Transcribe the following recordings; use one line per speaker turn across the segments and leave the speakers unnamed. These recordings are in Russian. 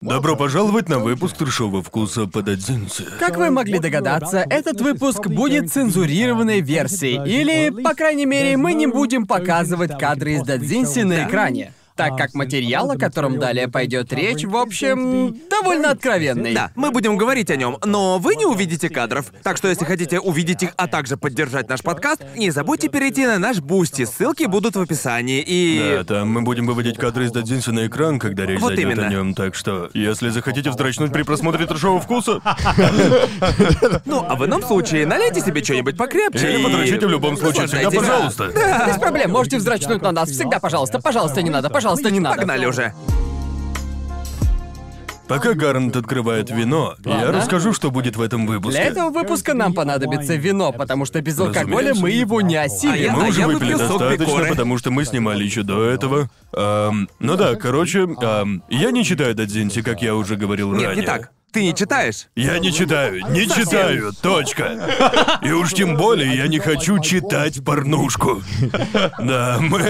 Добро пожаловать на выпуск «Трешового вкуса под одиннадцать».
Как вы могли догадаться, этот выпуск будет цензурированной версией, или, по крайней мере, мы не будем показывать кадры из Дадзинси на экране, так как материал, о котором далее пойдет речь, в общем, довольно откровенный.
Да, мы будем говорить о нем, но вы не увидите кадров. Так что если хотите увидеть их, а также поддержать наш подкаст, не забудьте перейти на наш бусти. Ссылки будут в описании и.
Да, там мы будем выводить кадры из Дадзинси на экран, когда речь
Вот
зайдет
именно.
о нем, так что, если захотите вздрачнуть при просмотре «Трешового вкуса»,
Ну, а в ином случае налейте себе что-нибудь покрепче.
или
и-
подрочите в любом случае, всегда
Наслаждайтесь.
пожалуйста.
Без проблем, можете вздрачнуть на нас всегда, пожалуйста, пожалуйста, не надо, пожалуйста, не надо.
Погнали уже.
Пока Гарнт открывает вино, я расскажу, что будет в этом выпуске.
Для этого выпуска нам понадобится вино, потому что без алкоголя
Разумеется.
мы его не
А
И
осилим.
я-
мы уже
выпью
выпили
сок
достаточно,
пикоры.
потому что мы снимали еще до этого. Эм, ну да, короче, эм, я не читаю Дадзинси, как я уже говорил
Нет,
ранее.
не так. Ты не читаешь?
Я не читаю, не читаю, точка. И уж тем более я не хочу читать порнушку. Да, мы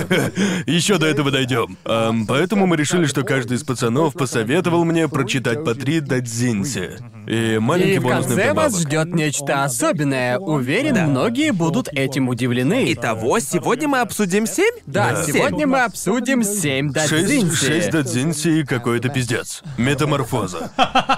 еще до этого дойдем. Ам, поэтому мы решили, что каждый из пацанов посоветовал мне прочитать по три дадзинси. И маленький
И в
бонусный
конце
вдобавок.
вас ждет нечто особенное. Уверен, многие будут этим удивлены.
Итого, сегодня мы обсудим семь?
Да,
Да.
Семь.
сегодня мы обсудим 7
Шесть,
дадзинси.
шесть дадзинси и какой-то пиздец. Метаморфоза.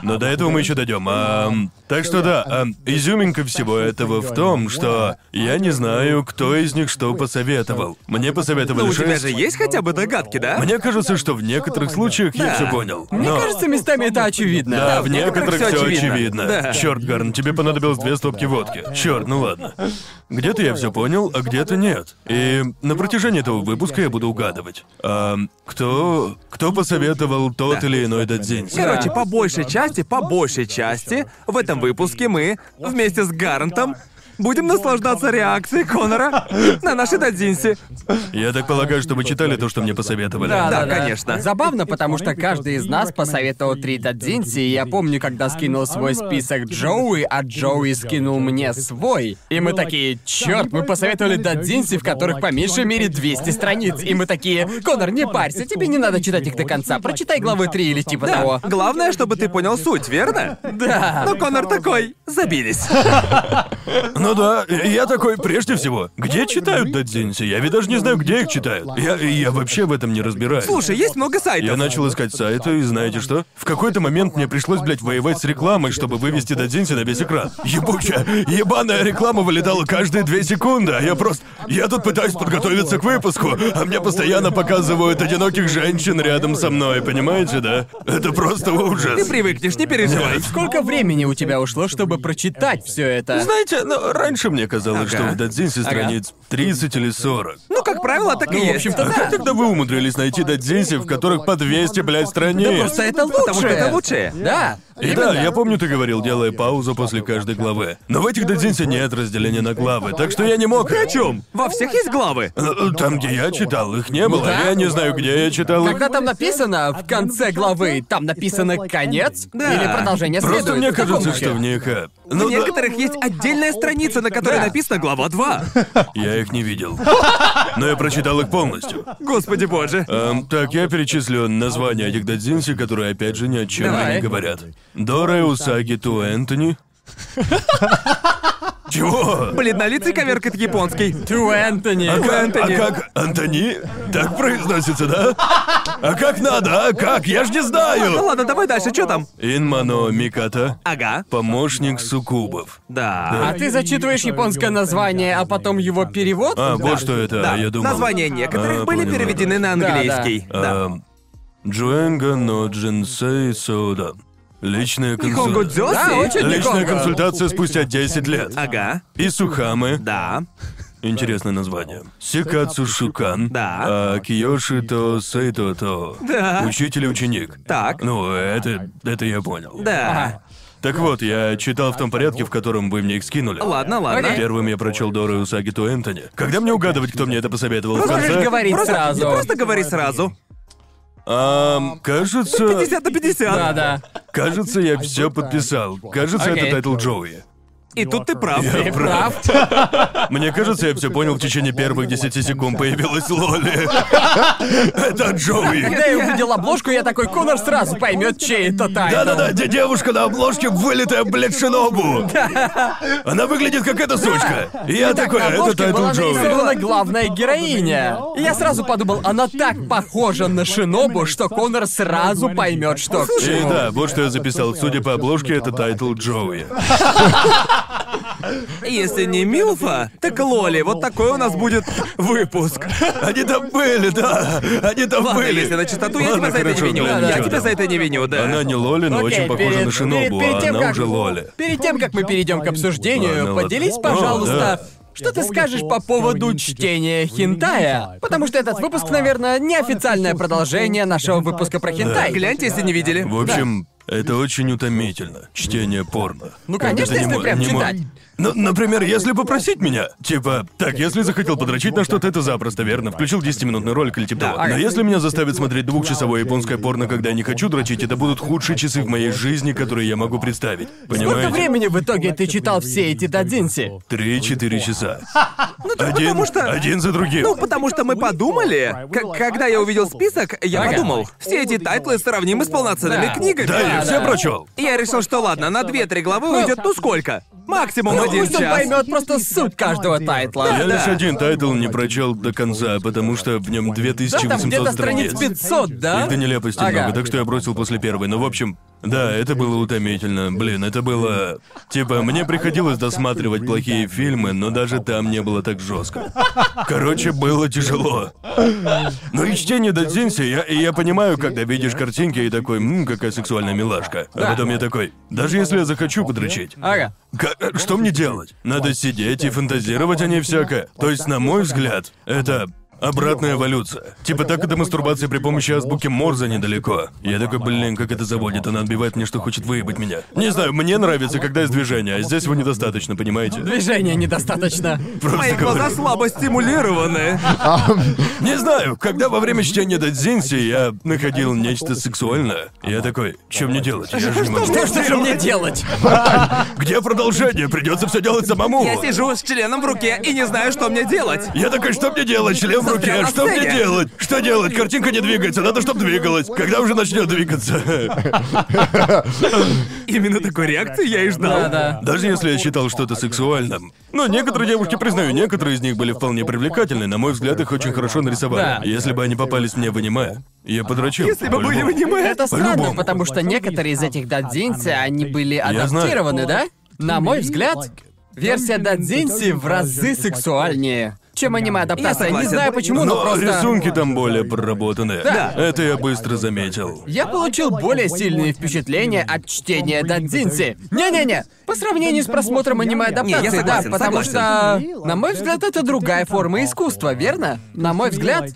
Но до этого мы еще дойдем. Ам, так что да, ам, изюминка всего этого в том, что я не знаю, кто из них что посоветовал. Мне посоветовали
Ну, У тебя
шесть.
же есть хотя бы догадки, да?
Мне кажется, что в некоторых случаях я
Да.
все понял.
Мне
Но-
кажется, местами это очевидно.
Да, в некоторых
всё
все очевидно.
очевидно. Да.
Черт, Гарн, тебе понадобилось две стопки водки. Черт, ну ладно. Где-то я все понял, а где-то нет. И на протяжении этого выпуска я буду угадывать. А, кто. кто посоветовал тот или иной дадзинси?
Короче, по большей части, по большей части, в этом выпуске мы вместе с Гарантом будем наслаждаться реакцией Конора на наши дадзинси.
Я так полагаю, что вы читали то, что мне посоветовали.
Да, да,
Да, конечно.
Забавно, потому что каждый из нас посоветовал три дадзинси, и я помню, когда скинул свой список Джоуи, а Джоуи скинул мне свой. И мы такие, черт, мы посоветовали дадзинси, в которых по меньшей мере 200 страниц. И мы такие, Конор, не парься, тебе не надо читать их до конца, прочитай главы 3 или типа
Да,
того.
главное, чтобы ты понял суть, верно?
Да.
Но Конор такой, забились.
Ну да, и я такой, прежде всего, где читают дадзинси? Я ведь даже не знаю, где их читают. Я, я вообще в этом не разбираюсь.
Слушай, есть много сайтов.
Я начал искать сайты, и знаете что? В какой-то момент мне пришлось, блядь, воевать с рекламой, чтобы вывести Дадзинси на весь экран. Ебучая, ебаная реклама вылетала каждые две секунды, а я просто... Я тут пытаюсь подготовиться к выпуску, а мне постоянно показывают одиноких женщин рядом со мной, понимаете, да? Это просто ужас.
Ты привыкнешь, не переживай.
Сколько времени у тебя ушло, чтобы прочитать все это?
Знаете, ну, раньше мне казалось,
Ага.
что в Дадзинсе страниц 30 или 40.
Ну, как правило, так и
Ну, в
есть.
общем-то,
А как тогда вы умудрились найти Дадзинси, в которых по 200, блядь, страниц?
Просто это лучшее.
Потому что это лучшее.
Да.
И да, я помню, ты говорил, делая паузу после каждой главы. Но в этих дадзинсе нет разделения на главы, так что я не мог. О чем? Э,
Во всех есть главы.
Там, где я читал, их не было.
Ну, да.
Я не знаю, где я читал их.
Когда там написано в конце главы, там написано конец
Да.
или продолжение
Просто
следует?
мне
В таком
кажется,
духе.
что в них... э,
У
Ну да,
некоторых есть отдельная страница, на которой
Да.
написано глава 2.
я их не видел. Но я прочитал их полностью.
Господи боже.
Эм, так, я перечислю названия этих дадзинси, которые опять же ни о чем
Давай.
не говорят. Дора и Усаги Ту Энтони. Чего?
Бледнолицый коверкает японский.
Ту Энтони.
А как,
Энтони.
а как Антони? Так произносится, да? А как надо, а как? Я ж не
Ну
знаю!
ладно, давай дальше, что там?
Инмано Миката,
Ага.
помощник суккубов.
Да.
А ты зачитываешь японское название, а потом его перевод?
А, вот что это,
Да,
а я думал.
названия некоторых
А,
были
понял,
переведены на
да.
английский. Да.
Эм, Джуэнга но джинсей соуда. Личная
Нихонго
консультация.
дзёси?
Да, очень
Личная
Нихонго.
консультация спустя 10 лет.
Ага.
И Сухамы.
Да.
Интересное название. Сикацу Шукан.
Да.
А Киоши то Сейто то.
Да.
Учитель и ученик.
Так.
Ну, это, это я понял.
Да.
Так вот, я читал в том порядке, в котором вы мне их скинули.
Ладно, ладно.
Окей.
Первым я прочел Дору и Саги Ту Энтони. Когда мне угадывать, кто мне это посоветовал
Ну,
в
Можешь
конце?
говорить
Просто,
сразу.
просто говори сразу.
Ам, кажется,
50 на 50.
Да, да.
кажется, я все подписал. Кажется,
Окей.
это тайтл Джоуи.
И тут ты прав.
Я
Ты прав.
Мне кажется, я все понял в течение первых 10 секунд. Появилась Лоли. Это Джоуи.
Когда я увидел обложку, я такой, Конор сразу поймет, чей это тайна.
ну.
Да-да-да, де- девушка на обложке вылитая, блядь, шинобу. Она выглядит как эта сучка. И я такой,
на
это
обложке
тайтл
была
Джоуи.
нарисована главная героиня. И Я сразу подумал, она так похожа на Шинобу, что Конор сразу поймет, что к
И
чему.
да, вот что я записал. Судя по обложке, это тайтл Джоуи.
Если не Милфа, так Лоли. Вот такой у нас будет выпуск.
Они там были, да. Они там
Ладно,
были.
если на чистоту, а я тебя
Ладно,
за это не
хорошо,
виню.
глянь,
Я
чё
тебя
там.
за это не виню, да.
Она не Лоли, но
Окей,
Ну, очень похожа
перед-
на Шинобу,
перед- перед
а
тем,
она
как-
уже Лоли.
Перед тем, как мы перейдем к обсуждению,
Ладно, ладно.
поделись,
О,
пожалуйста,
да.
что ты скажешь по поводу чтения хентая? Потому что этот выпуск, наверное, неофициальное продолжение нашего выпуска про хентай.
Гляньте, если не видели.
В общем, это очень утомительно. Чтение порно.
Ну,
Это
конечно,
не
если
мо-
прям
не мо-
читать.
Ну, например, если попросить меня, типа, так, если захотел подрочить на что-то, это запросто, верно? Включил 10-минутный ролик или типа того.
ага.
Но если меня заставят смотреть двухчасовое японское порно, когда я не хочу дрочить, это будут худшие часы в моей жизни, которые я могу представить.
Сколько
Понимаете? Ну,
времени в итоге ты читал все эти додзинси?
Три-четыре часа.
Ну,
Один,
Ну, типа, потому что-
один за другим.
Ну, потому что мы подумали, к- когда я увидел список, я
Ага.
подумал, все эти тайтлы сравнимы с полноценными
Да.
книгами.
да, я
да,
все
да.
прочел.
Я решил, что ладно, на 2-3 главы уйдет, ну сколько? Максимум
Ну,
один
пусть он
час.
поймет просто суть каждого тайтла.
Я
да.
лишь один тайтл не прочел до конца, потому что в нем
Да, там
2800
где-то
страниц.
страниц 500, да?
Это нелепости
Ага.
много, так что я бросил после первой. Ну, в общем, да, это было утомительно. Блин, это было... Типа, мне приходилось досматривать плохие фильмы, но даже там не было так жестко. Короче, было тяжело. Но и чтение Дадзинси, я, и я понимаю, когда видишь картинки и такой, ммм, какая сексуальная милашка. А
Да.
потом я такой, даже если я захочу подрочить,
Ага.
Ка- э, Что мне делать? Надо сидеть и фантазировать о ней всякое. То есть, на мой взгляд, это обратная эволюция. Типа так и до мастурбации при помощи азбуки Морзе недалеко. Я такой, блин, как это заводит, она отбивает мне, что хочет выебать меня. Не знаю, мне нравится, когда есть движение, а здесь его недостаточно, понимаете?
Движения недостаточно.
Просто
Мои глаза
говорю.
слабо стимулированы.
Не знаю, когда во время чтения Дадзинси я находил нечто сексуальное, я такой, чем мне делать? Я же не могу.
Что, что же мне делать?
Где продолжение? Придется все делать самому.
Я сижу с членом в руке и не знаю, что мне делать.
Я такой, что мне делать? Член в руке,
Застрял
что
на
мне
а сцене.
делать? Что делать? Картинка не двигается, надо, чтобы двигалась. Когда уже начнет двигаться?
Именно такой реакции я и ждал.
Да-да.
Даже если я считал что-то сексуальным. Но некоторые девушки, признаю, некоторые из них были вполне привлекательны. На мой взгляд, их очень хорошо нарисовали.
Да.
Если бы они попались мне в аниме, я подрочил.
Если бы были в
по-любому.
аниме.
Это странно,
По-любому.
потому что некоторые из этих дадзинси, они были
Я знаю.
адаптированы, да? На мой взгляд, версия дадзинси в разы сексуальнее, чем аниме-адаптация. Не
согласен.
знаю почему, но
Но
просто...
рисунки там более проработанные.
Да.
Это я быстро заметил.
Я получил более сильные впечатления от чтения дадзинси. Не-не-не, по сравнению с просмотром
Не, я
аниме-адаптации, да,
согласен,
потому что... э,
согласен.
На мой взгляд, это другая форма искусства, верно? На мой взгляд,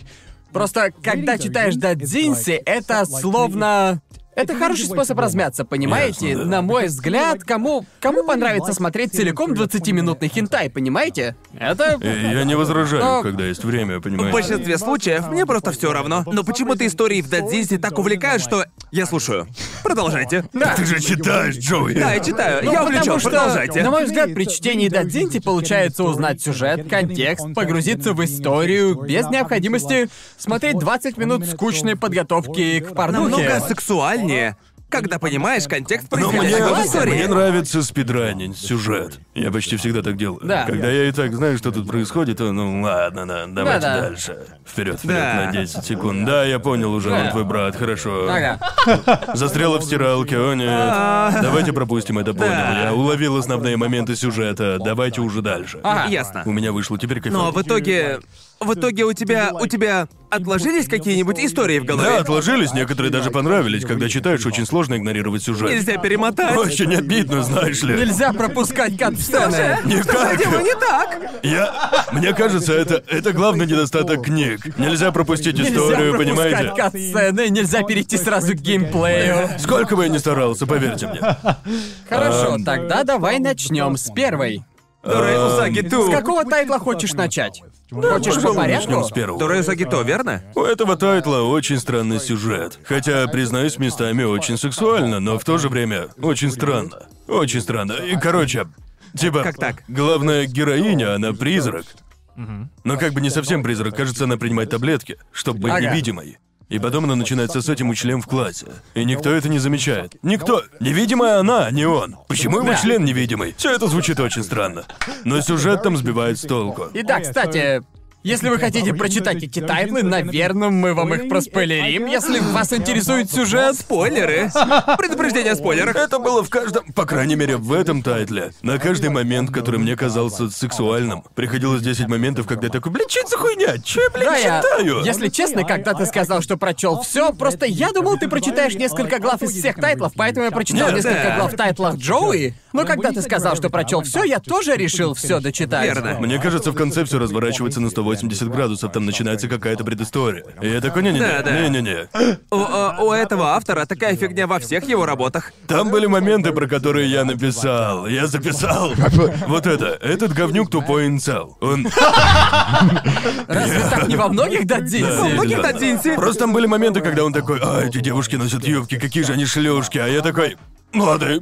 просто когда читаешь дадзинси, это словно... Это хороший способ размяться, понимаете?
Ясно, да.
На мой взгляд, кому кому понравится смотреть целиком 20-минутный хентай, понимаете? Это
И я не возражаю,
Но-
когда есть время,
В
понимаете?
большинстве случаев мне просто все равно. Но почему-то истории в Дадзинсе так увлекают, что... Я слушаю. Продолжайте.
да.
Ты же читаешь, Джоуи.
Да, я читаю.
Ну,
я
потому
увлечен.
что,
Продолжайте.
На мой взгляд, при чтении Дадзинти получается узнать сюжет, контекст, погрузиться в историю без необходимости смотреть 20 минут скучной подготовки к
Намного
порнухе.
сексуальнее, когда понимаешь контекст
Ну,
Но мне,
происходящего в истории.
мне нравится спидранить сюжет. Я почти всегда так делаю.
Да.
Когда я и так знаю, что тут происходит, то ну ладно, да, давайте
Да-да.
дальше. Вперед, вперед
Да.
на 10 секунд. Да, я понял уже, он
Да.
твой брат, хорошо.
Ага. А.
Застряла в стиралке, о нет. Давайте пропустим это, понял.
Да.
Я уловил основные моменты сюжета, давайте уже дальше.
Ага.
Ясно.
У меня вышло теперь кайфовать.
Но в итоге... В итоге у тебя... У тебя отложились какие-нибудь истории в
Да,
голове?
отложились, некоторые даже понравились. Когда читаешь, очень сложно игнорировать сюжет.
Нельзя перемотать.
Очень обидно, знаешь ли.
Нельзя пропускать кат-сцены.
Никак.
Дело не так.
Я... Мне кажется, это, это главный недостаток книг. Нельзя пропустить историю,
Нельзя пропускать
понимаете?
кат-сцены, нельзя перейти сразу к геймплею.
Сколько бы я ни старался, поверьте мне.
Хорошо,
эм,
тогда давай начнем с первой.
Дорэ Усаги
С
Ту.
какого тайтла хочешь начать? Хочешь по
Э, Пожалуй, начнем
порядку?
с первого.
Дорэ Усаги Ту, верно?
У этого тайтла очень странный сюжет. Хотя, признаюсь, местами очень сексуально, но в то же время очень странно. Очень странно. И, короче, Типа,
Как так?
главная героиня, она призрак. Но как бы не совсем призрак, кажется, она принимает таблетки, чтобы быть
Ага.
невидимой. И потом она начинает сосать ему член в классе. И никто это не замечает. Никто. Невидимая она, а не он. Почему его
Да.
член невидимый? Все это звучит очень странно. Но сюжет там сбивает с толку.
И да, кстати, если вы хотите прочитать эти тайтлы, наверное, мы вам их проспойлерим, если вас интересует сюжет.
Спойлеры! Предупреждение о спойлерах.
Это было в каждом, по крайней мере, в этом тайтле. На каждый момент, который мне казался сексуальным, приходилось 10 моментов, когда я такой, блин, что это за хуйня? Че я, блин,
Да, я,
читаю?
если честно, когда ты сказал, что прочел все, просто я думал, ты прочитаешь несколько глав из всех тайтлов, поэтому я прочитал
Нет,
несколько
да.
глав в тайтлах Джоуи. Но когда ты сказал, что прочел все, я тоже решил все дочитать.
Верно.
Мне кажется, в конце все разворачивается на 180 градусов, там начинается какая-то предыстория. И я такой,
Да, да.
не-не-не, не-не-не.
У, э, у этого автора такая фигня во всех его работах.
Там были моменты, про которые я написал. Я записал. Вот это. Этот говнюк тупой инцел. Он...
Разве так не во многих
Да,
многих
дадите?
именно.
тадзинси.
Просто там были моменты, когда он такой, а, эти девушки носят юбки, какие же они шлюшки. А я такой, ну ладно,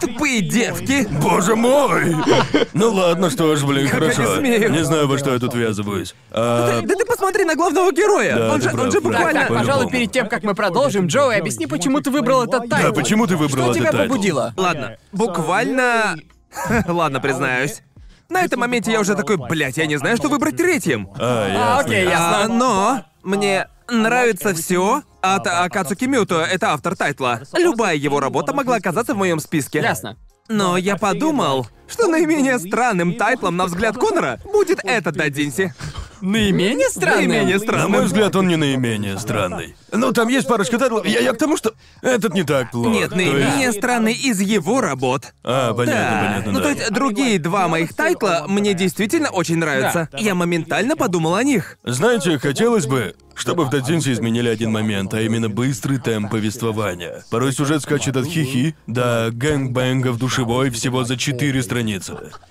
Тупые девки.
Боже мой! Ну ладно, что ж, блин,
Как они
хорошо.
смеют?
Не знаю, во что я тут ввязываюсь. А,
Да ты посмотри на главного героя.
Да,
он,
ты
же, он
прав,
же
прав.
буквально.
Так, так, пожалуй, перед тем, как мы продолжим, Джоуи, объясни, почему Ну, ты выбрал этот тайтл.
Да, а почему ты выбрал
Что
этот
тебя
тайтл?
побудило?
Ладно, буквально... Ладно, признаюсь. На этом моменте я уже такой, блядь, я не знаю, что выбрать третьим.
а,
А,
ясно.
окей,
А,
ясно.
но мне нравится все от Акацуки Мюто, это автор тайтла. Любая его работа могла оказаться в моем списке.
Ясно.
Но я подумал, что наименее странным тайтлом, на взгляд Конора, будет этот Дадзинси.
Наименее странным?
Наименее
На
странным.
мой взгляд, он не наименее странный. Ну, там есть парочка тайтлов. Я, я к тому, что этот не так плохо.
Нет,
То есть-
наименее странный из его работ.
А, понятно, понятно,
ну
да.
то есть другие два моих тайтла мне действительно очень нравятся. Я моментально подумал о них.
Знаете, хотелось бы, чтобы в Дадзинсе изменили один момент, а именно быстрый темп повествования. Порой сюжет скачет от хихи до гэнг-бэнга в душевой всего за четыре страницы.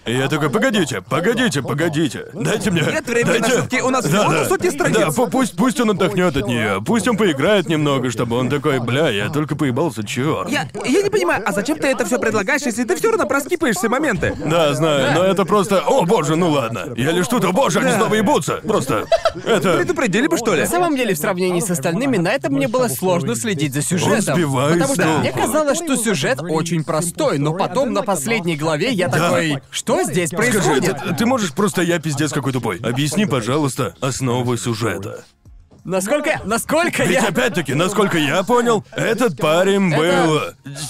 И я такой, погодите, погодите, погодите, дайте мне...
Нет времени на
дайте-
шутки, у нас
да,
всего
да.
на сотни страниц.
Да, пу- пусть, пусть он отдохнет от нее, пусть он поиграет немного, чтобы он такой, бля, я только поебался, черт.
Я, я не понимаю, а зачем ты это все предлагаешь, если ты все равно проскипаешь все моменты?
Да, знаю, но это просто... О, боже, ну ладно. Я лишь тут, о боже, они снова ебутся. Просто... Это...
Предупредили бы, что ли?
На самом деле, в сравнении с остальными, на этом мне было сложно следить за сюжетом.
сбивает
потому что
с
мне
толку.
казалось, что сюжет очень простой, но потом на последней главе я такой, что здесь
Скажи,
происходит?
ты, ты можешь просто я пиздец какой тупой. Объясни, пожалуйста, основу сюжета.
Насколько, насколько
Ведь
я...
опять-таки, насколько я понял, этот парень был...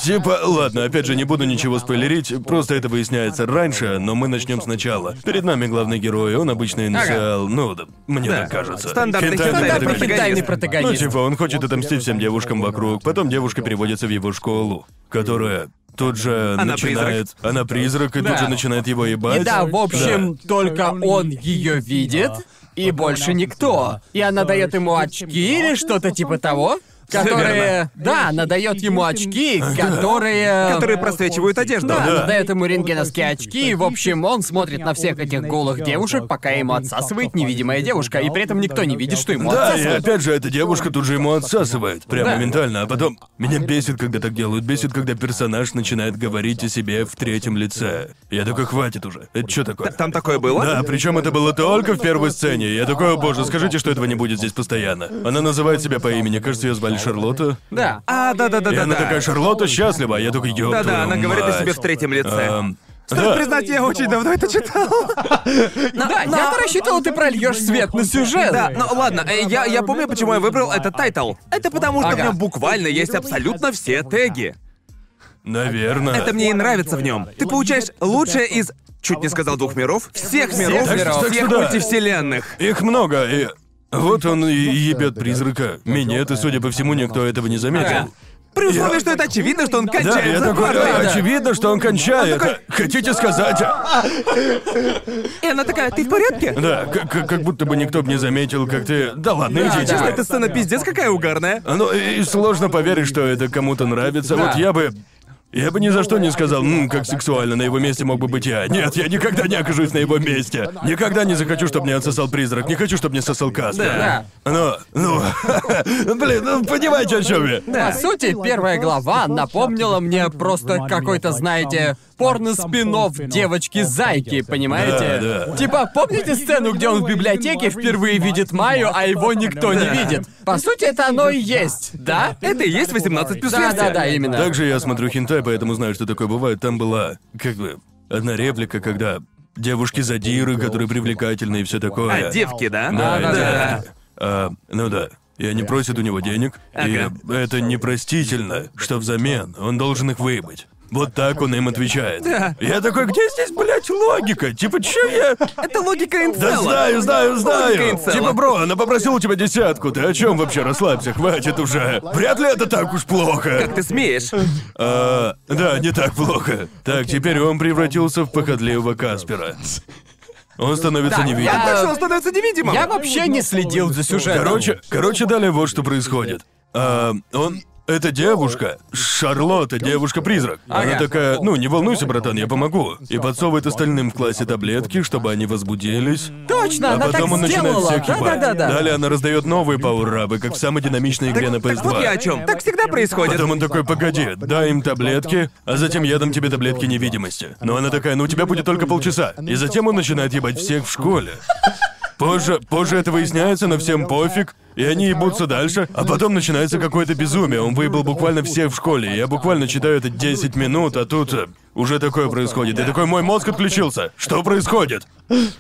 Типа, ладно, опять же, не буду ничего спойлерить, просто это выясняется раньше, но мы начнем сначала. Перед нами главный герой, он обычный инициал, ну, да, мне
Да.
так кажется.
Стандартный
Хентайный
хентайный
протагонист.
Хентайный
Ну,
протагонист.
типа, он хочет отомстить всем девушкам вокруг, потом девушка переводится в его школу, которая тут же
Она
начинает... Она призрак, и
Да.
тут же начинает его ебать.
И да, в общем, только он ее видит, и больше никто. И она дает ему очки или что-то типа того,
Всё
которые... Да, она дает ему очки, которые...
Которые просвечивают одежду.
Да,
Да.
она дает ему рентгеновские очки, и, в общем, он смотрит на всех этих голых девушек, пока ему отсасывает невидимая девушка, и при этом никто не видит, что ему
Да, и
отсасывают.
опять же, эта девушка тут же ему отсасывает. Прямо
Да.
ментально, а потом... Меня бесит, когда так делают. Бесит, когда персонаж начинает говорить о себе в третьем лице. Я такой, хватит уже. Это что такое?
Там такое было?
Да, причем это было только в первой сцене. Я такой, о боже, скажите, что этого не будет здесь постоянно. Она называет себя по имени, кажется, ее звали Шарлотта.
Да.
А, да, да, да,
И
да.
она такая, Шарлотта счастлива, а я такой, ёб
Да, да,
твою
она говорит о себе
мать».
в третьем лице.
Эм,
Стоит
да.
признать, я очень давно это читал.
Да, я-то рассчитывал, ты прольешь свет на сюжет.
Да, ну ладно, э, я, я помню, почему я выбрал этот тайтл. Это потому, что в
Ага.
нем буквально есть абсолютно все теги.
Наверное.
Это мне и нравится в нем. Ты получаешь лучшее из, чуть не сказал двух миров, всех миров,
Так что- так
всех
что да.
мультивселенных.
Их много, и... Вот он и ебет призрака. Минет, и, судя по всему, никто этого не
Ага.
заметил.
При условии, что это очевидно, что он
Да, я
кончается.
такой,
парнем.
«Да, очевидно, что он кончает. Хотите сказать? а?»
И она такая, ты в порядке?
Да, как, как- как будто бы никто бы не заметил, как ты... Да ладно,
Да,
идите.
Честно,
да.
А, эта сцена пиздец какая угарная.
А Ну, и сложно поверить, что это кому-то нравится.
Да.
Вот я бы... Я бы ни за что не сказал, «М, как сексуально, на его месте мог бы быть я. Нет, я никогда не окажусь на его месте. Никогда не захочу, чтобы меня отсосал призрак. Не хочу, чтобы меня сосал Каспер.
Да.
Ну, ну, блин, ну, понимаете, о чем я?
По сути, первая глава напомнила мне просто какой-то, знаете, порно спинов девочки-зайки, понимаете?
Да, да.
Типа, помните сцену, где он в библиотеке впервые видит Майю, а его никто не
Да.
видит? По сути, это оно и есть, да?
Это и есть 18 плюс
Да, да, да, именно.
Также я смотрю хентай, поэтому знаю, что такое бывает. Там была, как бы, одна реплика, когда девушки-задиры, которые привлекательные и все такое.
А, девки, да?
Да,
да,
и-
да.
А, ну да. И они просят у него денег,
Ага.
и это непростительно, что взамен он должен их выебать. Вот так он им отвечает. Я такой, где здесь, блядь, логика? Типа, чё я...
Это логика
Да
инцела.
знаю, знаю, знаю.
инцела.
Типа, бро, она попросила у тебя десятку. Ты о чем вообще расслабься? Хватит уже. Вряд ли это так уж плохо.
Как ты смеешь?
А, да, не так плохо. Так, теперь он превратился в похотливого Каспера. Он становится
Да,
невидимым.
я-
Дальше он становится невидимым.
Я вообще не следил за сюжетом.
Короче, короче, далее вот что происходит. А, он. Эта девушка, Шарлотта, девушка-призрак. Она
Ага.
такая, ну, не волнуйся, братан, я помогу. И подсовывает остальным в классе таблетки, чтобы они возбудились.
Точно,
а
она
потом
так
он начинает
сделала.
все кипать.
Да-да-да-да.
Далее она раздает новые пауэрабы, как в самой динамичной игре на PS2.
Так вот я о чем. Так всегда происходит.
Потом он такой, погоди, дай им таблетки, а затем я дам тебе таблетки невидимости. Но она такая, ну у тебя будет только полчаса. И затем он начинает ебать всех в школе. Позже, позже это выясняется, но всем пофиг. И они ебутся дальше, а потом начинается какое-то безумие. Он выебал буквально всех в школе. Я буквально читаю это 10 минут, а тут э, уже такое происходит. И такой мой мозг отключился. Что происходит?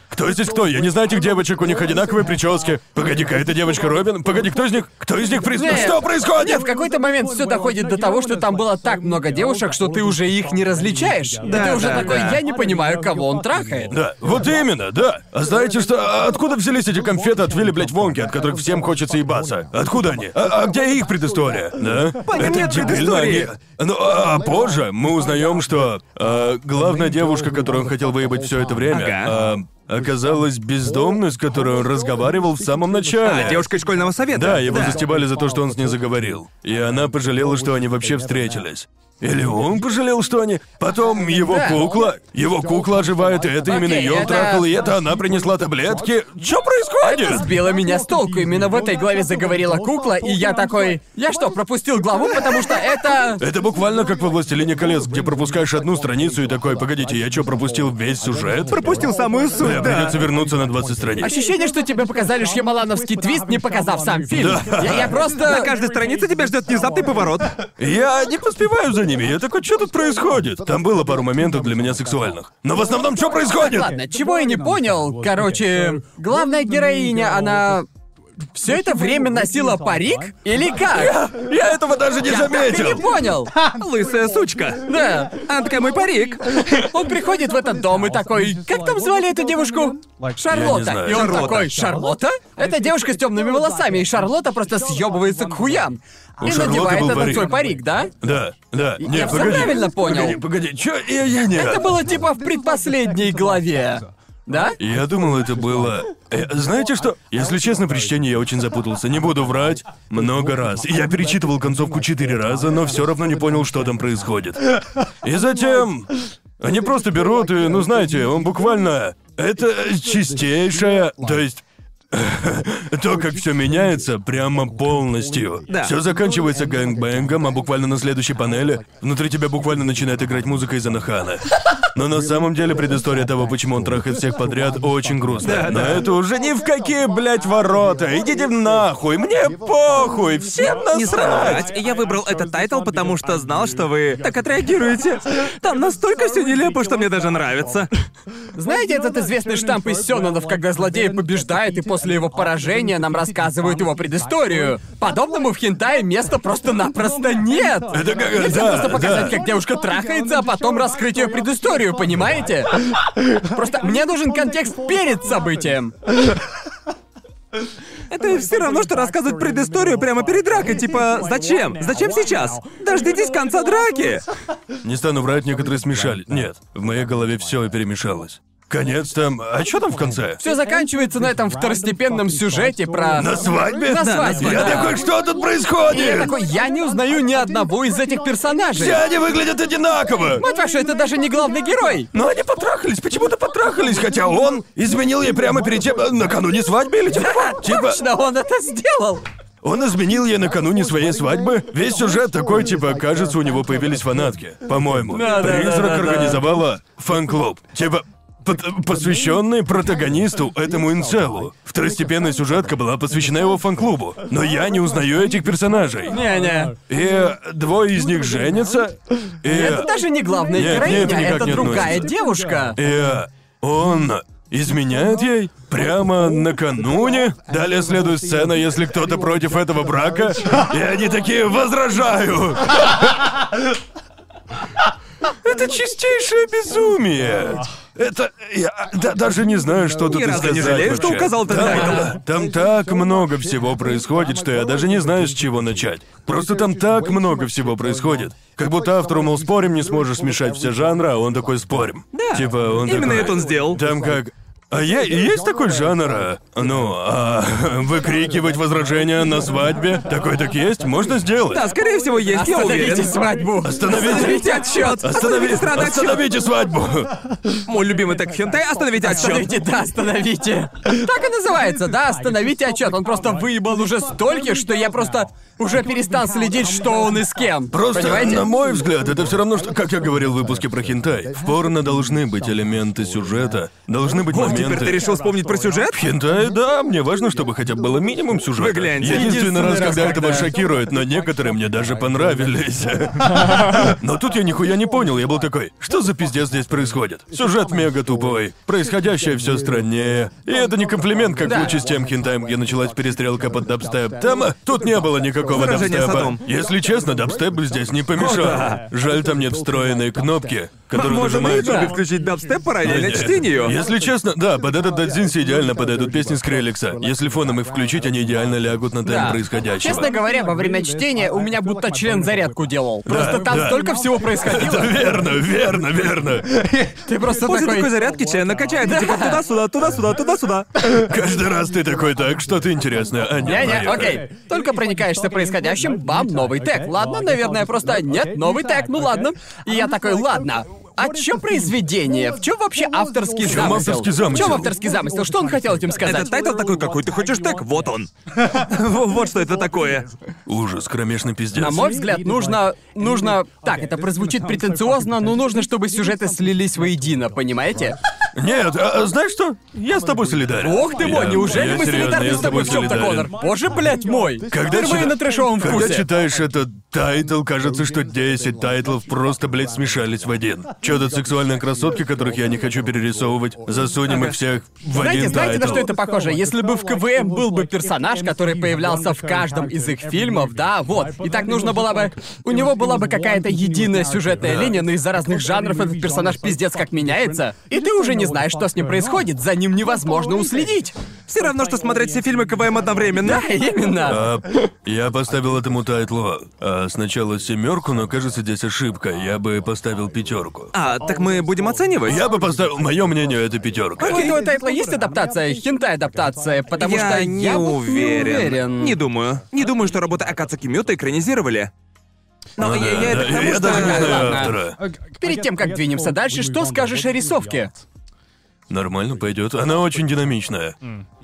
Кто здесь кто? Я не знаю этих девочек, у них одинаковые прически. Погоди-ка, эта девочка Робин? Погоди, кто из них? Кто из них приз...
Нет.
Что происходит?
Нет, в какой-то момент все доходит до того, что там было так много девушек, что ты уже их не различаешь. И
Да,
ты уже
да,
такой,
да.
я не понимаю, кого он трахает.
Да, вот именно, да. А знаете что, а откуда взялись эти конфеты от Вилли, блядь, Вонки, от которых всем хочется ебаться? Откуда они? А, а где их предыстория? Да?
По ним нет предыстории.
они- Ну, а позже мы узнаем, что а, главная девушка, которую он хотел выебать все это время,
Ага.
а, оказалась бездомной, с которой он разговаривал в самом начале.
А, девушка из школьного совета.
Да, его застебали за то, что он с ней заговорил. И она пожалела, что они вообще встретились. Или он пожалел, что они... Потом его
Да.
кукла... Его кукла оживает, и это именно
Окей,
ее он
это-
трахал, и это она принесла таблетки. Что
Это
происходит?
сбило меня с толку. Именно в этой главе заговорила кукла, и я такой... Я что, пропустил главу, потому что это...
Это буквально как во «Властелине колец», где пропускаешь одну страницу и такой, погодите, я что, пропустил весь сюжет?
Пропустил самую суть,
Бля,
да.
придется вернуться на 20 страниц.
Ощущение, что тебе показали шьямалановский твист, не показав сам фильм.
Да.
Я, я просто...
На каждой странице тебя ждет внезапный поворот.
Я не поспеваю за ними, я такой, что тут происходит? Там было пару моментов для меня сексуальных. Но в основном, что происходит?
Ладно, чего я не понял? Короче, главная героиня, она... Все это время носила парик? Или как?
Я этого даже не
Я так и не
заметил.
понял.
Лысая сучка.
Да.
Она такая, мой парик.
Он приходит в этот дом и такой, как там звали эту девушку?
Я не
Шарлотта.
знаю.
И он
Шарлотта.
такой, Шарлотта? Это девушка с темными волосами, и Шарлотта просто съебывается к хуям.
У
и
Шарлотты
надевает
был
этот
парик.
свой парик, да?
Да, да. Не,
я всё
погоди.
правильно понял?
Погоди, погоди, чё? Я, я не...
Это было типа в предпоследней главе. Да?
Я думал, это было... Э, Знаете что? Если честно, при чтении я очень запутался. Не буду врать. Много раз. Я перечитывал концовку четыре раза, но все равно не понял, что там происходит. И затем... Они просто берут и, ну знаете, он буквально... Это чистейшая... То есть... То, как все меняется, прямо полностью.
Да.
Все заканчивается гэнгбэнгом, а буквально на следующей панели внутри тебя буквально начинает играть музыка из Анахана. Но на самом деле предыстория того, почему он трахает всех подряд, очень грустная. Но это уже ни в какие, блядь, ворота. Идите нахуй, мне похуй, всем
Не
насрать.
срать. Я выбрал этот тайтл, потому что знал, что вы так отреагируете. Там настолько все нелепо, что мне даже нравится.
Знаете этот известный штамп из Сёнонов, когда злодей побеждает, и после его поражения нам рассказывают его предысторию? Подобному в хентае места просто-напросто нет!
Это как...
Нельзя
да,
просто показать,
да.
как девушка трахается, а потом раскрыть ее предысторию, понимаете? Просто мне нужен контекст перед событием.
Это все равно, что рассказывать предысторию прямо перед дракой. Типа, зачем? Зачем сейчас? Дождитесь конца драки.
Не стану врать, некоторые смешали. Нет, в моей голове все перемешалось. Конец там... А что там в конце?
Все заканчивается на этом второстепенном сюжете про.
На свадьбе?
На свадьбе,
Я
да.
такой, что тут
И я
происходит?
такой, я не узнаю ни одного из этих персонажей.
Все они выглядят одинаково.
Мать вашу, это даже не главный герой!
Но они потрахались, почему-то потрахались, хотя он изменил ей прямо перед тем, э, накануне свадьбы или типа. Типа,
Точно он это сделал!
Он изменил ей накануне своей свадьбы. Весь сюжет такой, типа, кажется, у него появились фанатки. По-моему.
Да-да-да-да-да.
Призрак организовала фан-клуб. Типа, пот- посвященный протагонисту, этому инцелу. Второстепенная сюжетка была посвящена его фан-клубу. Но я не узнаю этих персонажей.
Не-не.
И двое из них женятся, и...
Это даже не главная
Нет,
героиня,
нет, это никак
это
не
другая
относится.
девушка.
И он изменяет ей прямо накануне. Далее следует сцена, если кто-то против этого брака. И они такие «Возражаю!» Это чистейшее безумие. Это... Я да- даже не знаю, что тут
Ни
и
разу не
сказать
жалею, что
вообще.
указал этот
Там-
тайтл.
Там так много всего происходит, что я даже не знаю, с чего начать. Просто там так много всего происходит. Как будто автору, мол, спорим, не сможешь смешать все жанры, а он такой спорим. Да. Типа он
Именно
такой,
это он сделал.
Там как... А е- есть такой жанр, а, ну, а, выкрикивать возражения на свадьбе? Такой так есть? Можно сделать.
Да, скорее всего, есть, я
Остановите
уверен.
свадьбу.
Остановите.
Остановите отчет.
Останови-
страдать.
остановите свадьбу!
Мой любимый так хентай, остановите отчет.
Остановите, да, остановите. Так и называется, да, остановите отчет. Он просто выебал уже столько, что я просто уже перестал следить, что он и с кем.
Просто,
понимаете?
на мой взгляд, это все равно, что, как я говорил в выпуске про хентай, в порно должны быть элементы сюжета, должны быть
Вот
моменты.
теперь ты решил вспомнить про сюжет?
В хентае, да, мне важно, чтобы хотя бы было минимум сюжета.
Вы гляньте.
Единственный раз, когда это вас
когда-
шокирует, но некоторые мне даже понравились. Но тут я нихуя не понял, я был такой, что за пиздец здесь происходит? Сюжет мега тупой, происходящее все страннее. И это не комплимент, как
Да.
лучше с тем хентаем, где началась перестрелка под дабстеп. Там а, тут не было никакого
Выражение
дабстепа.
садом.
Если честно, дабстеп бы здесь не помешал. Жаль, там нет встроенной кнопки, которую
Можно на
нажимаешь.
Ютубе включить дабстеп параллельно
Нет.
чтению.
Если честно, да, под этот Дадзинси идеально подойдут песни Скреликса. Если фоном их включить, они идеально лягут на темп
Да.
происходящего.
Честно говоря, во время чтения у меня будто член зарядку делал. Просто там
да.
столько всего
Да,
происходило.
верно, верно, верно.
Ты просто
После
такой...
такой зарядки член накачает, и типа туда-сюда, туда-сюда, туда-сюда.
Каждый раз ты такой, так, что-то интересное, а не
Не-не,
мое».
окей. Типа, Только проникаешься происходящим, Ну, бам, новый тег. Ладно, наверное, просто нет, новый тег, ну ладно. И я такой, ладно. А чё произведение? В чем вообще авторский
В чём
замысел?
авторский замысел?
В чем авторский замысел? Что он хотел этим сказать?
Этот тайтл такой, какой ты хочешь так, вот он. Во- Вот что это такое.
Ужас, кромешный пиздец.
На мой взгляд, нужно... Нужно... Так, это прозвучит претенциозно, но нужно, чтобы сюжеты слились воедино, понимаете?
Нет, а, а знаешь что? Я с тобой солидарен.
Ох ты мой,
Я-
неужели
я
мы
серьезно,
солидарны
я
с тобой в чем-то,
солидарен.
Конор? Боже, блядь мой!
Когда
Впервые
чита-
на трэшовом
Когда
вкусе.
читаешь этот тайтл, кажется, что 10 тайтлов просто, блядь, смешались в один. Чё тут сексуальные красотки, которых я не хочу перерисовывать, засунем их всех в
Знаете,
один
знаете, на
тайтл.
что это похоже? Если бы в КВМ был бы персонаж, который появлялся в каждом из их фильмов, да, вот. И так
ну
нужно было бы... У него была бы какая-то единая сюжетная линия, но из-за разных жанров этот персонаж пиздец как меняется. И ты уже не знаешь, что с ним происходит, за ним невозможно уследить.
Все равно, что смотреть все фильмы КВМ одновременно.
Да, именно.
А, Я поставил этому тайтлу а, сначала семерку, но кажется, здесь ошибка. Я бы поставил пятерку.
А, так мы будем оценивать?
Я бы поставил, мое мнение, это пятерка.
У этого тайтла есть адаптация, хентай-адаптация, потому
я
что
не
я вот
уверен.
не уверен. А
Не думаю. Не думаю, что работы Акацуки Мюта экранизировали. Но
А, Да,
я, я
да,
это
я
потому, что...
даже не знаю
Ладно.
автора.
а
Перед тем, как двинемся дальше, что скажешь о рисовке?
Нормально пойдет. Она очень динамичная.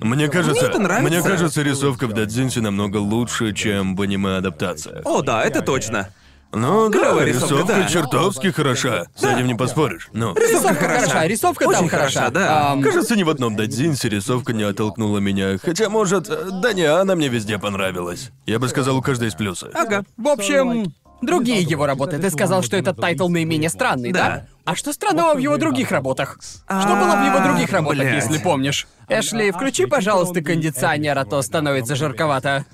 Мне кажется,
это нравится.
мне кажется, рисовка в Дадзинсе намного лучше, чем в аниме адаптация.
О, да, это точно.
Ну да,
клёвая рисовка,
рисовка
да.
чертовски хороша. С этим не поспоришь. Ну.
Рисовка хороша, а рисовка там
Очень хороша, да.
Ам,
Кажется, ни в одном Дадзинсе рисовка не оттолкнула меня. Хотя, может, э, да не, она мне везде понравилась. Я бы сказал, у каждой есть плюсы.
Ага.
В общем, другие его работы. Ты сказал, что этот тайтл наименее странный, да?
Да.
А что странного в его других работах? Что было в его других работах,
блядь.
если помнишь? Эшли, включи, пожалуйста, кондиционер, а то становится жарковато.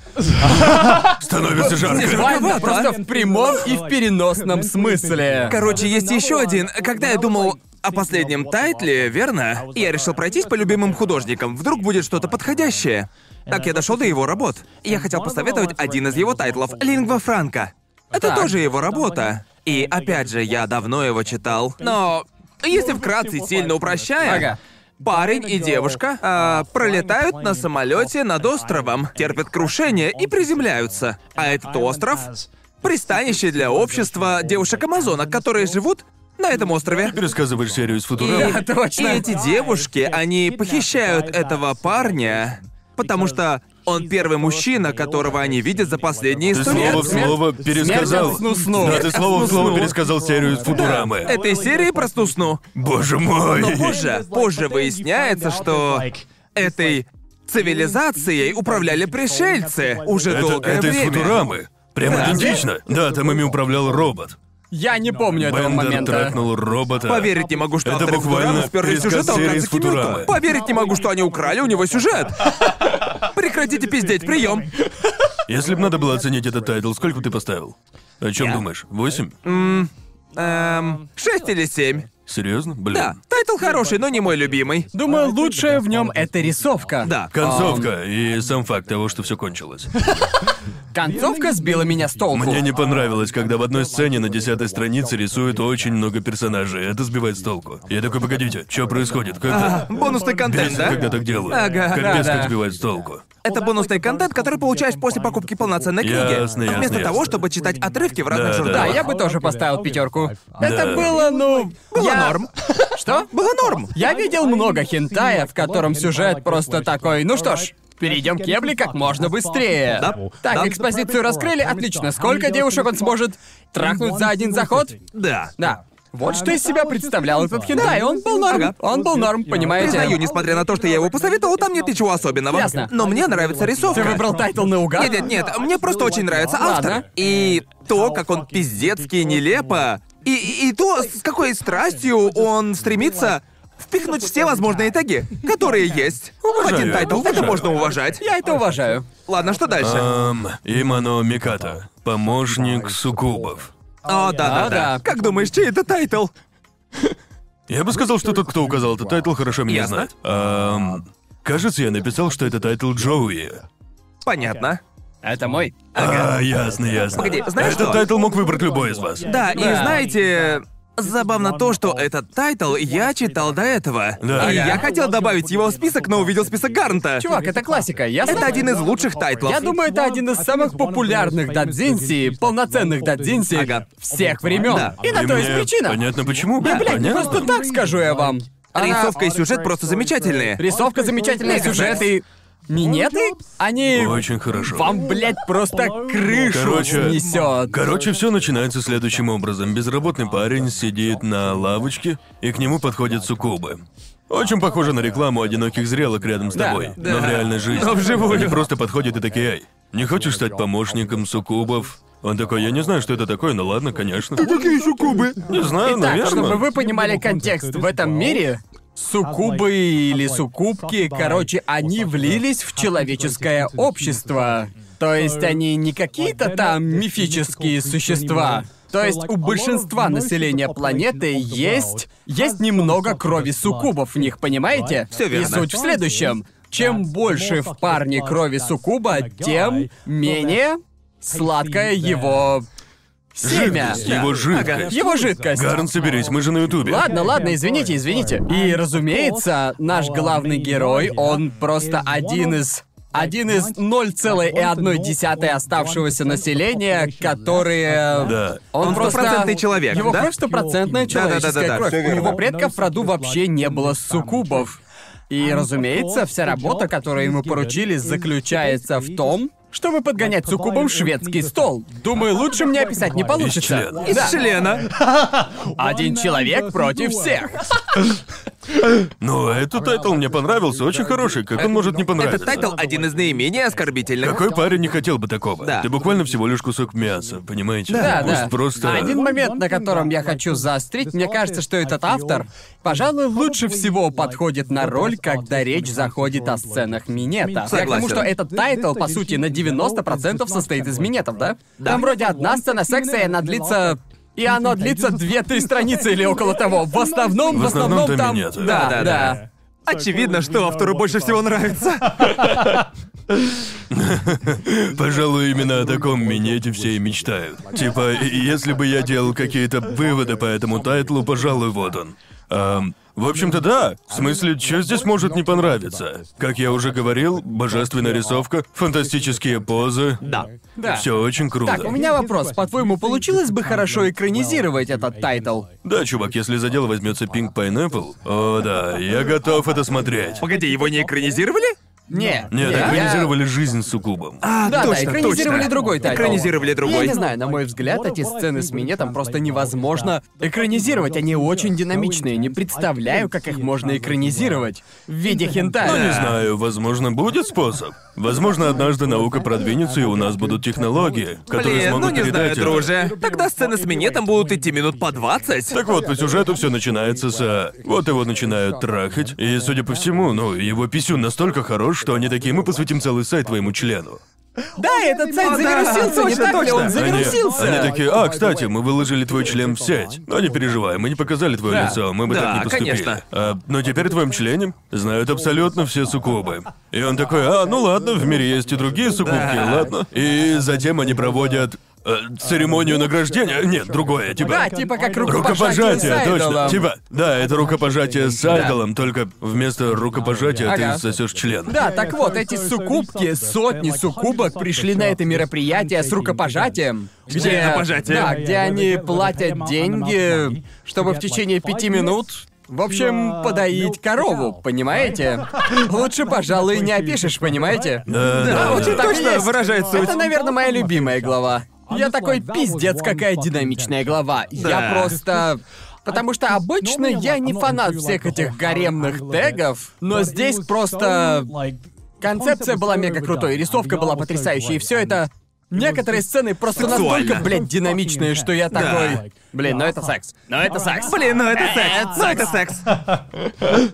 Становится жарко.
Буквально просто в прямом и в переносном смысле.
Короче, есть еще один. Когда я думал о последнем тайтле, верно? Я решил пройтись по любимым художникам. Вдруг будет что-то подходящее. Так я дошел до его работ. Я хотел посоветовать один из его тайтлов Лингва Франка. Это
Так.
тоже его работа. И опять же, я давно его читал. Но если вкратце и сильно упрощая,
Ага.
парень и девушка а, пролетают на самолете над островом, терпят крушение и приземляются. А этот остров пристанище для общества девушек-амазонок, которые живут на этом острове.
Пересказываешь серию из
И,
Футурама.
точно.
и эти девушки, они похищают этого парня, потому что Он первый мужчина, которого они видят за последние
Ты
сто
слово
лет.
в слово пересказал.
Смерть от сну сну.
Да, ты слово в слово пересказал серию из Футурамы.
Этой серии про сну сну.
Боже мой.
Но позже, позже выясняется, что этой цивилизацией управляли пришельцы уже
это,
долгое
это из
время.
Футурамы. Прямо
Да.
идентично. Да, там ими управлял робот.
Я не помню этого
Бендер ну.
момента.
трекнул робота.
Поверить не могу, что
Это
авторы
буквально
«Футурамы» сперли
пересказ
сюжета в
серии
конце
из «Футурамы».
Кимюта. Поверить не могу, что они украли у него сюжет. Прекратите пиздеть, прием.
Если бы надо было оценить этот тайтл, сколько бы ты поставил? О чем думаешь? Восемь?
Эм, шесть или семь.
Серьезно? Блин.
Да, тайтл хороший, но не мой любимый.
Думаю, лучшее в нем это рисовка.
Да.
Концовка и сам факт того, что все кончилось.
Концовка сбила меня с толку.
Мне не понравилось, когда в одной сцене на десятой странице рисуют очень много персонажей. Это сбивает с толку. Я такой, погодите, что происходит? Как
А,
это?
бонусный контент,
Бесит, когда
да?
так делают.
Ага,
как
да,
беско
да.
сбивает с толку.
Это бонусный контент, который получаешь после покупки полноценной книги.
Ясно, ясно,
Вместо того,
ясно.
чтобы читать отрывки в разных
Да,
журналах.
Да, я бы тоже поставил пятерку.
Да.
Это было, ну...
Было
я-
норм.
Что?
Было норм.
Я видел много хентая, в котором сюжет просто такой. Ну что ж, перейдем к Ебле как можно быстрее.
Да.
Так,
Да.
экспозицию раскрыли, отлично. Сколько девушек он сможет трахнуть за один заход?
Да.
Да. Вот что из себя представлял этот хентай. Он был норм.
Ага.
Он был норм, понимаете?
Признаю, несмотря на то, что я его посоветовал, там нет ничего особенного.
Ясно.
Но мне нравится рисовка.
Ты выбрал тайтл наугад?
Нет, нет, нет, мне просто очень нравится автор.
Ладно.
И то, как он пиздецкий и нелепо. И, и- и то, с какой страстью он стремится впихнуть все возможные таги, которые есть. в Один тайтл, это
уважаю.
можно уважать.
Я это уважаю.
Ладно, что дальше?
Эм, Имано Миката. Помощник суккубов. А.
О, да,
да.
да, да. Как думаешь, чей это тайтл?
Я бы сказал, что тот, кто указал этот тайтл, хорошо меня
Ясно.
знает. Эм, кажется, я написал, что это тайтл Джоуи.
Понятно.
Это мой.
А, ясно, ясно.
Погоди, знаешь
Этот
что?
тайтл мог выбрать любой из вас.
Да, и
Да.
знаете, забавно то, что этот тайтл я читал до этого.
Да.
И
Ага.
я хотел добавить его в список, но увидел список Гарнта.
Чувак, это классика, я
Это один из лучших тайтлов.
Я думаю, это один из самых популярных дадзинси, полноценных дадзинси
Ага.
всех времен.
Да.
И на
И
то
мне
есть причина.
Понятно почему.
Да, блядь,
Понятно.
просто так скажу я вам. Она-
Рисовка и сюжет просто замечательные.
Рисовка замечательные сюжеты. Минеты? Они...
Очень хорошо.
Вам, блядь, просто крышу
Короче,
снесет.
Короче, все начинается следующим образом. Безработный парень сидит на лавочке, и к нему подходят суккубы. Очень похоже на рекламу одиноких зрелок рядом с
Да,
тобой,
да.
но в реальной жизни.
Но вживую.
Они просто подходят и такие, эй, не хочешь стать помощником суккубов? Он такой, я не знаю, что это такое, но ладно, конечно.
Какие суккубы?
Не
Ну,
знаю,
Итак,
наверное.
чтобы вы понимали контекст, в этом мире суккубы или суккубки, короче, они влились в человеческое общество. То есть они не какие-то там мифические существа. То есть у большинства населения планеты есть... Есть немного крови суккубов в них, понимаете?
Всё верно.
И суть в следующем. Чем больше в парне крови суккуба, тем менее сладкое его семя.
Жидкость, его жидкость.
Его жидкость.
Гарн, соберись, мы же на Ютубе.
Ладно, ладно, извините, извините. И, разумеется, наш главный герой, он просто один из... Один из 0,1 оставшегося населения, которые...
Да.
Он стопроцентный человек,
Его
да?
кровь стопроцентная
Да-да-да-да-да,
человеческая кровь.
всё
У
верно.
его предков в роду вообще не было суккубов. И, разумеется, вся работа, которую ему поручили, заключается в том, чтобы подгонять суккубом шведский стол. Думаю, лучше мне описать не получится.
члена.
Из
Да.
члена.
Один человек против всех.
Но Ну, этот тайтл мне понравился, очень хороший, как он может не понравиться?
Этот тайтл один из наименее оскорбительных.
Какой парень не хотел бы такого?
Да.
Ты буквально всего лишь кусок мяса, понимаете?
Да,
Пусть
да.
просто...
Один момент, на котором я хочу заострить, мне кажется, что этот автор, пожалуй, лучше всего подходит на роль, когда речь заходит о сценах минета. Я к тому,
Согласен.
что этот тайтл, по сути, на 90% состоит из минетов, да? Там вроде одна сцена секса, и она длится... И оно длится 2-3 страницы или около того. В основном, в
В основном
основном
там
там...
минеты.
Да, да,
Да-да-да.
да.
Очевидно, что автору больше всего нравится.
Пожалуй, именно о таком минете все и мечтают. Типа, и- если бы я делал какие-то выводы по этому тайтлу, пожалуй, вот он. Ам, в общем-то, да. В смысле, что здесь может не понравиться? Как я уже говорил, божественная рисовка, фантастические позы. Да.
Да.
Все очень круто.
Так, у меня вопрос. По-твоему, получилось бы хорошо экранизировать этот тайтл?
Да, чувак, если за дело возьмется Pink Pineapple, о да, я готов это смотреть.
Погоди, его не экранизировали?
Не.
Нет,
я-
экранизировали жизнь с суккубом.
А,
Да, да,
точно,
экранизировали
точно.
другой тайтл.
Экранизировали другой.
Я не знаю, на мой взгляд, эти сцены с минетом просто невозможно экранизировать. Они очень динамичные. Не представляю, как их можно экранизировать в виде хентая.
Ну, не знаю, возможно, будет способ. Возможно, однажды наука продвинется, и у нас будут технологии, которые
Блин, ну
смогут
не знаю,
передать это.
друже. Тогда сцены с минетом будут идти минут по 20.
Так вот, по сюжету все начинается с... а, Вот его начинают трахать, и, судя по всему, ну, его писюн настолько хорош, что они такие, мы посвятим целый сайт твоему члену.
Да, этот сайт
Ну да,
завирусился, не
точно,
так ли? Он
точно.
Они,
завирусился.
они такие, а, кстати, мы выложили твой член в сеть. Но не переживай, мы не показали твое
Да.
лицо, мы бы
Да,
так не поступили.
конечно.
А, но теперь о твоем члене знают абсолютно все суккубы. И он такой, а, ну ладно, в мире есть и другие суккубки, ладно. И затем они проводят э, церемонию награждения. Нет, другое, типа...
Да, типа как рукопожатие с
Рукопожатие, точно.
айдолом.
Типа, да, это рукопожатие с айдолом, только вместо рукопожатия
Ага.
ты сосешь член.
Э, Да, так вот, эти суккубки, сотни суккубок пришли на это мероприятие с рукопожатием.
Где рукопожатие?
Да, где они платят деньги, чтобы в течение пяти минут в общем, подоить корову, понимаете? Лучше, пожалуй, не опишешь, понимаете?
Да, да, да.
очень
Так
точно
есть.
выражает
суть.
Это, наверное, моя любимая глава. Я такой пиздец, какая динамичная глава. Я
Да.
просто. Потому что обычно я не фанат всех этих гаремных тегов, но здесь просто Концепция была мега крутой, рисовка была потрясающей, и все это. Некоторые сцены просто
Сексуально.
настолько, блядь, динамичные, что я такой. Блин, ну это секс. Но это секс.
Блин, ну это секс. Ну это секс.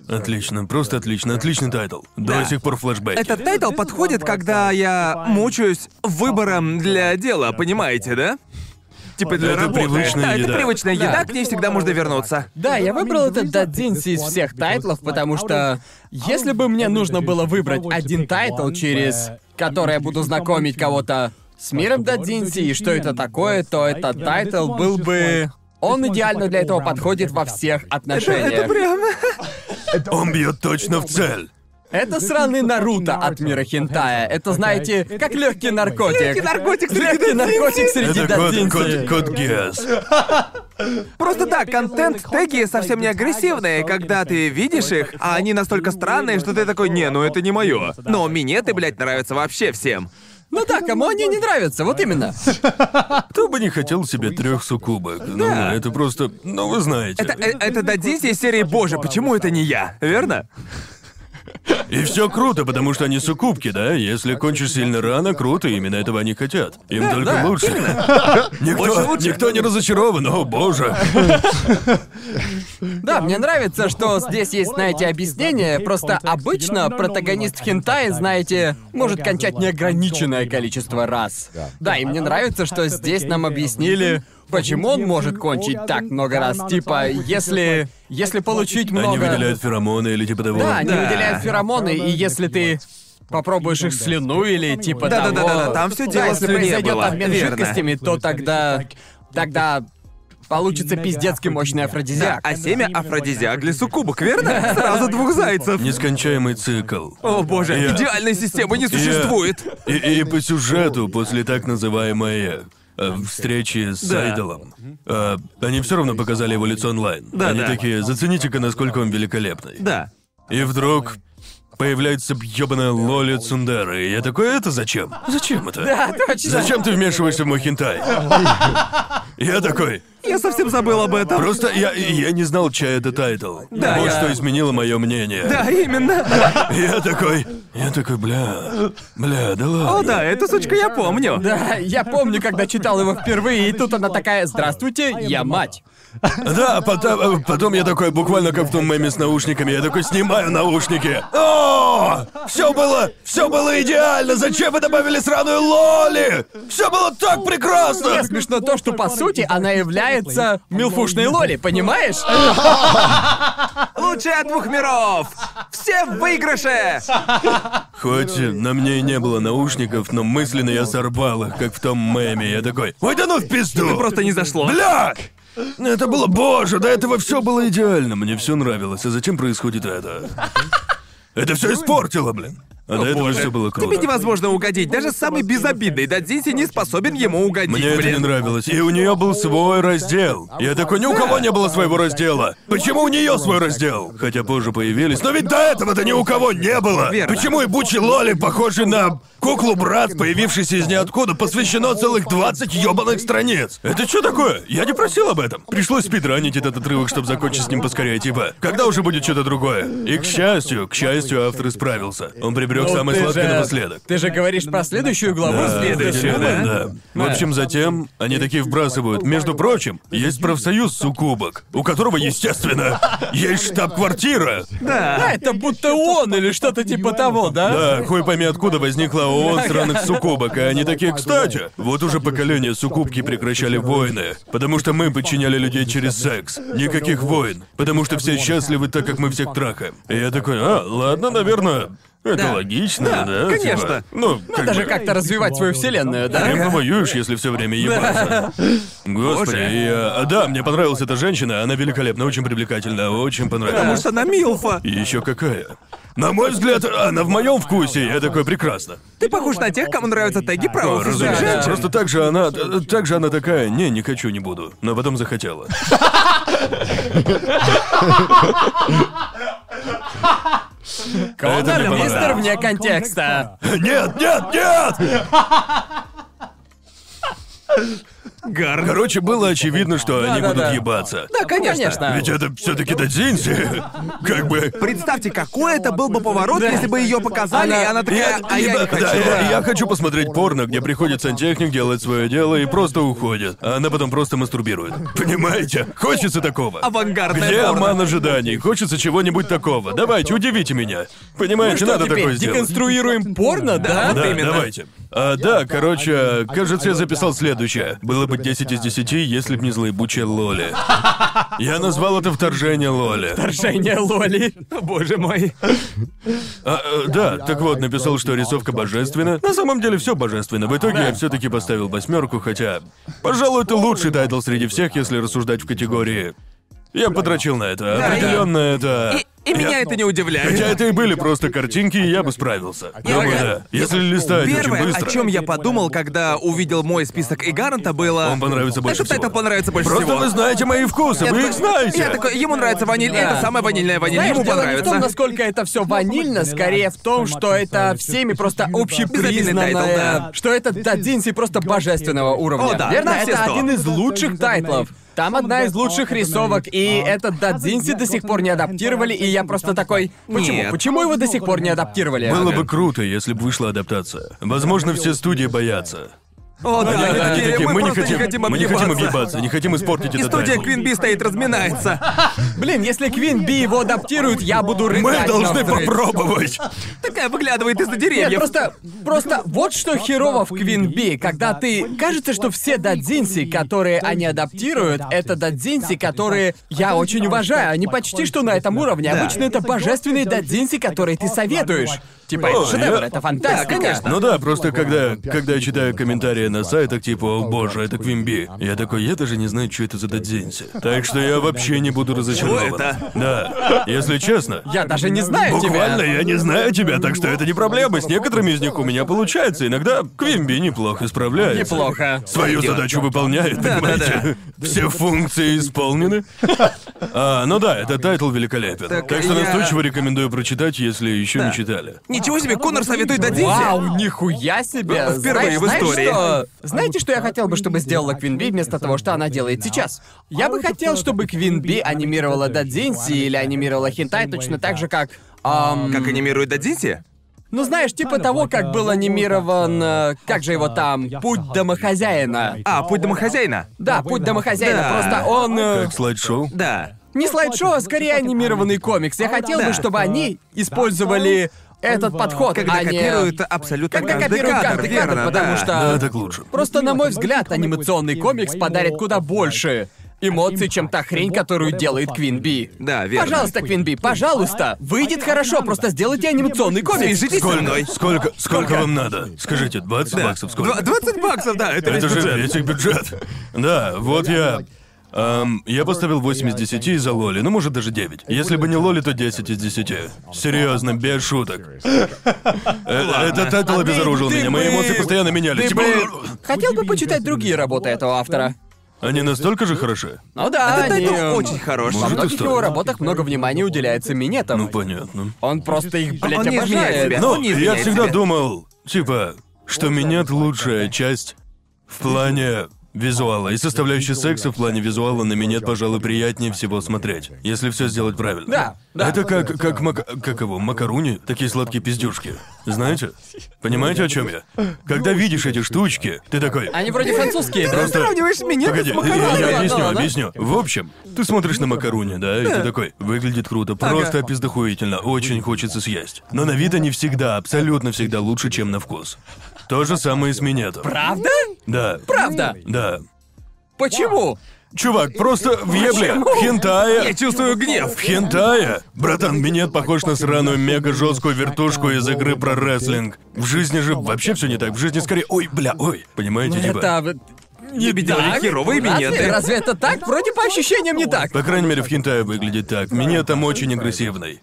Отлично, просто отлично, отличный тайтл. До сих пор флешбеки.
Этот тайтл подходит, когда я мучаюсь выбором для дела, понимаете, да? Типа для
Это
работы.
привычная
да,
еда.
это привычная еда,
Да.
к ней всегда можно вернуться.
Да, я выбрал этот Дадзинси из всех тайтлов, потому что если бы мне нужно было выбрать один тайтл, через который я буду знакомить кого-то с миром Дадзинси и что это такое, то этот тайтл был бы... Он идеально для этого подходит во всех
Это
отношениях.
прям...
Он бьет точно в цель.
Это сраный Наруто от мира хентая. Это, знаете, как легкий наркотик.
Лёгкий наркотик среди
Лёгкий наркотик среди
Это код, код,
дадзинси.
код Гиас.
Просто да, контент теги совсем не агрессивные, когда ты видишь их, а они настолько странные, что ты такой, не, ну это не мое. Но минеты, блядь, нравятся вообще всем.
Ну да, кому они не нравятся, вот именно.
Кто бы не хотел себе трех суккубок? Ну, это просто... Ну, вы знаете.
Это, э- это дадзинси из серии «Боже, почему это не я?» Верно?
И все круто, потому что они суккубки, да? Если кончишь сильно рано, круто, именно этого они хотят. Им только
да,
лучше. Никто,
Очень лучше.
никто не разочарован, о боже.
Да, мне нравится, что здесь есть, знаете, объяснение. Просто обычно протагонист хентая, знаете, может кончать неограниченное количество раз. Да, и мне нравится, что здесь нам объяснили, почему он может кончить так много раз. Типа, если... Если получить много...
Они выделяют феромоны или типа того.
Да, они
Да.
выделяют феромоны, и если ты попробуешь их слюну или типа того...
Да-да-да-да, там всё дело в
если
слюне
произойдет
было,
обмен
верно.
жидкостями, то тогда... Тогда получится пиздецки мощный афродизиак.
А семя афродизиак для суккубок, верно? Сразу двух зайцев.
Нескончаемый цикл.
О боже,
Я-
идеальной системы не существует.
И, и по сюжету, после так называемой э, встречи с
Да.
Айдолом, э, они все равно показали его лицо онлайн.
Да,
они
да.
такие, зацените-ка, насколько он великолепный.
Да.
И вдруг появляется бьёбаная Лоли Цундера, и я такой, это зачем? Зачем это?
Да, точно.
Зачем ты вмешиваешься в мой хентай? Я такой,
Я совсем забыл об этом.
просто я, я не знал, чей это тайтл.
Да,
вот
я-
что изменило мое мнение.
Да, А именно.
Я такой, я такой, бля, бля, да ладно.
О, да, эту сучку я помню.
Да, я помню, когда читал его впервые, и тут она такая «Здравствуйте,
А
я мать».
Да, потом, э, потом я такой, буквально как в том меме с наушниками, я такой снимаю наушники. О! Все было, все было идеально! Зачем вы добавили сраную Лоли? Все было так прекрасно!
Мне смешно то, что по сути она является милфушной Лоли, понимаешь?
Лучшая от двух миров! Все в выигрыше!
Хоть э, на мне и не было наушников, но мысленно я сорвал их, как в том меме. Я такой, ой, да ну в пизду!
Просто не зашло.
Бля! Это было, боже, до этого все было идеально, мне все нравилось, а зачем происходит это? Это все испортило, блин. А до этого все было круто.
Тебе невозможно угодить, даже самый безобидный Дадзинси не способен ему угодить,
Мне это
блин.
не нравилось. И у нее был свой раздел. Я такой, ни у кого не было своего раздела. Почему у нее свой раздел? Хотя позже появились. Но ведь до этого-то ни у кого не было.
Верно.
Почему и Бучи Лоли похожи на куклу брат, появившийся из ниоткуда, посвящено целых 20 ёбаных страниц? Это что такое? Я не просил об этом. Пришлось спидранить этот отрывок, чтобы закончить с ним поскорее, типа. Когда уже будет что-то другое? И к счастью, к счастью, автор справился. Он приберег
Ну,
самое
ты
сладкое
же-
напоследок.
Ты же говоришь про следующую главу,
Да,
следующую,
да,
да?
да, да. В общем, затем они такие вбрасывают. Между прочим, есть профсоюз сукубок, у которого, естественно, есть штаб-квартира.
А,
Да.
это будто он или что-то типа того, да?
Да, хуй пойми, откуда возникла ООН сраных сукубок, а они такие, кстати, вот уже поколение сукубки прекращали войны, потому что мы подчиняли людей через секс. Никаких войн, потому что все счастливы так, как мы всех трахаем. И я такой, а, ладно, наверное, это
Да.
логично,
Да,
да? типа.
конечно.
Ну, как
Надо же
бы.
как-то развивать свою вселенную, да?
Кем ты воюешь, если все время ебаться? Господи,
Боже.
я... а, Да, мне понравилась эта женщина, она великолепна, очень привлекательна, очень
Потому
понравилась.
что она Милфа.
Еще какая? На мой взгляд, она в моем вкусе, я такой прекрасно.
Ты похож на тех, кому нравятся теги про
О,
офисных
разумеется.
женщин.
Просто так же она, т- так же она такая, не, не хочу, не буду. Но потом захотела. это мне
Конор, мистер
понравилось.
вне контекста.
Нет, нет, нет!
Гар.
Короче, было очевидно, что они
да,
будут
да.
ебаться.
Да, конечно.
Ведь это все-таки Дадзинси. Как бы.
Представьте, какой это был бы поворот, если бы ее показали,
Она-
и она такая,
Я-
а я не
ребята, да,
хочу.
я- я хочу посмотреть порно, где приходит сантехник, делает свое дело и просто уходит. А она потом просто мастурбирует. Понимаете? Хочется такого.
Авангардное
Где
порно.
обман ожиданий? Хочется чего-нибудь такого. Давайте, удивите меня.
Ну
Понимаете,
Что
надо такое
теперь,
сделать.
деконструируем порно, да?
Да.
Да,
именно.
давайте. А, да, короче, кажется, я записал следующее. Было бы 10 из 10, если б не злоебучая Лоли. Я назвал это вторжение Лоли.
Женя Лоли.
Боже мой.
А, э, да, так вот, написал, что рисовка божественна. На самом деле все божественно. В итоге я все-таки поставил восьмерку, хотя. Пожалуй, это лучший тайтл среди всех, если рассуждать в категории. Я потрачил на это.
Да, и-
Определенно это.
И, и меня это не удивляет.
Хотя это и были просто картинки, и я бы справился. Думаю, да. Если листать очень
Первое,
быстро.
о чем я подумал, когда увидел мой список и Гарнта, было.
Он понравится больше
Этот
всего.
тайтл понравится больше
Просто
всего.
вы знаете мои вкусы,
Я
вы
такой-
их знаете.
Я такой, ему нравится ваниль, это
Да.
самая ванильная ваниль,
Знаешь,
ему
дело
понравится.
не в том, насколько это все ванильно, скорее в том, что это всеми просто общепризнанное...
Безобидный тайтл, да.
Что это Дадзинси просто божественного уровня.
О, да,
Верно?
на все
это
сто.
один из лучших тайтлов. Там одна из лучших рисовок, и этот Дадзинси до сих пор не адаптировали, и я просто такой... Почему?
Нет.
Почему его до сих пор не адаптировали?
Было бы круто, если бы вышла адаптация. Возможно, все студии боятся.
О, да, они
Они
такие,
такие,
мы,
мы не
просто
хотим, мы не хотим объебаться, не хотим испортить
И
этот
студия
тайтл.
Квин Би стоит, разминается.
Блин, если Квин Би его адаптирует, я буду рыдать.
Мы должны
завтра.
попробовать.
Такая выглядывает из-за
Нет,
деревьев.
просто, просто вот что херово в Квин Би, когда ты... Кажется, что все дадзинси, которые они адаптируют, это дадзинси, которые я очень уважаю. Они почти что на этом уровне. Обычно это божественные дадзинси, которые ты советуешь. Типа,
О,
это шедевр,
я-
это фантастика.
Да, конечно.
Ну да, просто когда, когда я читаю комментарии на сайтах типа «О боже, это Квимби», я такой «Я даже не знаю, что это за дадзинси». Так что я вообще не буду разочарован.
Чего это?
Да. Если честно,
Я даже не знаю
Буквально
тебя.
я не знаю тебя, так что это не проблема. С некоторыми из них у меня получается. Иногда Квимби неплохо справляется.
Неплохо.
Свою задачу выполняет, понимаете? Все функции исполнены. А, ну да, этот тайтл великолепен.
Так
Так, что
я-
настойчиво рекомендую прочитать, если еще не читали.
Ничего себе, Конор советует Дадзинси.
Вау, нихуя себе! Знаешь-
Впервые в истории.
Знаешь, что... Знаете, что я хотел бы, чтобы сделала Квин Би вместо того, что она делает сейчас? Я бы хотел, чтобы Квин Би анимировала Дадзинси или анимировала Хентай точно так же, А, как... ам,
Как анимирует Дадзинси?
Ну знаешь, типа того, как был анимирован... э, Как же его там? Путь домохозяина.
А, путь домохозяина.
Да, путь домохозяина,
Да.
просто он... э,
Как слайд-шоу?
Да.
Не слайд-шоу, а скорее анимированный комикс. Я хотел
Да.
бы, чтобы они использовали этот подход,
Когда
а не-
копируют абсолютно
Когда
каждый
копируют
кадр,
каждый
верно,
кадр, потому
да.
что...
Да, так лучше.
Просто, на мой взгляд, анимационный комикс подарит куда больше эмоций, чем та хрень, которую делает Квин Би.
Да, верно.
Пожалуйста, Квин Би, пожалуйста, выйдет хорошо, просто сделайте анимационный комикс.
Свяжитесь со
Сколько,
мной.
сколько, сколько вам надо? Скажите, 20 баксов сколько?
Дв- 20 баксов, да, это,
Это
весь
же
бюджет.
весь их бюджет. Да, вот я. Эм, я поставил 8 из 10 из-за Лоли, ну может даже 9. Если бы не Лоли, то 10 из 10. Серьезно, без шуток. Э, Этот тайтл обезоружил
А ты
меня, мои
бы-
эмоции постоянно менялись.
Ты
Типа,
бы хотел бы почитать другие работы этого автора.
Они настолько же хороши?
Ну да,
Этот
они...
тайтл очень хорош.
Во
Может, и
многих
стоит.
его работах много внимания уделяется
Ну,
минетам.
понятно.
Он просто их, блядь,
Он не изменяет
обожает. Ну,
себя.
Но
Он не
Ну, я
изменяет
всегда
себя.
думал, типа, что
ну,
минет лучшая часть в плане визуала. И составляющая секса в плане визуала на минет, пожалуй, приятнее всего смотреть, если все сделать правильно.
Да, да.
Это как, как, мак- как его, макаруни, такие сладкие пиздюшки. Знаете? Понимаете, о чем я? Когда видишь эти штучки, ты такой...
Они вроде французские, да?
Просто-
Сравниваешь меня
Погоди,
с
я- я,
макаронами.
да,
объясню,
да, да.
объясню. В общем, ты смотришь на макаруни, да, и ты такой, выглядит круто, просто опиздохуительно, очень хочется съесть. Но на вид они всегда, абсолютно всегда лучше, чем на вкус. То же самое и с минетом.
Правда?
Да.
Правда.
Да.
Почему?
Чувак, просто в ебле, в хентае...
Я чувствую гнев.
В хентае? Братан, минет похож на сраную мега жесткую вертушку из игры про рестлинг. В жизни же вообще все не так. В жизни скорее, ой, бля, ой.
Ну,
Понимаете, типа...
Это... вот-
Не бедняли
Так?
херовые
Разве-
минеты.
Разве это так? Вроде по ощущениям не так.
По крайней мере, в Хинтае выглядит так. Меня там очень агрессивный.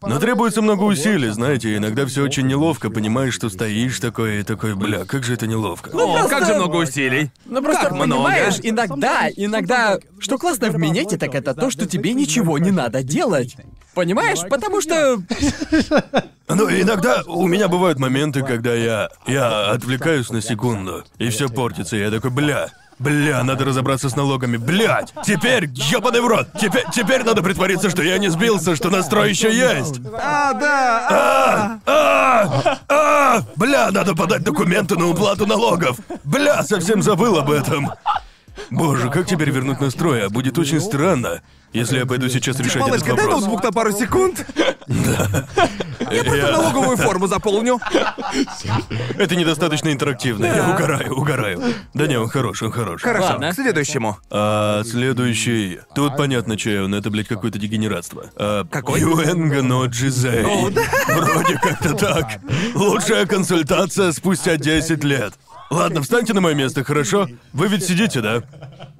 Но требуется много усилий, знаете, иногда все очень неловко, понимаешь, что стоишь такой и такой, бля, как же это неловко.
О,
Просто-
как же много усилий.
Ну просто
Как много?
понимаешь, иногда, иногда... Что классно в минете, так это то, что тебе ничего не надо делать. Понимаешь? Потому что...
Ну, иногда у меня бывают моменты, когда я... Я отвлекаюсь на секунду, и все портится, и я такой, бля, Бля, надо разобраться с налогами. Блядь! Теперь, ёбаный в рот! Теперь, теперь надо притвориться, что я не сбился, что настрой еще есть!
А, да.
А! А! Бля, надо подать документы на уплату налогов. Бля, совсем забыл об этом. Боже, как теперь вернуть настрой? А будет очень странно, если я пойду сейчас решать этот
Малышка, дай
вопрос.
ноутбук на пару секунд.
Я-
Налоговую форму заполню.
Это недостаточно интерактивно. Я угораю, угораю. Да не, он хорош, он хорош.
Хорошо,
Ладно.
к следующему.
А следующий. Тут понятно, чей он. Это, блядь, какое-то дегенератство. А,
Какой?
Юэнга но Джизей. Вроде как-то так. Лучшая консультация спустя 10 лет. Ладно, встаньте на мое место, хорошо? Вы ведь сидите, да?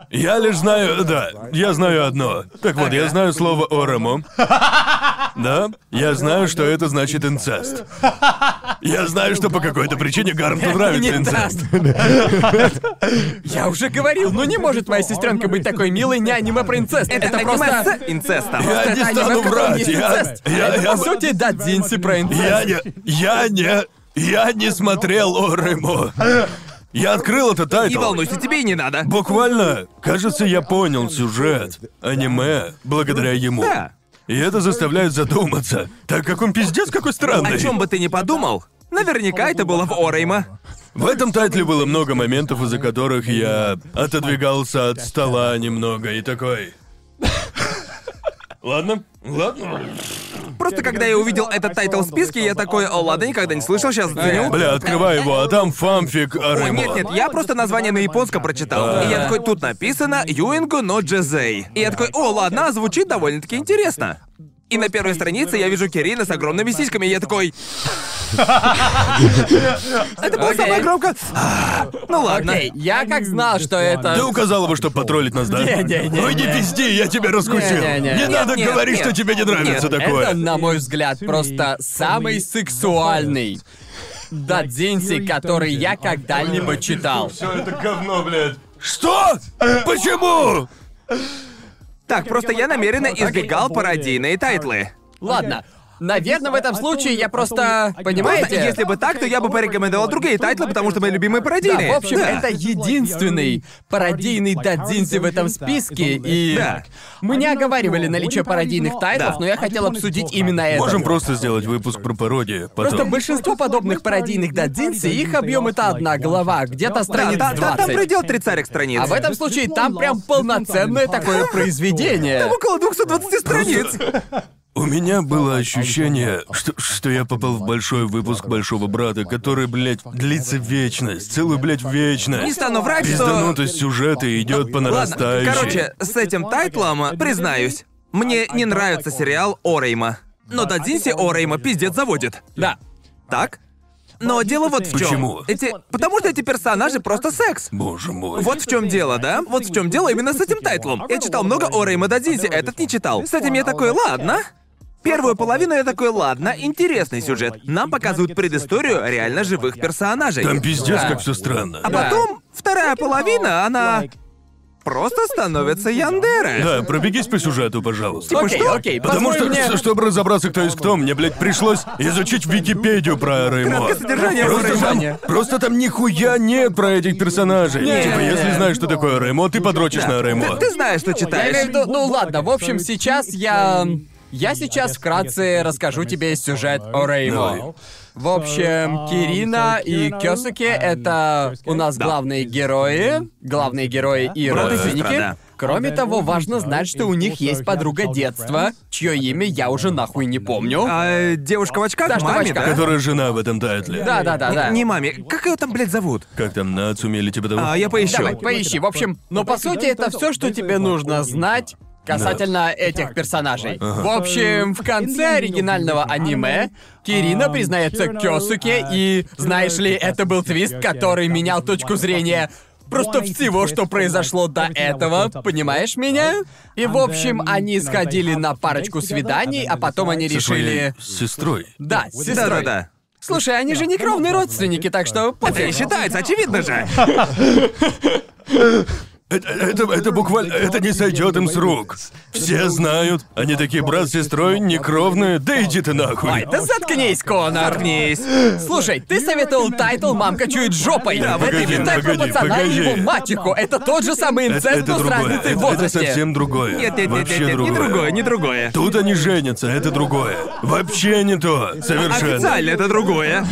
Я лишь знаю... Да, я знаю одно. Так вот, я знаю слово «оромо». Да? Я знаю, что это значит инцест. Я знаю, что по какой-то причине Гарнту нравится
Не
инцест.
даст. Я уже говорил, ну не может моя сестренка быть такой милой, не аниме-принцесса. Это
аниме
просто...
с инцестом.
Я не
аниме,
стану
в котором
врать.
есть
Я,
инцест.
я,
Это,
я,
по сути, да, Динси про
я
инцест.
не, я не, я не смотрел Оремо. Я открыл этот
Не
тайтл.
волнуйся, тебе и не надо.
Буквально, кажется, я понял сюжет аниме благодаря ему.
Да.
И это заставляет задуматься, так как он пиздец какой странный.
О чем бы ты ни подумал, наверняка это было в Орейма.
В этом тайтле было много моментов, из-за которых я отодвигался от стола немного и такой. Ладно, ладно.
Просто когда я увидел этот тайтл в списке, я такой, о, ладно, никогда не слышал, сейчас заценю.
Бля, открывай его, а там фанфик
Ой,
Оремо.
нет, нет, я просто название на японском прочитал. И я такой, тут написано Юингу но Джезей. И я такой, о, ладно, а звучит довольно-таки интересно. И на первой странице
ну,
я вижу Кирина с огромными сиськами, и я такой... Это было
Окей.
самое громкое... Ну ладно.
Окей, я как знал, что
Ты
это...
указал его, чтобы потроллить нас, да?
Не-не-не.
Ой, не пизди, я тебя раскусил.
Не-не-не.
Не
Нет,
надо
нет,
говорить,
нет.
что тебе не нравится
Нет,
такое.
Это, на мой взгляд, просто самый сексуальный Дадзинси, который я когда-либо читал.
Всё это говно, блядь. Э, Что? Почему?
Так, просто я намеренно избегал пародийные тайтлы.
Ладно. Наверное, в этом случае я просто... Понимаете?
Просто, если бы так, то я бы порекомендовал другие тайтлы, потому что мои любимые
Да,
пародийные.
в общем,
Да.
это единственный пародийный дадзинси в этом списке, и...
Да.
Мы не оговаривали наличие пародийных тайтлов,
Да.
но я хотел обсудить именно это.
Можем просто сделать выпуск про пародии. Потом.
Просто большинство подобных пародийных дадзинси, их объем это одна глава, где-то
Да,
страниц
да, да, там
20.
предел трицарик страниц.
А в этом случае там прям полноценное такое произведение.
Там около
Ну,
220 страниц.
У меня было ощущение, что, что я попал в большой выпуск Большого Брата, который, блядь, длится вечность. Целую, блядь, вечность.
Не стану врать, что-
ну,
Пизданутость сюжета идет по
Ладно,
нарастающей.
короче, с этим тайтлом, а, признаюсь, мне не нравится сериал Орейма. Но Дадзинси Орейма пиздец заводит.
Да.
Так? Но дело вот в чем.
Почему?
Эти... Потому что эти персонажи просто секс.
Боже мой.
Вот в чем дело, да? Вот в чем дело именно с этим тайтлом. Я читал много о Рэй Мададзинсе, этот не читал. С этим я такой, ладно. Первую половину я такой, ладно, интересный сюжет. Нам показывают предысторию реально живых персонажей.
Там пиздец,
Да.
как все странно.
А потом вторая половина, она просто становится Яндере.
Да, пробегись по сюжету, пожалуйста.
Типа
Окей,
что?
окей,
Потому
позволь
что,
мне...
с- чтобы разобраться, кто есть кто, мне, блядь, пришлось изучить Википедию про Реймо.
Краткое содержание
Просто там,
Реймо.
просто там нихуя нет про этих персонажей.
Не.
Типа, если знаешь, что такое Реймо, ты подрочишь на Реймо.
Ты, ты знаешь, что
Я имею в
читаешь.
виду, ну ладно, в общем, сейчас я... Я сейчас вкратце расскажу тебе сюжет о
Давай.
Реймо. В общем, Кирина и Кёсуке — это у нас главные герои, главные герои и
Брат
и
родственники.
сестра, да.
Кроме того, важно знать, что у них есть подруга детства, чье имя я уже нахуй не помню.
А, э, девушка в очках,
Да, что в
маме,
очках.
да?
Которая жена в этом тайтле.
Да-да-да-да.
Н- Не маме. Как ее там, блядь, зовут?
Как там, Нацуми или типа того?
А, я поищу.
Давай, поищи. В общем, но по сути это все, что тебе нужно знать касательно этих персонажей. В общем, в конце оригинального аниме А, Кирина А, признается Кёсуке, и, знаешь ли, это был твист, который менял точку зрения просто всего, что произошло до этого, понимаешь меня? И, в общем, они сходили на парочку свиданий, а потом они
Со своей
решили...
сестрой.
Да, Ну, с сестрой.
Да-да-да.
Слушай, они же не кровные родственники, так что...
Это и
пофиг.
считается, очевидно же.
Это, это, это буквально, это не сойдет им с рук. Все знают, они такие брат с сестрой, некровные, да иди ты нахуй.
Ай, да заткнись, Конор!
Заткнись.
Слушай, ты советовал тайтл «Мамка чует жопой».
Да,
в этой
погоди,
про
погоди,
пацана и
погоди.
его мачеху. Это тот же самый
это,
инцест,
это
но с
другое.
разницей в
Это, это
возрасте.
совсем другое.
Нет, нет, нет,
Вообще
нет, нет,
другое.
не другое, не другое.
Тут они женятся, это другое. Вообще не то. Совершенно.
Официально это другое.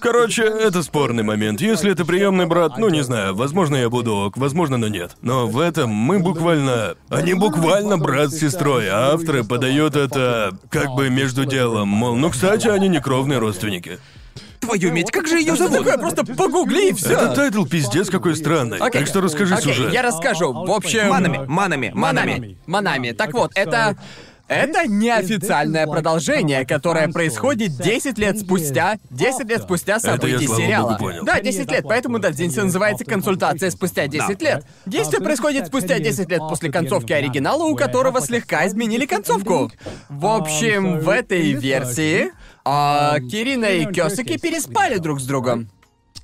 Короче, это спорный момент. Если это приемный брат, ну не знаю, возможно, я буду ок, возможно, но нет. Но в этом мы буквально. Они буквально брат с сестрой, а авторы подают это как бы между делом. Мол, ну кстати, они не кровные родственники.
Твою медь, как же ее
Что
зовут?
такое? Просто погугли и все.
Этот тайтл пиздец какой странный.
Окей.
Так что расскажи
Окей,
сюжет.
я расскажу. В общем...
Манами, манами, манами.
Манами. Манами. Так вот, это... Это неофициальное продолжение, которое происходит 10 лет спустя, 10 лет спустя событий
я, слава
сериала.
богу, понял.
Да, 10 лет, поэтому Дадзинси называется «Консультация спустя 10
Да.
лет». Действие происходит спустя 10 лет после концовки оригинала, у которого слегка изменили концовку. В общем, в этой версии а, Кирина и Кёсаки переспали друг с другом.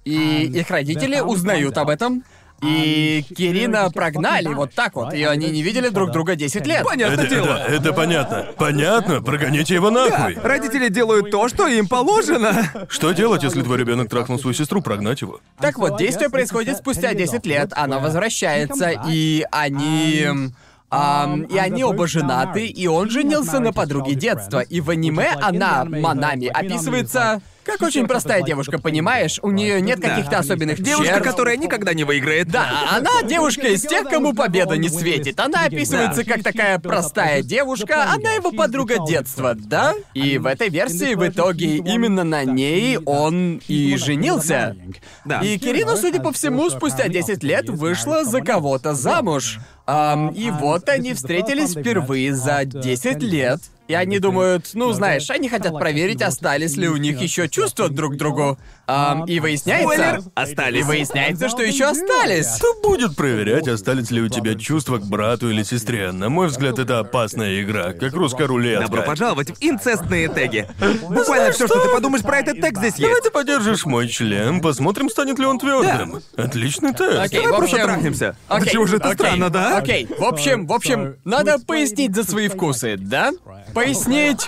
И их родители узнают об этом. И Кирина прогнали вот так вот, и они не видели друг друга 10 лет.
Понятно
Это,
дело.
это- это понятно. Понятно, прогоните его нахуй.
Родители делают то, что им положено.
Что делать, если твой ребенок трахнул свою сестру, прогнать его?
Так вот, действие происходит спустя 10 лет, она возвращается, и они... м, ам, и они оба женаты, и он женился на подруге детства. И в аниме она, Манами, описывается как очень простая девушка, понимаешь? У нее нет каких-то особенных
Девушка,
черт.
которая никогда не выиграет.
Да, она девушка из тех, кому победа не светит. Она описывается
Да.
как такая простая девушка, она его подруга детства, да? И в этой версии в итоге именно на ней он и женился.
Да.
И Кирина, судя по всему, спустя 10 лет вышла за кого-то замуж. Ам, и вот они встретились впервые за 10 лет. И они думают, ну знаешь, они хотят проверить, остались ли у них еще чувства друг к другу. Ам, и
Спойлер,
выясняется... И
остались.
выясняется, что еще остались.
Кто будет проверять, остались ли у тебя чувства к брату или сестре? На мой взгляд, это опасная игра, как русская рулетка.
Добро пожаловать в инцестные теги. Буквально все, что ты подумаешь про этот тег, здесь
Давай
есть.
ты подержишь мой член, посмотрим, станет ли он твердым. Отличный тест.
Окей,
Давай
в
просто
общем-
трахнемся.
Окей,
Почему же это
окей,
странно, да?
Окей, в общем, в общем, надо пояснить за свои вкусы, да? Пояснить.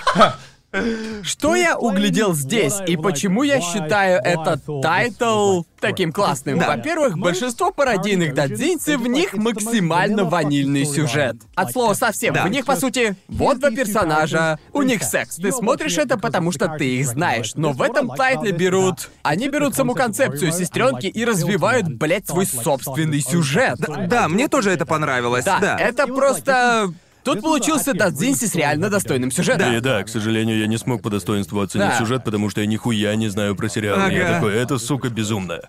Что я углядел здесь и почему я считаю этот тайтл таким классным? Во-первых, большинство пародийных дадзинцев в них максимально ванильный сюжет. От слова совсем.
Да.
В них, по сути, вот два персонажа, у них секс. Ты смотришь это, потому что ты их знаешь. Но в этом тайтле берут... Они берут саму концепцию сестренки и развивают, блядь, свой собственный сюжет.
Да,
Да, мне тоже это понравилось.
Да,
Да.
это просто... Тут получился Дадзинси с реально достойным сюжетом.
И да, к сожалению, я не смог по достоинству оценить
Да.
сюжет, потому что я нихуя не знаю про сериал. И Я
Ага.
такой, это, сука, безумно.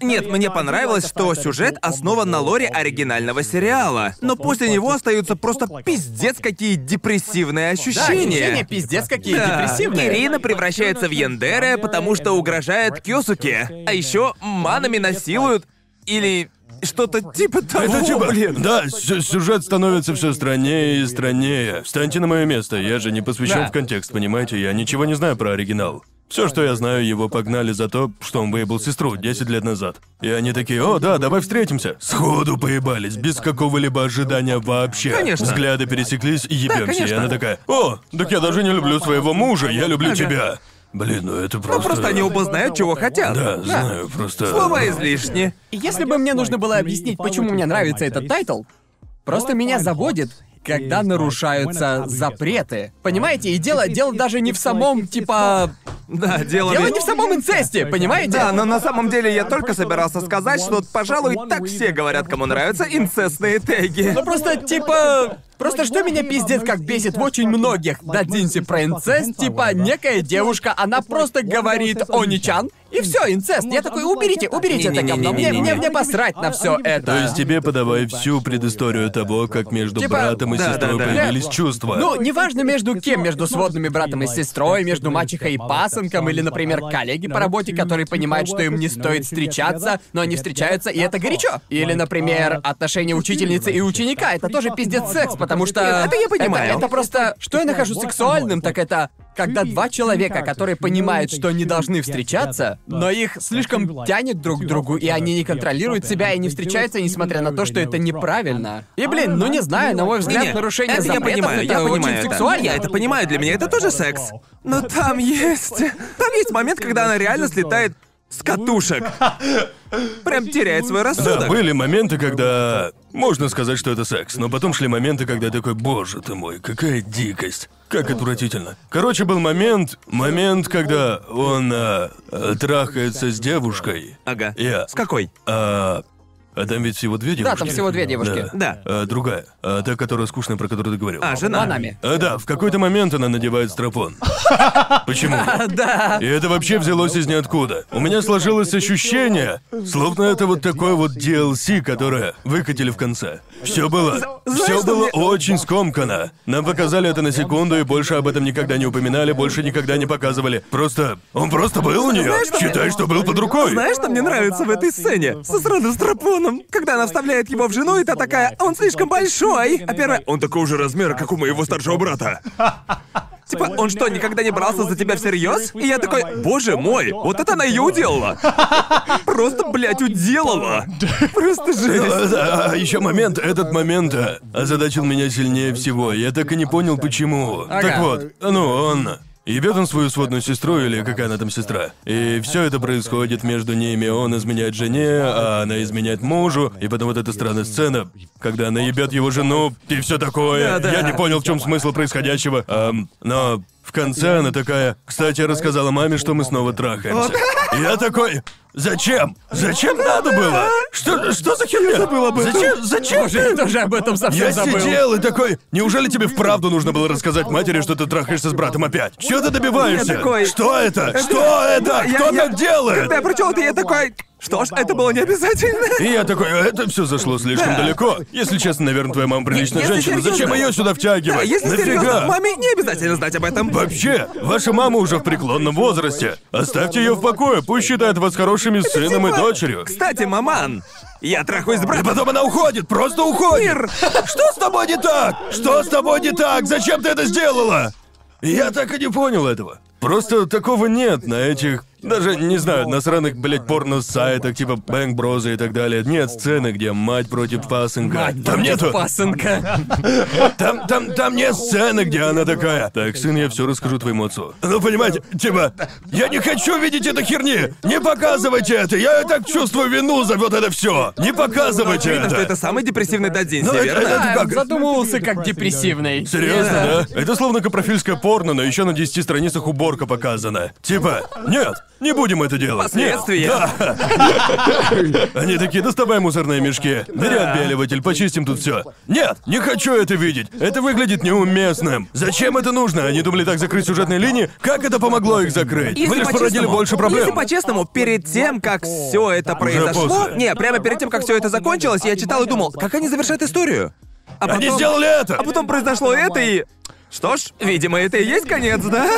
Нет, мне понравилось, что сюжет основан на лоре оригинального сериала. Но после него остаются просто пиздец какие депрессивные
Да, ощущения
ощущения.
пиздец какие
Да,
депрессивные.
Ирина превращается в Яндере, потому что угрожает Кёсуке. А еще манами насилуют или что-то типа того.
Это типа,
блин.
да, сю- сюжет становится все страннее и страннее. Встаньте на мое место, я же не посвящен
Да.
в контекст, понимаете? Я ничего не знаю про оригинал. Все, что я знаю, его погнали за то, что он выебал сестру 10 лет назад. И они такие, о, да, давай встретимся. Сходу поебались, без какого-либо ожидания вообще.
Конечно.
Взгляды пересеклись и ебемся. и
конечно.
она такая, о, так я даже не люблю своего мужа, я люблю тебя. Блин, ну это просто...
Ну просто они оба знают, чего хотят.
Да, знаю, просто...
Слова излишни.
Если бы мне нужно было объяснить, почему мне нравится этот тайтл, просто меня заводит, когда нарушаются запреты. Понимаете, и дело, дело даже не в самом, типа...
Да, дело
Дело
ведь-
не в самом инцесте, понимаете?
Да, но на самом деле я только собирался сказать, что, пожалуй, так все говорят, кому нравятся инцестные теги.
Ну просто, типа... Просто что меня пиздец как бесит в очень многих Дадзинси про инцест, типа некая девушка, она просто говорит «Оничан», и все, инцест. Я такой, уберите, уберите это говно, мне, мне, мне посрать на все это.
То есть тебе подавай всю предысторию того, как между
Типа-
братом и
Да,
сестрой
да, да.
появились чувства.
Ну, неважно между кем, между сводными братом и сестрой, между мачехой и пасынком, или, например, коллеги по работе, которые понимают, что им не стоит встречаться, но они встречаются, и это горячо. Или, например, отношения учительницы и ученика, это тоже пиздец секс, потому что...
Нет, это я понимаю.
Это, это просто... Что я нахожу сексуальным, так это... Когда два человека, которые понимают, что не должны встречаться, но их слишком тянет друг к другу, и они не контролируют себя и не встречаются, несмотря на то, что это неправильно. И, блин, ну не знаю, на мой взгляд,
Не-не,
нарушение
это я
запретов
понимаю,
это
я
очень
понимаю. это.
сексуально.
Я это понимаю, для меня это тоже секс. Но там есть... Там есть момент, когда она реально слетает с катушек. Прям теряет свой
да,
рассудок.
были моменты, когда можно сказать, что это секс, но потом шли моменты, когда я такой, боже ты мой, какая дикость. Как отвратительно. Короче, был момент, момент, когда он а, а, трахается с девушкой.
Ага.
Я.
С какой?
А, а там ведь всего две девушки.
там всего две девушки.
Да.
А, другая. А, та, которая скучная, про которую ты говорил.
А, жена.
Банами.
А, да, в какой-то момент она надевает стропон. Почему?
Да.
И это вообще взялось из ниоткуда. У меня сложилось ощущение, словно это вот такое вот DLC, которое выкатили в конце. Все было.
знаешь,
Все
что
было
мне-
очень скомкано. Нам показали это на секунду и больше об этом никогда не упоминали, больше никогда не показывали. Просто. Он просто был у нее.
что мне-
Считай, что был под рукой.
Знаешь, что мне нравится в этой сцене? Со сраным стропоном. Когда она вставляет его в жену, и та такая, он слишком большой. А первая, он такого же размера, как у моего старшего брата. Типа, он что, никогда не брался за тебя всерьез? И я такой, боже мой, вот это она ее уделала. Просто, блядь, уделала. Просто жесть.
А, еще момент, этот момент а, озадачил меня сильнее всего. Я так и не понял, почему. Так вот, ну он. Ебет он свою сводную сестру или какая она там сестра. И все это происходит между ними. Он изменяет жене, а она изменяет мужу. И потом вот эта странная сцена, когда она ебет его жену и все такое.
Да-да.
Я не понял, в чем смысл происходящего. Ам, но в конце она такая. Кстати, я рассказала маме, что мы снова трахаемся. И Я такой. Зачем? Зачем надо было? Что, что за херня? Зачем? Зачем?
Боже, я тоже об этом совсем
Я
забыл.
сидел и такой, неужели тебе вправду нужно было рассказать матери, что ты трахаешься с братом опять? Чего ты добиваешься?
Я такой-
Что это? Что это?
Я-
Кто
я-
так делает?
Когда я прочел это, я такой, что ж, это было не обязательно.
И я такой, «А это все зашло слишком далеко. Если честно, наверное, твоя мама приличная
Если
женщина.
серьезно-
Зачем ее сюда втягивать?
Да, если
Нафига?
серьезно, маме не обязательно знать об этом.
Вообще, ваша мама уже в преклонном возрасте. Оставьте ее в покое, пусть считает вас хорошими сыном и
Типа,
дочерью.
Кстати, маман, я трахаюсь с
И
братом.
потом она уходит, просто уходит.
Мир.
Что с тобой не так? Что с тобой не так? Зачем ты это сделала? Я так и не понял этого. Просто такого нет на этих, даже, не знаю, на сраных, блядь, порно-сайтах, типа Бэнк Броза и так далее. Нет сцены, где мать против пасынка.
Мать
там
против
нету,
Пасынка.
там, там, там нет сцены, где она такая. Так, сын, я все расскажу твоему отцу. Ну, понимаете, типа, я не хочу видеть это херни. Не показывайте это. Я и так чувствую вину за вот это все. Не показывайте
Очевидно,
это.
А что это самый депрессивный дадзинси,
Ну, это-
верно?
это-
Да,
как?
задумывался как депрессивный.
Серьезно, да? Это словно капрофильское порно, но еще на 10 страницах уборка показана. Типа, нет, Не будем это делать.
Последствия.
Нет, да. Они такие, доставай мусорные мешки. Бери отбеливатель, почистим тут все. Нет, не хочу это видеть. Это выглядит неуместным. Зачем это нужно? Они думали так закрыть сюжетные линии. Как это помогло их закрыть?
Если
Мы лишь породили
по-честному-
больше проблем.
Если по-честному, перед тем, как все это произошло,
после.
не, прямо перед тем, как все это закончилось, я читал и думал, как они завершат историю. А потом,
Они сделали это!
а потом произошло это и. Что ж, видимо, это и есть конец, да?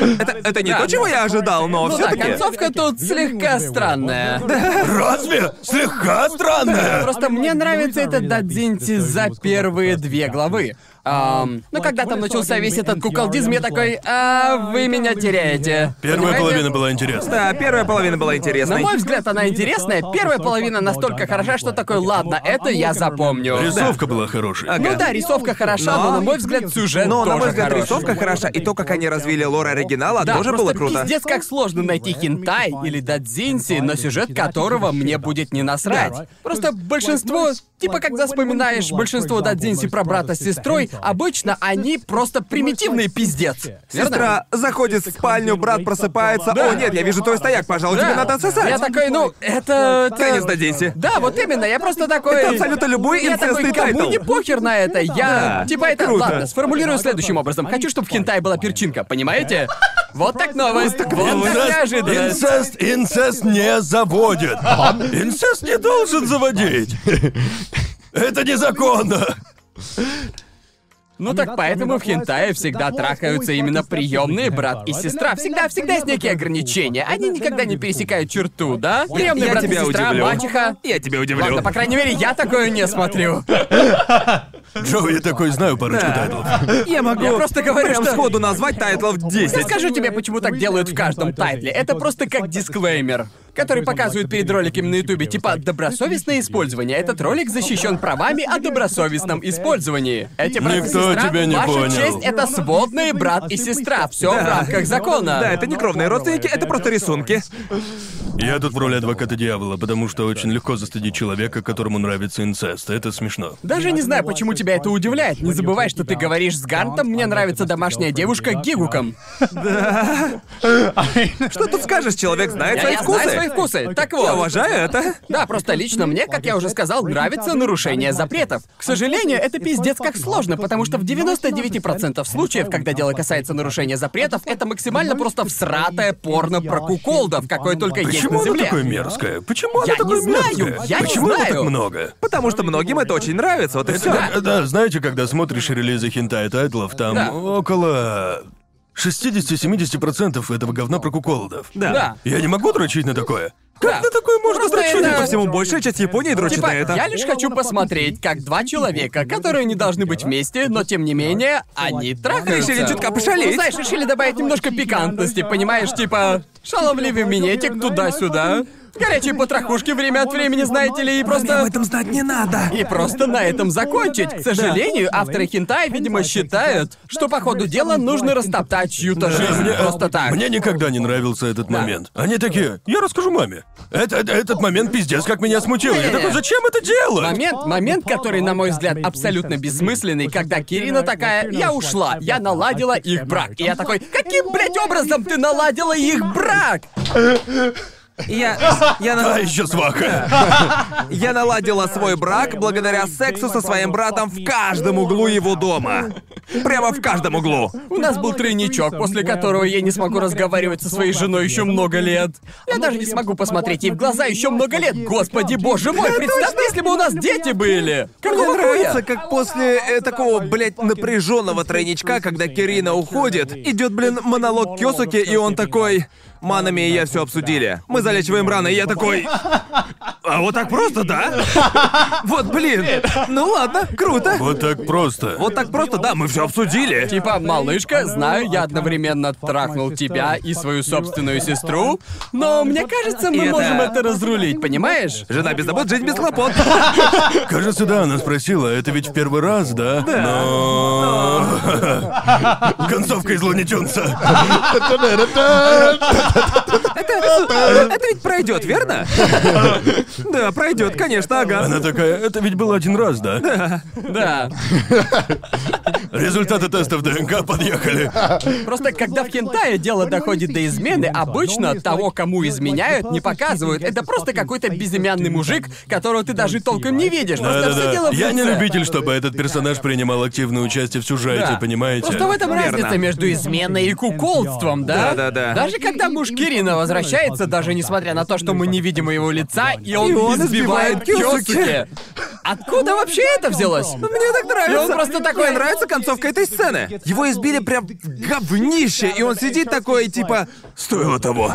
Это, это не
Да.
то, чего я ожидал, но
Ну да,
все-таки.
концовка тут слегка странная.
Разве? Слегка странно!
Просто мне нравится этот Дадзинти за первые две главы. Ам, ну, когда там начался весь этот куколдизм, я такой, а вы меня теряете.
Первая
Понимаете?
половина была интересна.
Да, первая половина была
На
интересной.
мой взгляд, она интересная. Первая половина настолько хороша, что такой, ладно, это я запомню.
Рисовка была хорошей.
Ну да, рисовка хороша, но,
Но-
на мой взгляд, сюжет
Но,
Ну тоже
Ну, на мой взгляд,
хорош.
рисовка хороша, и то, как они развили лор оригинала,
Да,
тоже
просто
было круто.
пиздец, как сложно найти хентай или дадзинси, на сюжет которого мне будет не насрать.
Да.
Просто большинство... Типа, когда вспоминаешь большинство дадзинси про брата с сестрой, обычно они просто примитивный пиздец. Верно?
Сестра заходит в спальню, брат просыпается.
Да.
О, нет, я вижу твой стояк, пожалуй,
Да.
тебе надо отсосать.
Я такой, ну, это... это-
Теннис Дадзинси.
Да, вот именно, я просто такой...
Это абсолютно любой
Я такой,
инцестный
кому
тайтл.
не похер на это, я...
Да.
Типа это... Ладно, сформулирую следующим образом. Хочу, чтобы в хентай была перчинка, понимаете? Вот так новость, вот так
Инцест,
неожиданность.
инцест, инцест не заводит. Инцест не должен заводить. Это незаконно.
Ну так поэтому в хентае всегда трахаются именно приемные брат и сестра. Всегда, всегда есть некие ограничения. Они никогда не пересекают черту, да? Приемный
я
брат и
тебя
сестра,
удивлю.
мачеха.
Я тебя удивлю.
Ладно, по крайней мере, я такое не смотрю.
Джо, я такой знаю парочку
Да.
тайтлов.
Я могу
Я просто говорю,
прям
что-
сходу назвать тайтлов
Я
10.
скажу тебе, почему так делают в каждом тайтле. Это просто как дисклеймер, который показывают перед роликами на Ютубе, типа «добросовестное использование». Этот ролик защищен правами о добросовестном использовании. Эти брат и
Никто
сестра,
тебя не
ваша
понял.
честь — это сводные брат и сестра. Все в рамках закона.
Да, это не кровные родственники, это просто рисунки.
Я тут в роли адвоката дьявола, потому что очень легко застыдить человека, которому нравится инцест. Это смешно.
Даже не знаю, почему тебя это удивляет. Не забывай, что ты говоришь с Гантом, мне нравится домашняя девушка Гигуком.
Что тут скажешь, человек знает
Я,
свои
я знаю
вкусы.
свои вкусы. Так вот.
Я уважаю это.
Да, просто лично мне, как я уже сказал, нравится нарушение запретов. К сожалению, это пиздец как сложно, потому что в 99% случаев, когда дело касается нарушения запретов, это максимально просто всратое порно про куколдов, какое только есть
Почему
на
оно
земле.
такое мерзкое? Почему
Я
оно такое
не знаю,
мерзкое?
я не
Почему его
знаю.
так много?
Потому что многим это очень нравится, вот и
Это,
все.
да. знаете, когда смотришь релизы хентай тайтлов, там
Да.
около 60-70% этого говна про куколодов.
Да.
Я не могу дрочить на такое.
Да.
Как на такое можно
Просто
дрочить?
это-
По всему, большая часть Японии дрочит
Типа,
на
а?
это.
я лишь хочу посмотреть, как два человека, которые не должны быть вместе, но тем не менее, они трахаются.
Решили
а
чутка пошалить.
Ну, знаешь, решили добавить немножко пикантности, понимаешь, типа шаловливый минетик туда-сюда. Горячие потрохушки время от времени, знаете ли, и
Мне об
просто...
этом знать не надо.
И просто на этом закончить. К сожалению, авторы хентай, видимо, считают, что по ходу дела нужно растоптать чью-то жизнь
Мне- э,
просто так.
Мне никогда не нравился этот момент. Они такие, я расскажу маме. Это, это- этот момент пиздец, как меня смутил. Я
Не-не-не.
такой, зачем это делать?
Момент, момент, который, на мой взгляд, абсолютно бессмысленный, когда Кирина такая, я ушла, я наладила их брак. И я такой, каким, блядь, образом ты наладила их брак?
Я... Я, на-
А еще сваха.
я наладила свой брак благодаря сексу со своим братом в каждом углу его дома. Прямо в каждом углу.
У нас был тройничок, после которого я не смогу разговаривать со своей
а
женой еще много лет. Я даже не смогу посмотреть ей в глаза еще много лет. Господи, боже мой, представь, если бы у нас дети были.
Мне
Какого
нравится,
хуя? Типа,
как после э, такого, блядь, напряженного тройничка, когда Кирина уходит, идет, блин, монолог Кёсуки, и он такой. Манами и я все обсудили. Мы залечиваем раны, и я такой. А вот так просто, да? Вот, блин. Ну ладно, круто.
Вот так просто.
Вот так просто, да, мы все обсудили.
Типа, малышка, знаю, я одновременно трахнул тебя и свою собственную сестру, но мне кажется, мы
Это-
можем это разрулить, понимаешь?
Жена без забот, жизнь без хлопот.
Кажется, да, она спросила, это ведь в первый раз, да? Но... Концовка из Луни Тюнса.
Это ведь пройдет, верно? Да, пройдет, конечно, ага.
Она такая, это ведь было один раз, да?
Да.
Результаты тестов ДНК подъехали.
Просто когда в хентае дело доходит до измены, обычно того, кому изменяют, не показывают. Это просто какой-то безымянный мужик, которого ты даже толком не видишь. Просто все
Да-да-да.
дело в
Я не
лице.
любитель, чтобы этот персонаж принимал активное участие в сюжете,
Да.
понимаете?
Просто в этом
Верно.
разница между изменой и куколством, да?
Да-да-да.
Даже когда муж Кирина возвращается, даже несмотря на то, что мы не видим его лица, и он,
И он
избивает
избивает Кёсуке.
Кёсуке. Откуда вообще это взялось?
Мне так нравится.
И Ну, он просто такой...
Мне нравится концовка этой сцены. Его избили прям в говнище, и он сидит такой, типа, стоило того.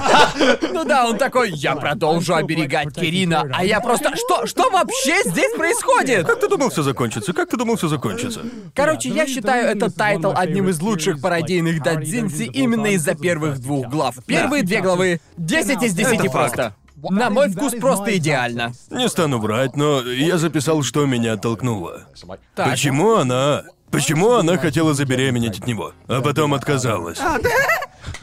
Ну да, он такой, я продолжу оберегать Кирина, а я просто... Что, что вообще здесь происходит?
Как ты думал, все закончится? Как ты думал, все закончится?
Короче, я считаю этот тайтл одним из лучших пародийных дадзинси именно из-за первых двух глав. Первые две главы 10 из 10
Это факт.
просто. На мой вкус просто идеально.
Не стану врать, но я записал, что меня оттолкнуло.
Так.
Почему она... Почему она хотела забеременеть от него, а потом отказалась?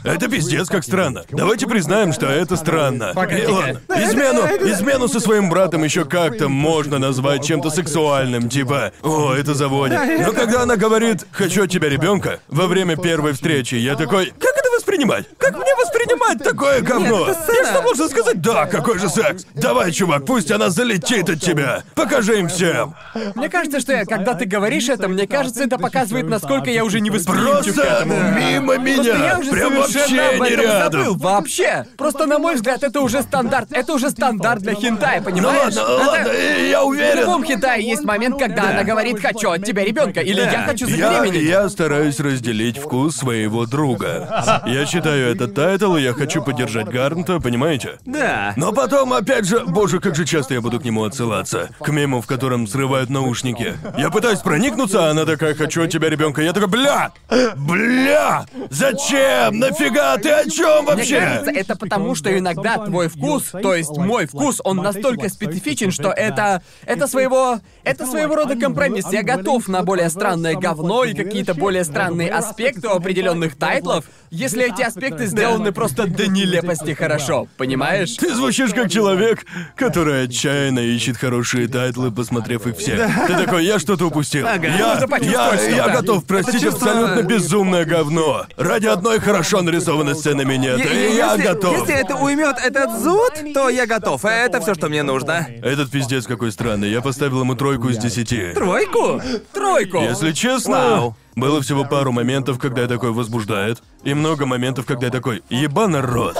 Это пиздец, как странно. Давайте признаем, что это странно.
Погоди-ка.
И ладно, измену, измену со своим братом еще как-то можно назвать чем-то сексуальным, типа, о, это заводит. Но когда она говорит, хочу от тебя ребенка, во время первой встречи, я такой, как это воспринимать? Как мне воспринимать такое говно?
Нет, это
Я
сцена.
что, должен сказать, да, какой же секс? Давай, чувак, пусть она залетит от тебя. Покажи им всем.
Мне кажется, что я- когда ты говоришь это, мне кажется, это показывает, насколько я уже не восприимчив к
Просто
этому.
мимо
Просто я
меня.
уже
Прям
совершенно
вообще
об
не
этом забыл.
рядом.
Вообще. Просто, на мой взгляд, это уже стандарт. Это уже стандарт для хентая,
Ну
понимаешь?
ладно,
Это-
ладно, э, я
а В любом
уверен.
хентае есть момент, когда она говорит «хочу от тебя ребенка» или «я хочу
Я,
забеременеть».
я стараюсь разделить вкус своего друга. Я читаю этот тайтл, и я хочу поддержать Гарнта, понимаете?
Да.
Но потом, опять же, боже, как же часто я буду к нему отсылаться. К мему, в котором срывают наушники. Я пытаюсь проникнуться, а она такая, хочу от тебя ребенка. Я такой, бля! Бля! Зачем? Нафига? Ты о чем
Мне
вообще?
кажется, это потому, что иногда твой вкус, то есть мой вкус, он настолько специфичен, что это... Это своего... Это своего рода компромисс. Я готов на более странное говно и какие-то более странные аспекты у определенных тайтлов, если эти аспекты сделаны просто до нелепости хорошо, понимаешь?
Ты звучишь как человек, который отчаянно ищет хорошие тайтлы, посмотрев их все. Ты такой, я что-то упустил.
Ага.
Я,
Нужно почувствовать
я, я
что-то.
готов простить
чувство-
абсолютно безумное говно. Ради одной хорошо нарисованной сцены меня.
Е-
И
е-
я
если-
готов.
Если это уймет этот зуд, то я готов. Это все, что мне нужно.
Этот пиздец какой странный. Я поставил ему тройку из десяти.
Тройку?
Тройку!
Если честно,
Вау.
было всего пару моментов, когда я такой возбуждает, и много моментов, когда я такой «Ебаный рот».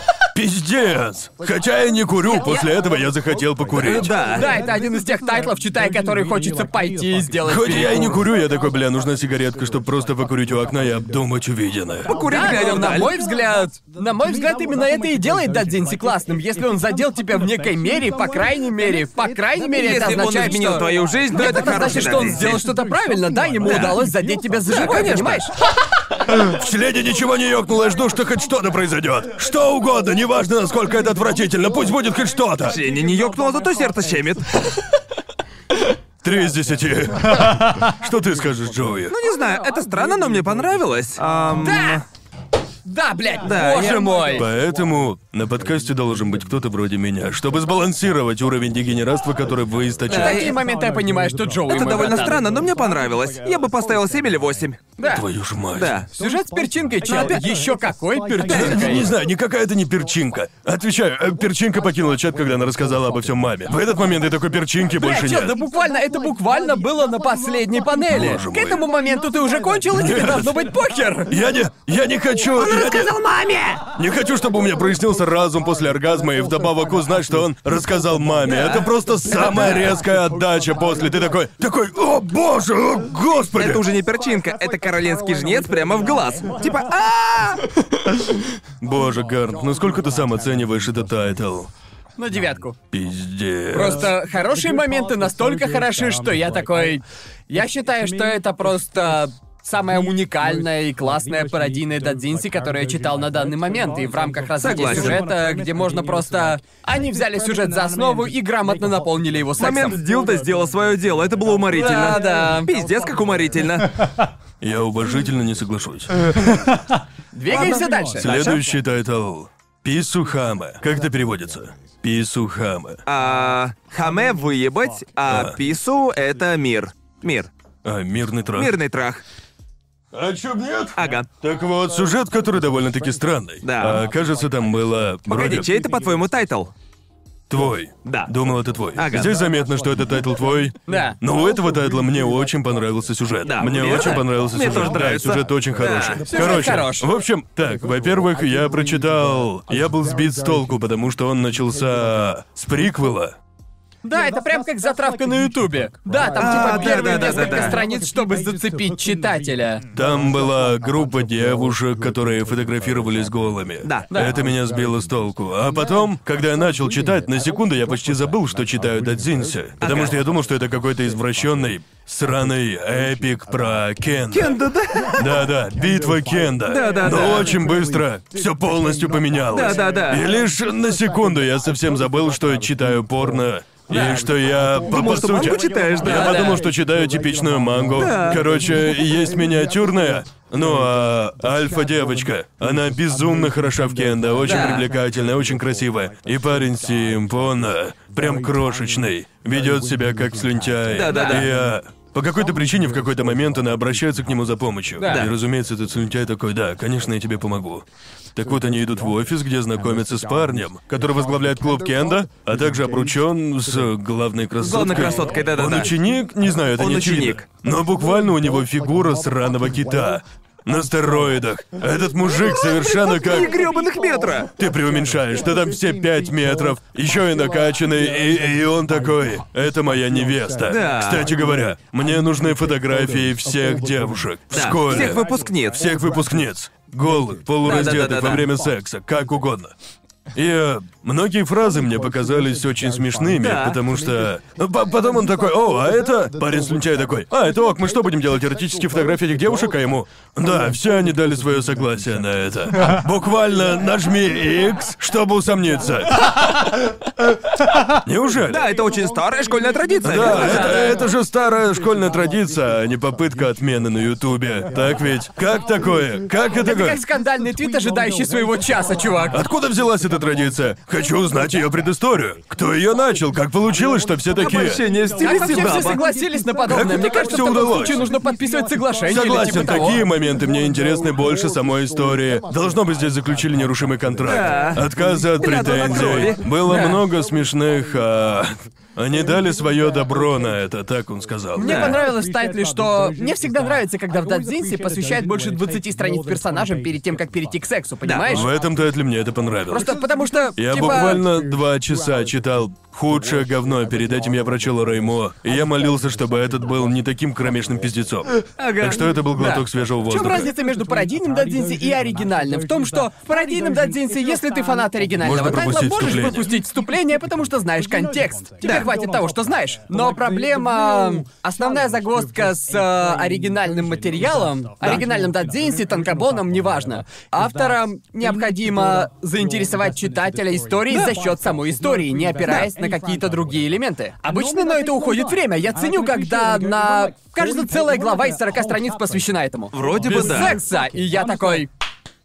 Пиздец! Хотя я не курю, после этого я захотел покурить.
Да.
Да, это один из тех тайтлов, читая которые хочется пойти и сделать
Хоть я и не курю, я такой, бля, нужна сигаретка, чтобы просто покурить у окна и обдумать увиденное.
Курить
Да,
глядя
но на
вдаль.
мой взгляд, на мой взгляд, именно это и делает Дадзинси классным. Если он задел тебя в некой мере, по крайней мере, по крайней мере, это
Если он
означает,
изменил
что...
твою жизнь, то
Это,
Ну, это хороший
значит, что он
Дадзинси.
сделал что-то правильно, да? Ему
Да.
удалось задеть тебя за живое,
конечно.
понимаешь?
В члене ничего не ёкнуло, я жду, что хоть что-то произойдет. Что угодно, неважно, насколько это отвратительно, пусть будет хоть что-то.
Женя не ёкнула, зато сердце щемит.
Три из десяти. Что ты скажешь, Джоуи?
Ну не знаю, это странно, но мне понравилось. Ам,
Да! Да, блядь,
Да,
боже
я-
мой!
Поэтому на подкасте должен быть кто-то вроде меня, чтобы сбалансировать уровень дегенератства, который вы
В
источаете.
такие моменты я понимаю, что Джоуи
Это
мой
довольно
братан.
странно, но мне понравилось. Я бы поставил 7 или 8.
Да.
Твою ж мать.
Да.
Сюжет с перчинкой, чел.
Надо-
Еще какой
Я
перчинкой?
Не знаю, никакая это не перчинка. Отвечаю, э, перчинка покинула чат, когда она рассказала обо всем маме. В этот момент я такой перчинки больше
Бля, чел,
нет.
да буквально, это буквально было на последней панели.
Боже
К
мой.
этому моменту ты уже кончил, и тебе должно быть похер.
Я не, я не хочу, я не,
маме!
не хочу, чтобы у меня прояснился разум после оргазма и вдобавок узнать, что он рассказал маме. Это просто самая резкая отдача после. Ты такой, такой, о боже, о господи.
Это уже не перчинка, это королевский жнец прямо в глаз. Типа, а
Боже, Гарн, насколько ты сам оцениваешь этот тайтл?
На Ну, девятку.
Пиздец.
Э,
Просто хорошие моменты настолько хороши, что я такой... Я считаю, что это просто самая уникальная и классная пародийная дадзинси, которую я читал на данный момент. И в рамках развития
Согласен.
сюжета, где можно просто... Они взяли сюжет за основу и грамотно наполнили его
Момент с
сексом.
Дилда сделал свое дело, это было
Да,
уморительно.
да.
Пиздец, как уморительно.
Я уважительно не соглашусь.
Двигаемся дальше.
Следующий тайтл. Писухама. Как это переводится? Пису Хама.
А хаме выебать, а
Да.
пису это мир. Мир.
А, мирный трах.
Мирный трах.
А чё, нет?
Ага.
Так вот, сюжет, который довольно-таки странный.
Да.
А, кажется, там было...
Погоди,
вроде
чей это, по-твоему, тайтл?
Твой.
Да.
Думал, это твой.
Ага.
Здесь заметно, что это тайтл твой.
Да.
Но у этого тайтла мне очень понравился сюжет.
Да,
мне
верно?
очень понравился
Мне
сюжет.
тоже
да,
нравится.
сюжет очень хороший.
Сюжет
Короче,
хорош.
в общем, так, во-первых, я прочитал... Я был сбит с толку, потому что он начался с приквела.
Да,
ну,
это прям как затравка на Ютубе. Да, там
А,
типа
да,
первые
да, да,
несколько
да, да.
страниц, чтобы зацепить читателя.
Там была группа девушек, которые фотографировались голыми.
Да.
Да.
Это меня сбило с толку. А потом, когда я начал читать, на секунду я почти забыл, что читаю Дадзинси. Потому
Ага.
что я думал, что это какой-то извращенный, сраный эпик про Кенда.
Да,
Ну,
да.
Да-да, битва Кенда.
Да-да-да.
Но очень быстро все полностью поменялось.
Да-да-да.
И лишь на секунду я совсем забыл, что читаю порно. И что я по,
Думал,
по
что
сути-
мангу читаешь, да.
Я
Да-да.
подумал, что читаю типичную мангу. Короче, есть миниатюрная. Ну, а альфа-девочка, она безумно хороша в Кенда, очень
Да.
привлекательная, очень красивая. И парень Симпона, прям крошечный, ведет себя как слюнтяй.
Да-да-да.
И а, по какой-то причине в какой-то момент она обращается к нему за помощью.
Да.
И, разумеется, этот слюнтяй такой, да, конечно, я тебе помогу. Так вот, они идут в офис, где знакомятся с парнем, который возглавляет клуб Кенда, а также обручен с э, главной красоткой.
главной красоткой, да-да-да.
Он ученик? Не знаю, это
Он
не очевидно.
ученик.
Но буквально у него фигура сраного кита. На стероидах. Этот мужик совершенно
Три
как...
грёбаных метра!
Ты преуменьшаешь, ты там все пять метров, еще и накачанный, и, и он такой. Это моя невеста.
Да.
Кстати говоря, мне нужны фотографии всех девушек.
Да,
Вскоре.
всех выпускниц.
Всех выпускниц. Голых, полураздетых
Да-да-да-да-да.
во время секса, как угодно. И э, многие фразы мне показались очень смешными,
Да.
потому что... Ну, по- потом он такой, о, а это... Парень слюнтяй такой, а, это ок, мы что будем делать, эротические фотографии этих девушек, а ему... Да, все они дали свое согласие на это. Буквально нажми X, чтобы усомниться. Неужели?
Да, это очень старая школьная традиция.
Да,
верно?
это, это же старая школьная традиция, а не попытка отмены на Ютубе. Так ведь? Как такое? Как это?
Это
такое?
как скандальный
ну,
твит, ожидающий своего часа, чувак.
Откуда взялась эта традиция? Хочу узнать ее предысторию. Кто ее начал? Как получилось, что все такие?
Обольщение в
Как
стиле
вообще все
Синаба.
согласились на подобное?
Как
Мне
это
кажется, в
всё
таком
удалось?
случае нужно подписывать соглашение или
Согласен,
типа того.
такие моменты мне интересны больше самой истории. Должно быть, здесь заключили нерушимый контракт.
Да.
Отказы от
надо
претензий.
крови.
Было много смешных. а, Они дали свое добро на это, так он сказал.
Мне
Да.
понравилось в Тайтле, что мне всегда нравится, когда в Дадзинсе посвящают больше 20 страниц персонажам перед тем, как перейти к сексу, понимаешь?
В этом тайтле мне это понравилось.
Просто потому что,
Я
типа,
буквально два часа читал худшее говно. Перед этим я прочел Раймо, и я молился, чтобы этот был не таким кромешным пиздецом.
Ага.
Так что это был глоток
Да.
свежего
В чем
воздуха.
разница между пародийным дадзинси и оригинальным? В том, что в пародийном дадзинси, если ты фанат оригинального
Можно
тайтла,
пропустить
можешь
вступление.
пропустить вступление, потому что знаешь контекст. Тебе
Да.
хватит того, что знаешь. Но проблема... Основная загвоздка с э, оригинальным материалом, оригинальным дадзинси, танкобоном, неважно. Авторам необходимо заинтересовать читателя историей за счет самой истории, не опираясь на какие-то другие элементы. Обычно на это уходит время. Я ценю, когда на... Кажется, целая глава из 40 страниц посвящена этому.
Вроде бы
Без
да.
секса. И я такой...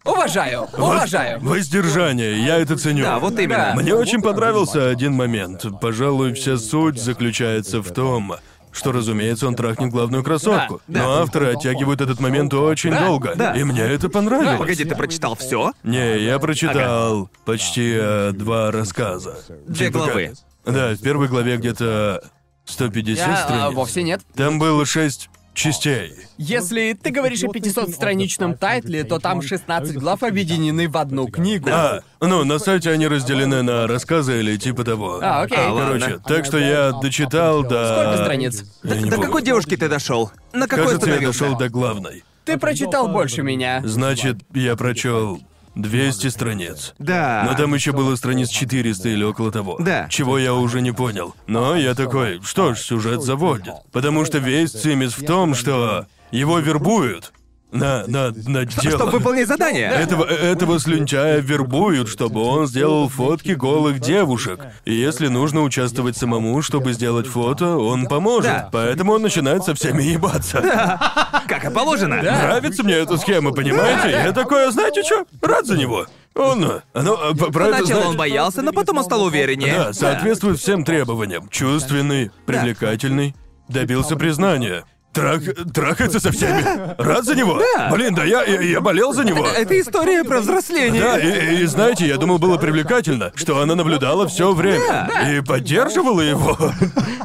Уважаю, уважаю.
Воздержание, я это ценю.
Да, вот именно.
Мне очень понравился один момент. Пожалуй, вся суть заключается в том, что, разумеется, он трахнет главную красотку.
Да, да.
Но авторы оттягивают этот момент очень долго.
да.
И мне это понравилось.
Погоди, ты прочитал все?
Не, я прочитал почти э, два рассказа.
Две главы.
Да, в первой главе где-то 150
Я, а,
страниц.
вовсе нет.
Там было шесть частей.
Если ты говоришь о 500-страничном тайтле, то там 16 глав объединены в одну книгу.
А, ну, на сайте они разделены на рассказы или типа того.
А, окей. А,
Короче,
ладно.
так что я дочитал до...
Сколько страниц?
Я не
До
помню.
какой девушки ты дошел? На какой
Кажется, я
остановился?
дошел до главной.
Ты прочитал больше меня.
Значит, я прочел 200 страниц.
Да.
Но там еще было страниц 400 или около того.
Да.
Чего я уже не понял. Но я такой, что ж, сюжет заводит. Потому что весь цимис в том, что его вербуют на, на, на дело.
Чтобы выполнить задание.
Этого, этого слюнчая вербуют, чтобы он сделал фотки голых девушек. И если нужно участвовать самому, чтобы сделать фото, он поможет.
Да.
Поэтому он начинает со всеми ебаться.
Как и положено.
Нравится мне эта схема, понимаете? Я такое, знаете что? а Рад за него. Он, ну, п- про это
Сначала он
знаешь-
боялся, но потом он стал увереннее.
Да, соответствует всем требованиям. Чувственный, привлекательный, добился признания. Трах... Трахается со всеми. Рад за него?
Да.
Блин, да я, я, я болел за него.
Это история про взросление.
Да, и, и знаете, я думал, было привлекательно, что она наблюдала все время и поддерживала его.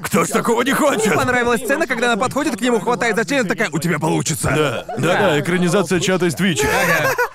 Кто ж такого не хочет?
Понравилась сцена, когда она подходит к нему, хватает за член, такая, у тебя получится.
Да, да, да, экранизация чата из Твича.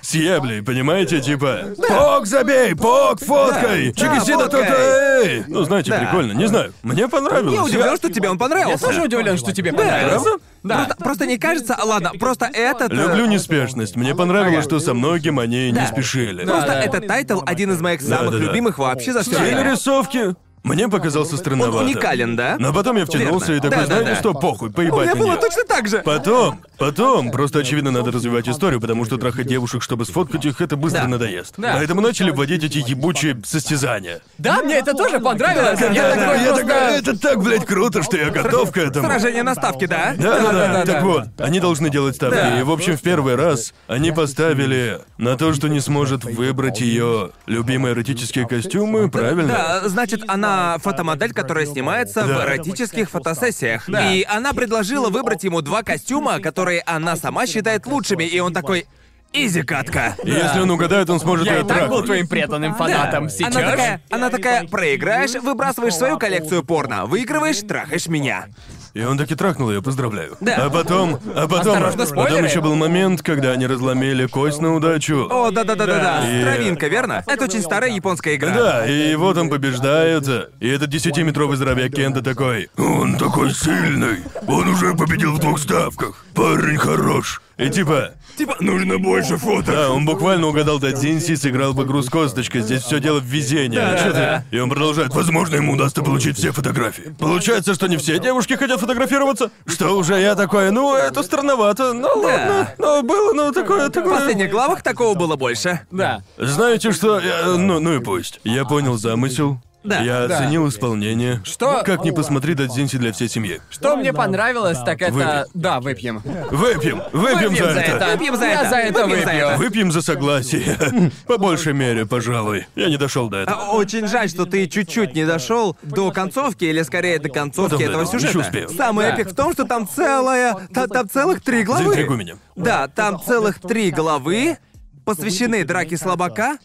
С еблей, понимаете, типа. Пок забей, пок фоткай,
Да,
чикасина
фоткай.
тут, эй! Ну, знаете,
Да.
прикольно, не знаю. Мне понравилось.
Я удивлен, что тебе он понравился.
Я тоже удивлен, что тебе
Да,
понравилось.
правда?
Да.
Просто, просто не кажется, а ладно, просто этот... э,
Люблю неспешность. Мне понравилось, что со многим они не спешили.
Просто
да.
этот тайтл один из моих самых
да, да.
любимых вообще за все
Стиль
время.
рисовки мне показался странновато.
Уникален, да? А?
Но потом я втянулся и
Верно.
такой,
Да, да,
знаете
да.
что, похуй,
У меня
поебать
было
меня.
точно так же.
Потом, потом, просто очевидно надо развивать историю, потому что трахать девушек, чтобы сфоткать их, это быстро
Да.
надоест.
Да.
Поэтому начали вводить эти ебучие состязания.
Да, мне это тоже понравилось. Я
Да, да,
такой
я такой,
просто...
это так, блядь, круто, что я готов к этому.
Сражение на ставке, да?
Да, да,
да,
да.
да,
Так
да.
вот, они должны делать ставки.
Да.
И, в общем, в первый раз они поставили на то, что не сможет выбрать ее любимые эротические костюмы, правильно?
Да, значит, она фотомодель, которая снимается в
Да.
эротических фотосессиях. И она предложила выбрать ему два костюма, которые она сама считает лучшими, и он такой... Изи катка.
И если он угадает, он сможет
Я
ее
и так был
трахнуть.
твоим преданным фанатом. Сейчас...
Она такая, она такая, проиграешь, выбрасываешь свою коллекцию порно, выигрываешь, трахаешь меня.
И он таки трахнул ее, поздравляю.
Да.
А потом, а потом, потом
Осторожно, спойлеры.
еще был момент, когда они разломили кость на удачу.
О, да-да-да-да-да,
Да.
травинка, верно? Это очень старая японская игра.
Да, и его там побеждают. И этот десятиметровый здоровяк Кента такой. Он такой сильный. Он уже победил в двух ставках. Парень хорош. И типа... Типа, нужно больше фото. Да, он буквально угадал Дадзинси, сыграл в игру с косточкой. Здесь все дело в везении. Чё ты? И он продолжает. Возможно, ему удастся получить все фотографии. Получается, что не все девушки хотят фотографироваться. Что уже я такой, ну, это странновато. Ну ладно. Но было, ну, такое,
В
такое.
последних главах А такого было больше.
Да.
Знаете что? я- ну, ну и пусть. Я понял замысел.
Да,
Я
да.
оценил исполнение.
Что-
Как ни посмотри, Дадзинси для всей семьи.
Что мне понравилось, так это...
Выпьем.
Да, выпьем.
Выпьем, выпьем, за, это.
Выпьем за
Я
это.
за это
Выпьем за
выпью.
это.
Выпьем за согласие. По большей мере, пожалуй. Я не дошел до этого.
А, Очень жаль, что ты чуть-чуть не дошел до концовки, или скорее до концовки
Потом
этого
дойду,
сюжета.
ещё успею.
Самый эпик в том, что там целая... та- Там целых три
А,
Заинтригуй
главы.
меня.
Да, там целых три главы посвящены драке слабака,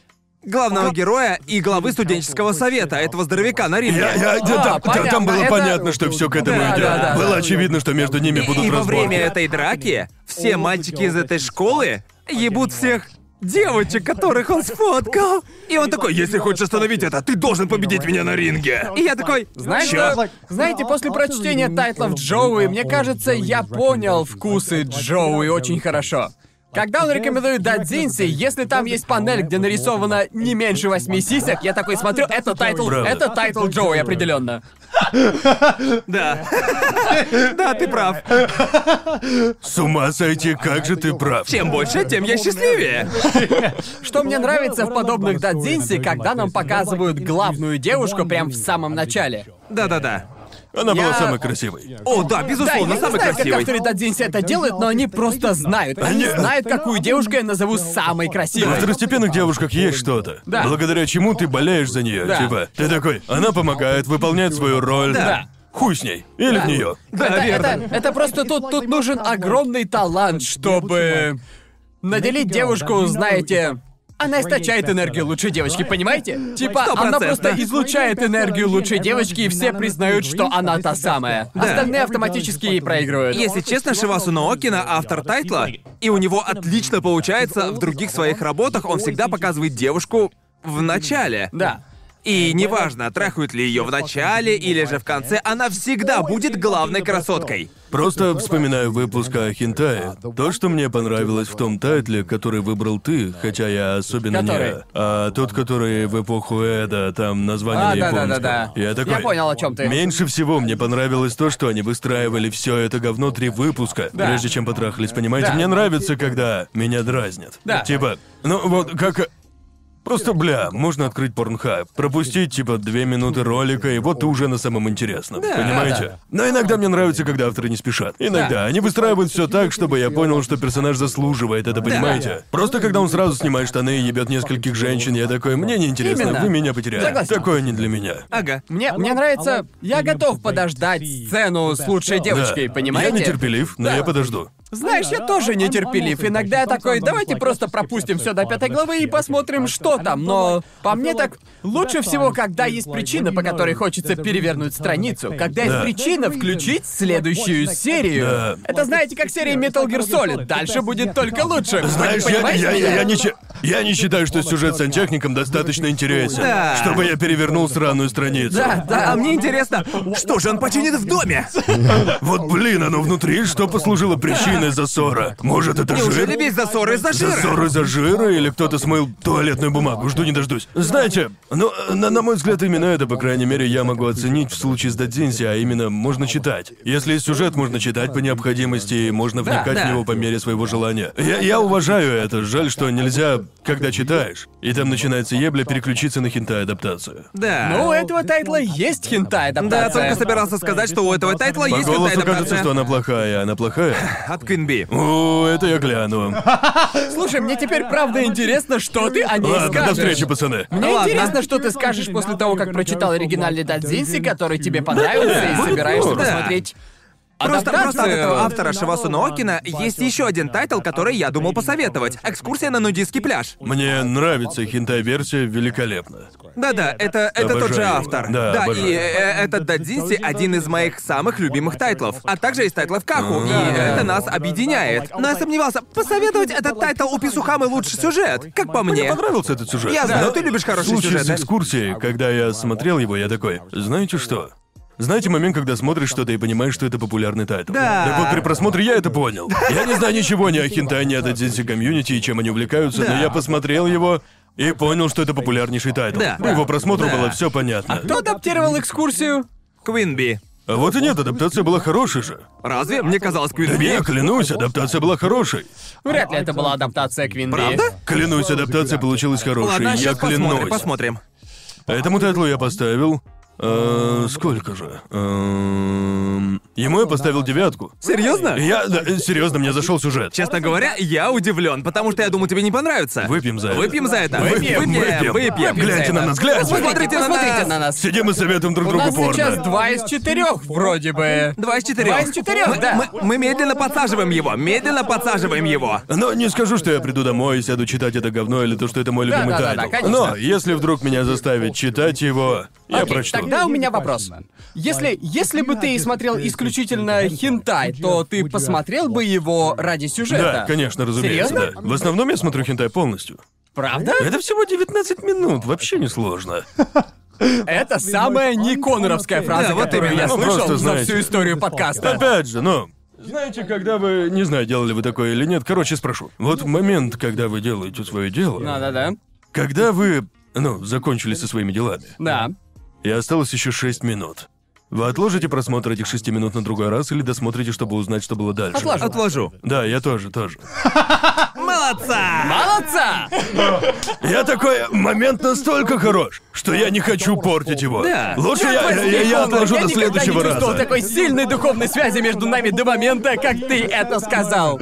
главного героя и главы студенческого совета, этого здоровяка на ринге.
Я, я, да,
А,
там-
понятно,
там было
это-
понятно, что все к этому
Да,
идет.
да, да,
было
да.
очевидно, что между ними будут
И во
разборки.
время этой драки все мальчики из этой школы ебут всех девочек, которых он сфоткал. И он такой, если хочешь остановить это, ты должен победить меня на ринге. И я такой, «Ну
Знаете,
«Чё?»
э, знаете, после прочтения тайтлов Джоуи, мне кажется, я понял вкусы Джоуи очень хорошо. Когда он рекомендует Дадзинси, если там есть панель, где нарисовано не меньше восьми сисек, я такой смотрю, это тайтл,
Правда.
это тайтл Джоуи определенно.
Да. Да, ты прав.
С ума сойти, как же ты прав.
Чем больше, тем я счастливее.
Что мне нравится в подобных Дадзинси, когда нам показывают главную девушку прям в самом начале.
Да-да-да.
Она была
Я-
самой красивой.
О, да, безусловно,
да, я
самый
не знаю, как
красивый.
авторы Дадзинси это делают, но они просто знают. Они
Они-
знают, какую девушку я назову самой
В
красивой.
второстепенных девушках есть что-то,
Да.
благодаря чему ты болеешь за нее.
Да.
Типа, ты такой, она помогает, выполняет свою роль.
Да.
Хуй с ней. Или в нее.
Да,
это,
верно.
это- это просто тут, тут нужен огромный талант, чтобы наделить девушку, знаете... Она источает энергию лучшей девочки, понимаете? Типа, она
Стопроцентно.
просто излучает энергию лучшей девочки, и все признают, что она та самая. Остальные автоматически ей проигрывают.
Если честно, Шивасу Наокина — автор тайтла, и у него отлично получается в других своих работах, он всегда показывает девушку в начале.
Да.
И неважно, трахают ли ее в начале или же в конце, она всегда будет главной красоткой.
Просто вспоминаю выпуск о хентае. То, что мне понравилось в том тайтле, который выбрал ты, хотя я особенно
Который?
не... А тот, который в эпоху Эда, там название
А,
не помню.
да-да-да-да.
Я такой...
Я понял, о чём ты.
Меньше всего мне понравилось то, что они выстраивали все это говно три выпуска,
Да.
прежде чем потрахались, понимаете?
Да.
Мне нравится, когда меня дразнят.
Да.
Типа, ну вот как... Просто, бля, можно открыть порнхаб, пропустить, типа, две минуты ролика, и вот ты уже на самом интересном. понимаете?
да.
Но иногда мне нравится, когда авторы не спешат. Иногда
Да.
они выстраивают все так, чтобы я понял, что персонаж заслуживает это, понимаете? Просто когда он сразу снимает штаны и ебет нескольких женщин, я такой, мне неинтересно,
Именно. А,
вы меня потеряли.
Согласен.
Такое не для меня.
Ага.
Мне, мне нравится... Я готов подождать сцену с лучшей
Да.
девочкой,
Я
понимаете?
нетерпелив, но я подожду.
Знаешь, я
а,
тоже нетерпелив. Иногда я такой, давайте просто пропустим все до пятой главы и посмотрим, что там. Но по мне так лучше всего, когда есть причина,
ну,
по которой хочется перевернуть страницу. Когда есть
Да.
причина включить следующую серию.
Да.
Это знаете, как серия Metal Gear Solid. Дальше будет только лучше. Вы
Знаешь, я,
понимаете
я, я,
меня?
я не, щи- я не считаю, что сюжет с сантехником достаточно интересен,
Да.
чтобы я перевернул сраную страницу.
Да,
А
да,
мне интересно, что же он починит в доме?
Вот блин, оно внутри, что послужило причиной засора? Может, это жир?
Неужели весь засор из-за жира?
Засор из-за жира или кто-то смыл туалетную бумагу? Жду не дождусь. Знаете, ну, э, на, на мой взгляд, именно это, по крайней мере, я могу оценить в случае с Дадзинси, а именно можно читать. Если есть сюжет, можно читать по необходимости, и можно вникать
да.
в него по мере своего желания. Я, я уважаю это, жаль, что нельзя, когда читаешь. И там начинается ебля переключиться на хентай-адаптацию.
Да.
Ну, у этого тайтла есть хентай
Да, только
адаптация.
собирался сказать, что у этого тайтла
По
есть
голосу
какая-то
кажется, что
адаптация
она плохая, а она плохая.
от Квинби.
О, это я гляну.
Слушай, мне теперь правда интересно, что ты о ней
Ладно, до
скажешь.
встречи, пацаны.
Мне
Ладно.
интересно, что ты скажешь после того, как прочитал оригинальный Дадзинси, который тебе понравился, и
будет
собираешься
здорово.
посмотреть.
А
Просто, просто от
адаптацию.
э,
этого автора Шивасу Ноокина есть еще один тайтл, который я думал посоветовать. Экскурсия на нудистский пляж.
Мне нравится хентай-версия великолепно.
Да-да, это, это тот же
Обожаю.
автор.
Да,
и
обожаю.
э, этот Дадзинси один из моих самых любимых тайтлов. А также есть тайтлов Каку, и
А.
это нас объединяет. Но я сомневался, посоветовать этот тайтл у Писухамы лучше сюжет, как по
Мне
мне.
понравился этот сюжет.
Я знаю,
Но
ты любишь
В
хороший
случае
сюжет,
с
да?
экскурсией, когда я смотрел его, я такой, знаете что? Знаете момент, когда смотришь что-то и понимаешь, что это популярный тайтл?
Да.
Так вот, при просмотре я это понял. Я не знаю ничего ни о хентай, ни о дадзинси комьюнити и чем они увлекаются, но я посмотрел его и понял, что это популярнейший тайтл.
Да.
По его просмотру
Да. А
было все понятно.
Кто адаптировал экскурсию?
Квинби.
А вот и нет, адаптация была хорошей же.
Разве? Мне казалось,
Да
Квинби.
я клянусь, адаптация была хорошей.
Вряд ли это была адаптация Квинби.
Правда?
Клянусь, адаптация получилась хорошей.
Ладно, а
я
сейчас посмотрим,
клянусь.
посмотрим.
Этому тайтлу я поставил. э, сколько же? Эм, ему я поставил девятку.
Серьезно?
Я. Да, э, серьезно, мне зашел сюжет.
Честно говоря, я удивлен, потому что я думал, тебе не понравится.
Выпьем за это.
Выпьем за это.
Выпьем, выпьем.
Выпьем. Выпьем.
Выпьем за
Гляньте
это.
на нас, гляньте!
Посмотрите
Посмотрите,
на
посмотрите
нас.
на нас.
Сидим и советуем друг
У
другу
нас сейчас
порно.
два из четырех, вроде бы.
Два из четырех.
Два из четырех,
Мы-
да.
Мы, мы медленно подсаживаем его, медленно подсаживаем его.
Но не скажу, что я приду домой и сяду читать это говно или то, что это мой любимый
да, да,
тайтл.
да, конечно.
Но если вдруг меня заставить читать его, я
Окей,
прочту.
Тогда у меня вопрос. Если, если бы ты смотрел исключительно хентай, то ты посмотрел бы его ради сюжета?
Да, конечно, разумеется,
Серьезно?
да. В основном я смотрю хентай полностью.
Правда?
Это всего 19 минут, вообще не сложно.
Это самая не коноровская фраза,
Да, вот
которую я
именно. Ну,
слышал
просто
за
знаете.
всю историю подкаста.
Опять же, ну. Знаете, когда вы... Не знаю, делали вы такое или нет, короче, спрошу. Вот в момент, когда вы делаете свое дело,
Да-да-да.
когда вы, ну, закончили со своими делами,
Да.
и осталось еще 6 минут, вы отложите просмотр этих 6 минут на другой раз или досмотрите, чтобы узнать, что было дальше?
Отложу.
Отложу.
Да, я тоже, тоже.
Молодца!
Молодца!
Я такой момент настолько хорош, что я не хочу портить его.
Да.
Лучше я, я,
Возьми,
я- я
Конор,
отложу до следующего
никогда не чувствовал
раза.
такой сильной духовной связи между нами до момента, как ты это сказал.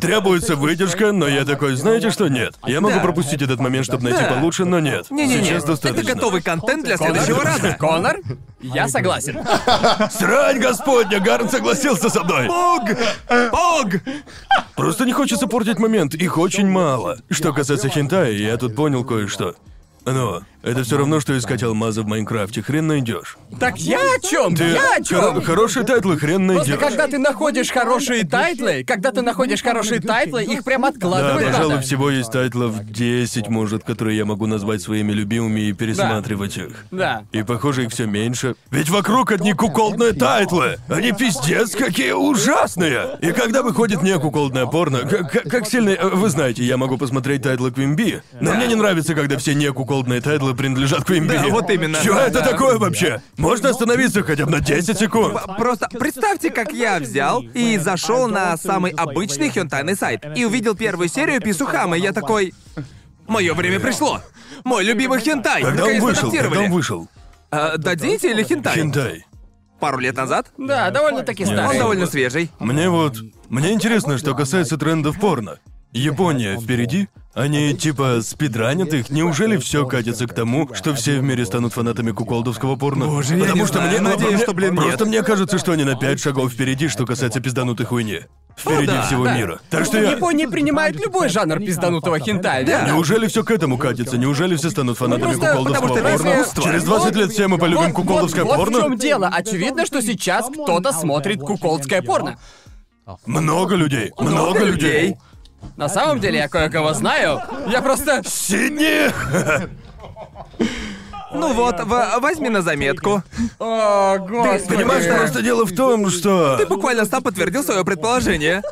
Требуется выдержка, но я такой, знаете что, нет. Я могу
Да.
пропустить этот момент, чтобы найти
Да.
получше, но нет.
Не-не-не,
Сейчас достаточно.
это готовый контент для следующего раза.
Конор, я согласен.
Срань господня, Гарн согласился со мной.
Пог! Пог!
Просто не хочется портить момент, их очень мало. Что касается хентая, я тут понял кое-что. Но это все равно, что искать алмазы в Майнкрафте, хрен найдешь.
Так я о чем?
Ты
Я о
хоро-
чем?
хороший тайтл, хрен
Просто
найдешь.
когда ты находишь хорошие тайтлы, когда ты находишь хорошие тайтлы, их прям
Да,
откладывать
А, пожалуй,
надо.
всего есть тайтлов 10, может, которые я могу назвать своими любимыми и пересматривать их.
Да.
И похоже, их все меньше. Ведь вокруг одни куколдные тайтлы. Они пиздец какие ужасные. И когда выходит не куколдное порно, к- к- как сильно... э, Вы знаете, я могу посмотреть тайтлы Квимби, но мне не нравится, когда все не куколдные тайтлы принадлежат Квимби.
Да, вот именно.
Чё
Да,
это
да.
такое вообще? Можно остановиться хотя бы на 10 секунд?
Просто представьте, как я взял и зашел на самый обычный хентайный сайт и увидел первую серию Писухамы. Я такой. Мое время пришло. Мой любимый хентай.
Когда он
Наконец-то
вышел? Когда
адаптировали.
он вышел?
А, Дадзинси или хентай?
Хентай.
Пару лет назад?
Да, довольно-таки
Нет.
старый.
Он довольно свежий.
Мне вот... Мне интересно, что касается трендов порно. Япония впереди. Они типа спидранят их. Неужели все катится к тому, что все в мире станут фанатами куколдовского порно?
Боже, я
Потому
не
что
знаю.
мне ну,
Надеюсь,
мне-
что, блин, нет.
Просто мне кажется, что они на пять шагов впереди, что касается пизданутой хуйни. Впереди
Ну да, Ну,
всего
да.
мира. Так что я...
Япония принимает любой жанр пизданутого хентая,
Да.
верно?
Неужели все к этому катится? Неужели все станут фанатами
просто-
куколдовского
Ну, потому что это
порно?
искусство.
Через 20 лет все мы полюбим
Вот-
куколдовское
вот,
порно?
Вот в чем дело. Очевидно, что сейчас кто-то смотрит куколдское порно.
Много людей. Много людей.
людей.
На самом деле, я кое-кого знаю. Я просто...
Сидни!
Ну вот, в- возьми на заметку.
О, господи.
Понимаешь, просто дело в том, что...
Ты буквально сам подтвердил свое предположение.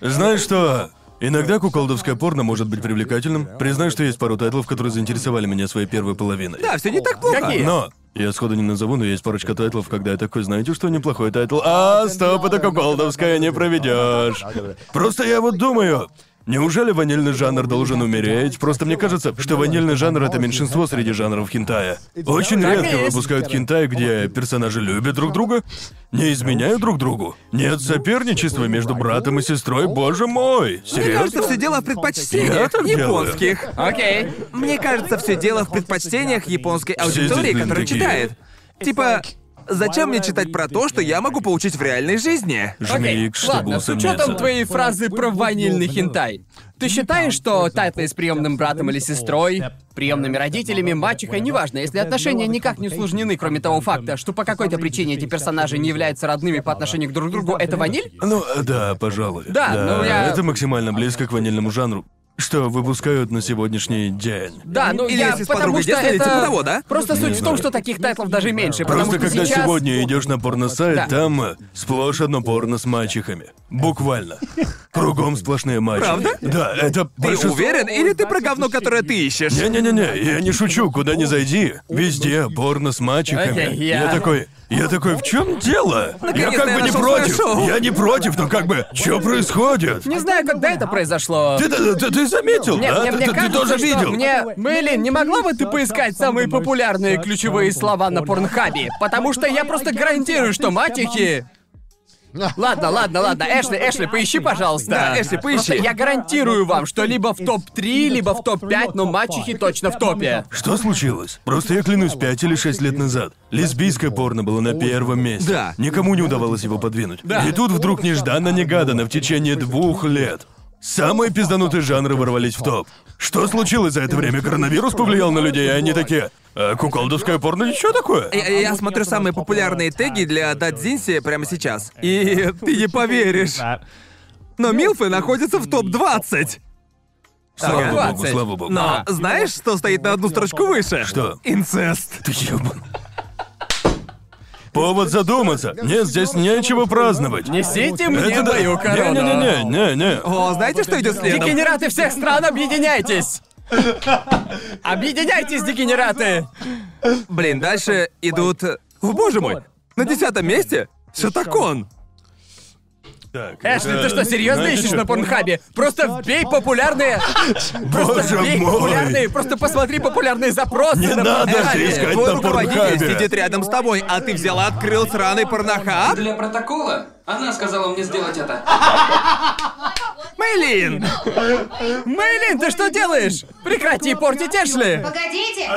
Знаешь что? Иногда куколдовское порно может быть привлекательным. Признаю, что есть пару тайтлов, которые заинтересовали меня своей первой половиной.
Да, все не так плохо.
Какие?
Но я сходу не назову, но есть парочка тайтлов, когда я такой, знаете, что неплохой тайтл. А, стоп,
ну,
это куколдовское не проведешь. Просто я вот думаю, неужели ванильный жанр должен умереть? Просто мне кажется, что ванильный жанр — это меньшинство среди жанров хентая. Очень
Так и
редко
есть.
выпускают хентай, где персонажи любят друг друга, не изменяют друг другу.
Ну,
Нет соперничества между братом и сестрой, боже мой!
Ну,
Мне кажется,
Серьезно?
все дело в
Я
предпочтениях
так делаю.
японских.
Окей.
Мне кажется, все дело в предпочтениях японской аудитории,
блин,
которая
такие.
читает. Типа, зачем мне читать про то, что я могу получить в реальной жизни?
Жмик, чтобы
ладно, с учетом
усомниться.
твоей фразы про ванильный хентай. Ты считаешь, что тайтлы с приемным братом или сестрой, приемными родителями, мачехой, неважно, если отношения никак не усложнены, кроме того факта, что по какой-то причине эти персонажи не являются родными по отношению к друг другу, это ваниль?
Ну, да, пожалуй.
Да, ну я-
Это максимально близко к ванильному жанру, что выпускают на сегодняшний день.
Да, ну
Или
я,
если с
потому
подругой
что
детства или
это...
типа того, да?
Просто суть в том,
знаю.
что таких тайтлов даже меньше, потому
Просто
что
когда
сейчас...
сегодня идешь на порно-сайт,
Да.
там э, сплошь одно порно с мачехами. Буквально. Кругом сплошные мачехи.
Правда?
Да, это
Ты
большинство-
уверен, или ты про говно, которое ты ищешь?
Не-не-не-не, я не шучу, куда ни зайди. Везде порно с мальчиками.
Окей, я-
такой. Я такой, в чем дело? Я
Наконец-то
как
я
бы не
нашел
против.
свое шоу.
Я не против, но как бы, что происходит?
Не знаю, когда это произошло.
Ты, ты, ты- ты заметил,
Мне,
да?
мне-
ты,
мне
ты- ты
кажется,
тоже
что
видел.
Мне... Мэйлин, не могла бы ты поискать самые популярные ключевые слова на порнхабе? Потому что я просто гарантирую, что матихи... Ладно, ладно, ладно. Эшли, Эшли, поищи, пожалуйста.
Да, Эшли, поищи.
Просто я гарантирую вам, что либо в топ-3, либо в топ-5, но мачехи точно в топе.
Что случилось? Просто я клянусь, пять или шесть лет назад лесбийское порно было на первом месте.
Да.
Никому не удавалось его подвинуть.
Да.
И тут вдруг нежданно-негаданно в течение двух лет самые пизданутые жанры ворвались в топ. Что случилось за это время? Коронавирус повлиял на людей, и они такие... «А куколдовское порно ничего такое?
Э,
Я, я смотрю самые популярные теги для Дадзинси прямо сейчас. И ты не поверишь. Но Милфы находятся в топ-20.
Слава
Ага.
богу, слава богу.
Но знаешь, что стоит на одну строчку выше?
Что?
Инцест.
Ты ёбан. Повод задуматься. Нет, здесь нечего праздновать.
Несите мне
да.
мою корону.
Не-не-не-не-не-не.
О, знаете, что идет следом?
Дегенераты всех стран, объединяйтесь! Объединяйтесь, дегенераты!
Блин, дальше идут... О, боже мой! На десятом месте Шатакон.
Так,
Эшли, ты
это-
что, серьезно
знаете
ищешь
что?
на порнхабе? Просто вбей популярные...
Боже
Просто вбей популярные...
мой!
Просто посмотри популярные запросы
Не
на
надо
Порнхабе.
же искать
Твой
на
руководитель
порнхабе.
сидит рядом с тобой, а ты взяла, открыл сраный порнохаб?
Для протокола она сказала мне сделать это.
Мэйлин!
Мэйлин, ты что делаешь? Прекрати портить Эшли!
Погодите!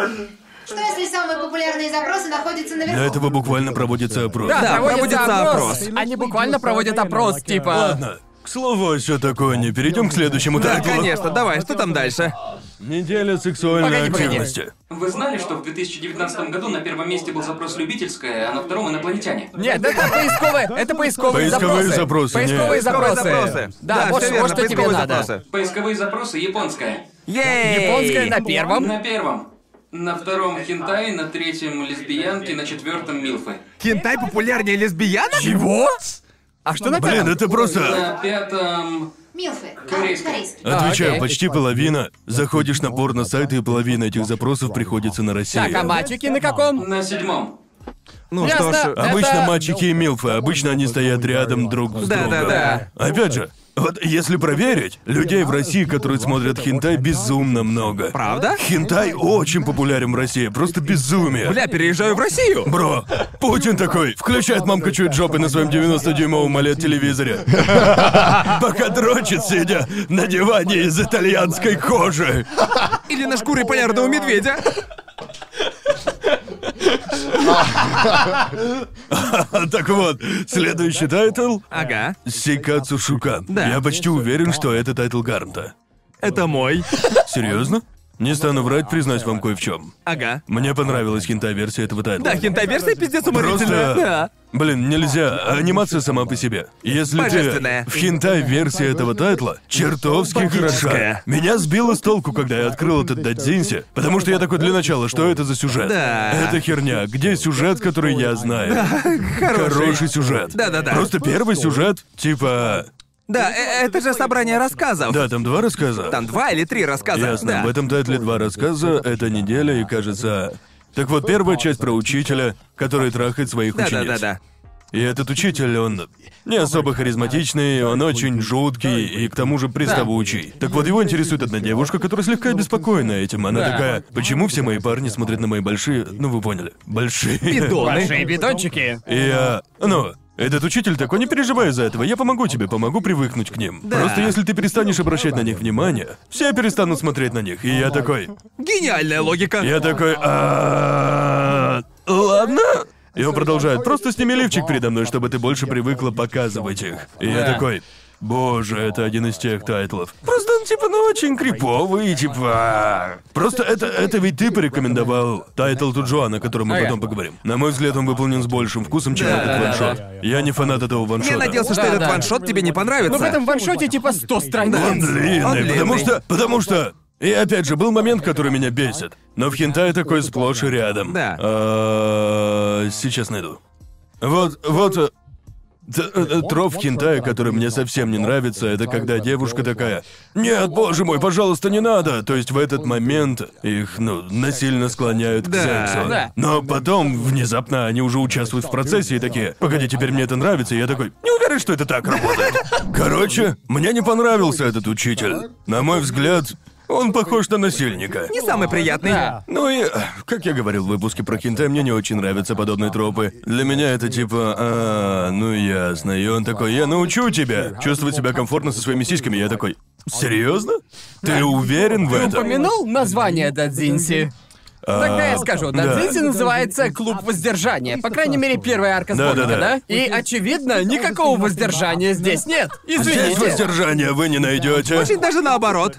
Что если самые популярные запросы находятся
Для
наверху?
этого буквально проводится опрос.
Да, проводится опрос.
Они буквально проводят опрос, типа...
Ладно. К слову, все такое не перейдем к следующему
Да,
тайтлу.
конечно, давай, что там дальше?
Неделя сексуальной
Погоди, погоди.
активности.
Вы знали, что в 2019 году на первом месте был запрос «Любительское», а на втором «Инопланетяне»?
Нет, это поисковые, это поисковые,
Поисковые
запросы.
запросы, нет.
Поисковые запросы. Да, вот, вот
всё верно,
что тебе
поисковые
надо.
запросы.
Поисковые запросы «Японское».
Ей!
Японская на первом.
На первом. На втором хентай, на третьем лесбиянки, на четвертом милфы.
Кентай популярнее лесбиянок?
Чего? А что на
Блин,
пятом?
это просто...
На пятом...
Милфы. А,
Корейская.
корейские.
Да,
Отвечаю,
окей.
почти половина. Заходишь на порно-сайты, и половина этих запросов приходится на Россию.
Так, а мальчики на каком?
На седьмом.
Ну
Ясно.
что ж,
А,
Обычно
Это-
мальчики и милфы, обычно они стоят рядом друг с
Да,
другом.
да,
Опять же, Вот если проверить, людей в России, которые смотрят хентай, безумно много.
Правда?
Хентай очень популярен в России, просто безумие.
Бля, переезжаю в Россию.
Бро, Путин такой, включает мамка чует жопы на своем 90-дюймовом OLED-телевизоре. Пока дрочит, сидя на диване из итальянской кожи.
Или на шкуре полярного медведя.
А, Так вот, следующий тайтл
Ага.
Сикацу Шукан.
Да.
Я почти уверен, что это тайтл Гарнта.
Это мой.
Серьезно? Не стану врать, признаюсь вам кое в чем.
Ага.
Мне понравилась хентай-версия этого тайтла.
Да, хентай-версия пиздец уморительная.
Просто...
Да.
Блин, нельзя. Анимация сама по себе. Если
Божественная.
ты... В хентай-версия этого тайтла чертовски хороша.
Богическая.
Меня сбило с толку, когда я открыл этот дадзинси, потому что я такой для начала, что это за сюжет?
Да.
Это херня. Где сюжет, который я знаю? хороший. сюжет.
Да-да-да.
Просто первый сюжет, типа...
Да, э- это же собрание рассказов.
Да, там два рассказа.
Там два или три рассказа.
Ясно.
Да.
В этом тайтле два рассказа, это неделя и, кажется... Так вот, первая часть про учителя, который трахает своих
Да, да,
учениц.
да, да.
И этот учитель, он не особо харизматичный, он очень жуткий и к тому же приставучий. Так вот, его интересует одна девушка, которая слегка обеспокоена этим. Она
Да.
такая, почему все мои парни смотрят на мои большие, ну вы поняли, большие...
Бидоны.
Большие бидончики.
И я... Ну, этот учитель такой, не переживай за этого, я помогу тебе, помогу привыкнуть к ним. Просто если ты перестанешь обращать на них внимание, все перестанут смотреть на них. И я такой,
Гениальная логика.
я такой, «А, ладно. И он продолжает, просто сними лифчик передо мной, чтобы ты больше привыкла показывать их. И я
Да.
такой, боже, это один из тех тайтлов. Просто он типа, ну очень криповый, типа. Просто это, это ведь ты порекомендовал тайтл Туджуан, о котором мы
Ага.
потом поговорим. На мой взгляд, он выполнен с большим вкусом, чем
Ну, Да,
этот
да, да,
ваншот. Я не фанат этого ваншота.
Я надеялся, что
Да,
этот
да.
ваншот тебе не понравится.
Но Ну, в этом ваншоте типа 100
Он
страниц.
длинный,
Он длинный.
потому что. Потому что. И опять же, был момент, который меня бесит. Но в хентае такой сплошь и рядом.
Да.
А, Сейчас найду. Вот, вот. э, т- э, Троп в хентае, который мне совсем не нравится, это когда девушка такая «Нет, боже мой, пожалуйста, не надо!» То есть в этот момент их, ну, насильно склоняют к
Да.
сексу.
Да.
Но потом, внезапно, они уже участвуют в процессе и такие «Погоди, теперь мне это нравится», и я такой «Не уверен, что это так работает». Короче, мне не понравился этот учитель. На мой взгляд, он похож на насильника.
Не самый приятный.
Да.
Ну и, как я говорил в выпуске про хентай, мне не очень нравятся подобные тропы. Для меня это типа, а, ну ясно. И он такой, я научу тебя чувствовать себя комфортно со своими сиськами. Я такой, серьезно? Ты уверен в этом?
Упомянул название Дадзинси. Тогда я скажу,
А, да.
Дадзинси называется «Клуб воздержания». По крайней мере, первая арка
Да,
сборника, да?
да, да.
И, очевидно, никакого воздержания здесь нет.
Здесь
Извините.
воздержания вы не найдете.
Очень даже наоборот.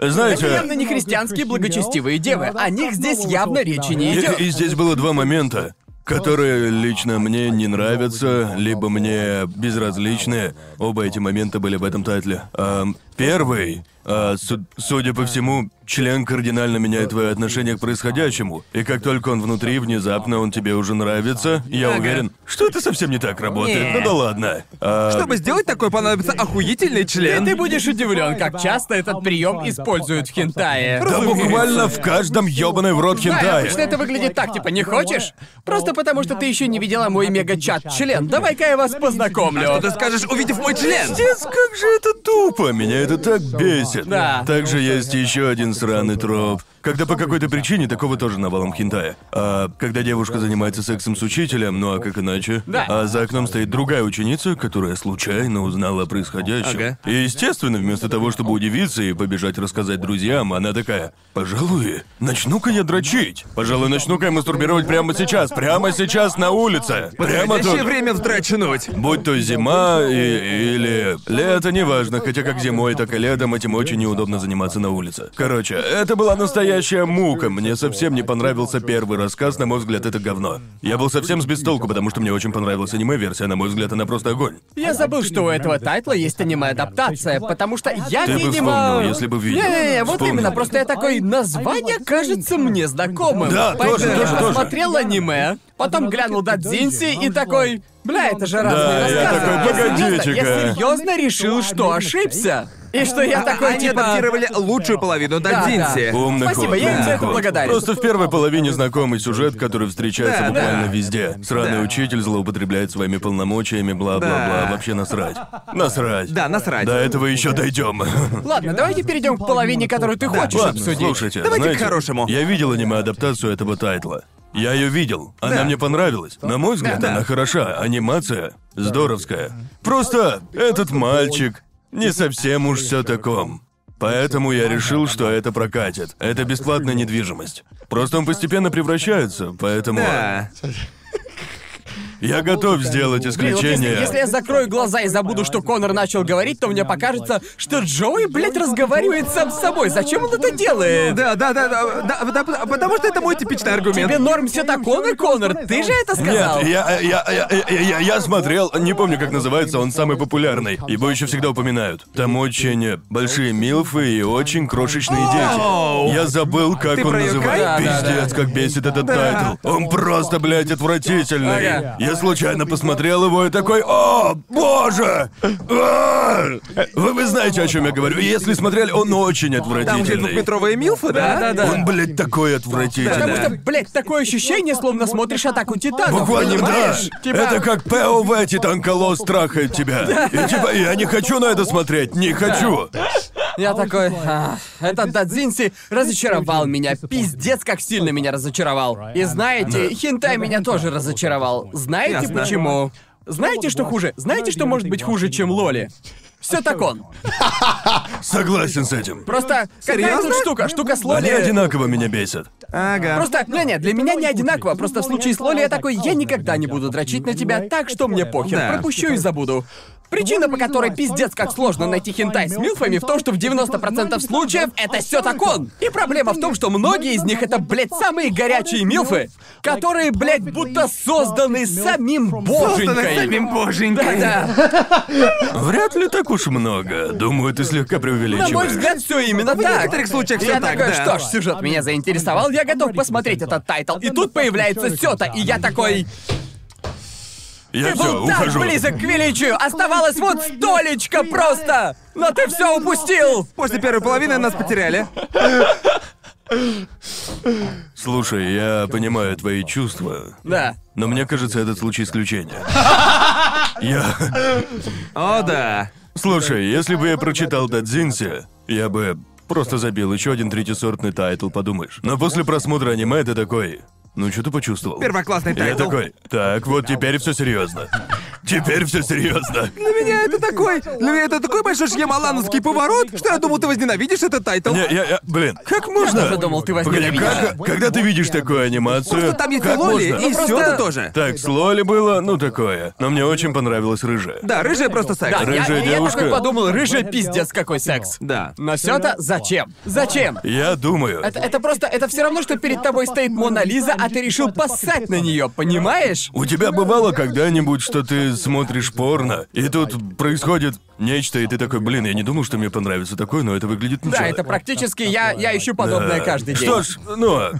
Знаете,
Явно не христианские благочестивые девы. О них здесь явно речи не
И,
идет.
и здесь было два момента, которые лично мне не нравятся, либо мне безразличны. Оба эти момента были в этом тайтле. Ам, первый, а, су- судя по всему, член кардинально меняет твое отношение к происходящему. И как только он внутри, внезапно он тебе уже нравится, я
Ага.
уверен, что это совсем не так работает.
Не.
Ну да ладно. А,
Чтобы сделать такое, понадобится охуительный
И
член.
ты будешь удивлен, как часто этот прием используют в хентае.
Да буквально в каждом ёбаной в рот
Да,
хентае.
обычно это выглядит так, типа, не хочешь? Просто потому, что ты еще не видела мой мега-чат-член. Давай-ка я вас познакомлю.
А
А
Что ты скажешь, увидев мой член?
Пиздец, как же это тупо! Меня это так бесит.
Да.
Также есть еще один сраный троп. Когда по какой-то причине, такого тоже навалом хентая. А, когда девушка занимается сексом с учителем, ну а как иначе?
Да.
А за окном стоит другая ученица, которая случайно узнала о происходящем.
Ага.
И, естественно, вместо того, чтобы удивиться и побежать рассказать друзьям, она такая, пожалуй, начну-ка я дрочить. Пожалуй, начну-ка я мастурбировать прямо сейчас, прямо сейчас на улице. Прямо тут.
Подходящее время вдрачнуть.
Будь то зима и- или лето, неважно, хотя как зимой, так и летом этим очень неудобно заниматься на улице. Короче, это была настоящая мука. Мне совсем не понравился первый рассказ, на мой взгляд, это говно. Я был совсем сбит с толку, потому что мне очень понравилась аниме-версия, на мой взгляд, она просто огонь.
Я забыл, что у этого тайтла есть аниме-адаптация, потому что я,
Ты бы
видимо...
вспомнил, если бы видел.
Не-не-не, вот
Вспомнил.
именно, просто я такой, название кажется мне знакомым.
Да,
Поэтому
тоже,
я
тоже, тоже.
посмотрел аниме, потом глянул Дадзинси и такой... Бля, это же разные
я
рассказы.
такой,
Я серьёзно-
«Погодите-ка».
Я серьезно решил, что ошибся. И что я такой,
А, Они
типа...
адаптировали лучшую половину
да.
Дадзинси.
Умный
Спасибо,
ход,
я им за
умный
это
ход.
благодарен.
Просто в первой половине знакомый сюжет, который встречается
Да,
буквально
да.
везде. Сраный
Да.
учитель злоупотребляет своими полномочиями, бла-бла-бла.
Да.
Вообще насрать. Насрать.
Да, насрать.
До этого еще дойдем.
Ладно, давайте перейдем к половине, которую ты хочешь
Ладно,
обсудить.
слушайте.
Давайте к
знаете,
хорошему.
Я видел аниме-адаптацию этого тайтла. Я ее видел. Она
Да.
мне понравилась. На мой взгляд,
Да.
она хороша. Анимация здоровская. Просто этот мальчик не совсем уж все таком. Поэтому я решил, что это прокатит. Это бесплатная недвижимость. Просто он постепенно превращается, поэтому
Да.
я готов сделать
Блин, вот если,
исключение.
если я закрою глаза и забуду, что Конор начал говорить, то мне покажется, что Джоуи, блядь, разговаривает сам с собой. Зачем он это делает?
Да, да, да, да, да, да, да, потому что это мой типичный аргумент.
Тебе норм все так, Конор, Конор? Ты же это сказал?
Нет, я, э, я, я, я, я- я смотрел, не помню, как называется, он самый популярный. Его еще всегда упоминают. Там очень э, большие милфы и очень крошечные дети. Я забыл, как
Ты
он
про Юкай?
называется.
Да, да,
Пиздец, как бесит этот тайтл. Он просто, блядь, отвратительный.
Ага.
Я случайно посмотрел его и такой, о, боже! А! Вы, вы знаете, о чем я говорю. Если смотрели, он очень
Там где
отвратительный.
двухметровые милфы, да?
Да, да, да.
Он, блядь, такой
Потому
отвратительный.
что, блядь, такое ощущение, словно смотришь атаку титанов.
Буквально да.
понимаешь? Типа-
Это как POV Титан Колосс трахает тебя. И типа, я не хочу на это смотреть, не хочу.
Я такой, «Ах, этот Дадзинси разочаровал меня. Пиздец, как сильно меня разочаровал. И знаете, Хинтай меня тоже разочаровал. Знаете
Ясно.
почему? Знаете, что хуже? Знаете, что может быть хуже, чем Лоли? Все так он.
Согласен с этим.
Просто какая тут
Серьёзно?
штука? Штука с
Они
Лоли.
одинаково меня бесят.
Ага.
Просто, не, не, для меня не одинаково. Просто в случае с Лоли я такой, я никогда не буду дрочить на тебя, так что мне похер.
Да.
Пропущу и забуду. Причина, по которой пиздец как сложно найти хентай с милфами, в том, что в 90% случаев это все так он. И проблема в том, что многие из них это, блядь, самые горячие милфы, которые, блядь, будто созданы самим
Созданы
боженькой.
самим боженькой.
Да,
Вряд ли так уж много. Думаю, ты слегка
на мой
преувеличиваешь.
взгляд, все именно
В
так.
некоторых случаях
Я
всё так,
такой,
да.
что ж, сюжет меня заинтересовал, я готов посмотреть этот тайтл. И тут появляется Сёта, и я такой,
Я
Ты
все,
был так
ухожу.
близок к величию! Оставалось вот столечко просто! Но ты все упустил!
После первой половины нас потеряли.
Слушай, я понимаю твои чувства.
Да.
Но мне кажется, этот случай исключение. Я...
О, да.
Слушай, если бы я прочитал Дадзинси, я бы просто забил еще один третьесортный тайтл, подумаешь. Но после просмотра аниме ты такой... Ну, что ты почувствовал?
Первоклассный
Я
тайтл.
такой, так, вот теперь все серьезно. Теперь все серьезно.
Для меня это такой... Для меня это такой большой шьямалановский поворот, что я думал, ты возненавидишь этот тайтл.
Не, я, я- блин, как можно?
Я тоже думал, ты
Погоди,
возненавидишь.
как- когда ты видишь такую анимацию,
Просто там есть и
как
Лоли,
можно?
и
Ну,
Сёта
просто-
тоже.
Так, с Лоли было, ну такое. Но мне очень понравилась рыжая.
Да, рыжая просто секс.
Да, я,
Рыжая
я
девушка.
такой подумал, рыжий пиздец, какой секс.
Да.
Но все то зачем? Зачем?
Я думаю.
Это, это просто, это все равно, что перед тобой стоит Мона Лиза, а ты решил поссать на нее, понимаешь?
У тебя бывало когда-нибудь, что ты смотришь порно, и тут происходит нечто, и ты такой, блин, я не думал, что мне понравится такое, но это выглядит ничего. Э,
Да, это практически я, я ищу подобное каждый день.
Что ж, ну,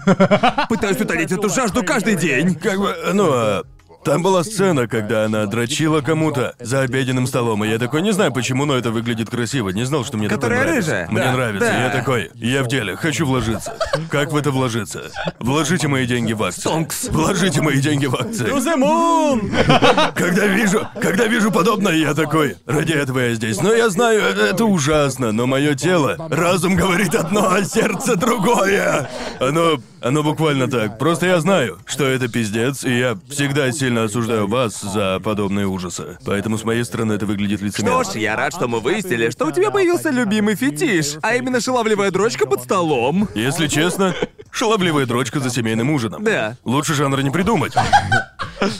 Пытаюсь утолить эту жажду каждый день.
Как бы, ну, а, там была сцена, когда она дрочила кому-то за обеденным столом, и я такой, не знаю почему, но это выглядит красиво, не знал, что мне
Которая
такое нравится.
рыжая.
Мне
Да,
нравится,
да.
я такой, я в деле, хочу вложиться. Как в это вложиться? Вложите мои деньги в акции. Вложите мои деньги в акции.
The moon!
Когда вижу, когда вижу подобное, я такой, ради этого я здесь. Но я знаю, э- это ужасно, но мое тело, разум говорит одно, а сердце другое. Оно, оно буквально так. Просто я знаю, что это пиздец, и я всегда сильно осуждаю вас за подобные ужасы. Поэтому с моей стороны это выглядит лицемерно.
Что ж, я рад, что мы выяснили, что у тебя появился любимый фетиш, а именно шаловливая дрочка под столом.
Если честно, шаловливая дрочка за семейным ужином.
Да.
Лучше жанра не придумать.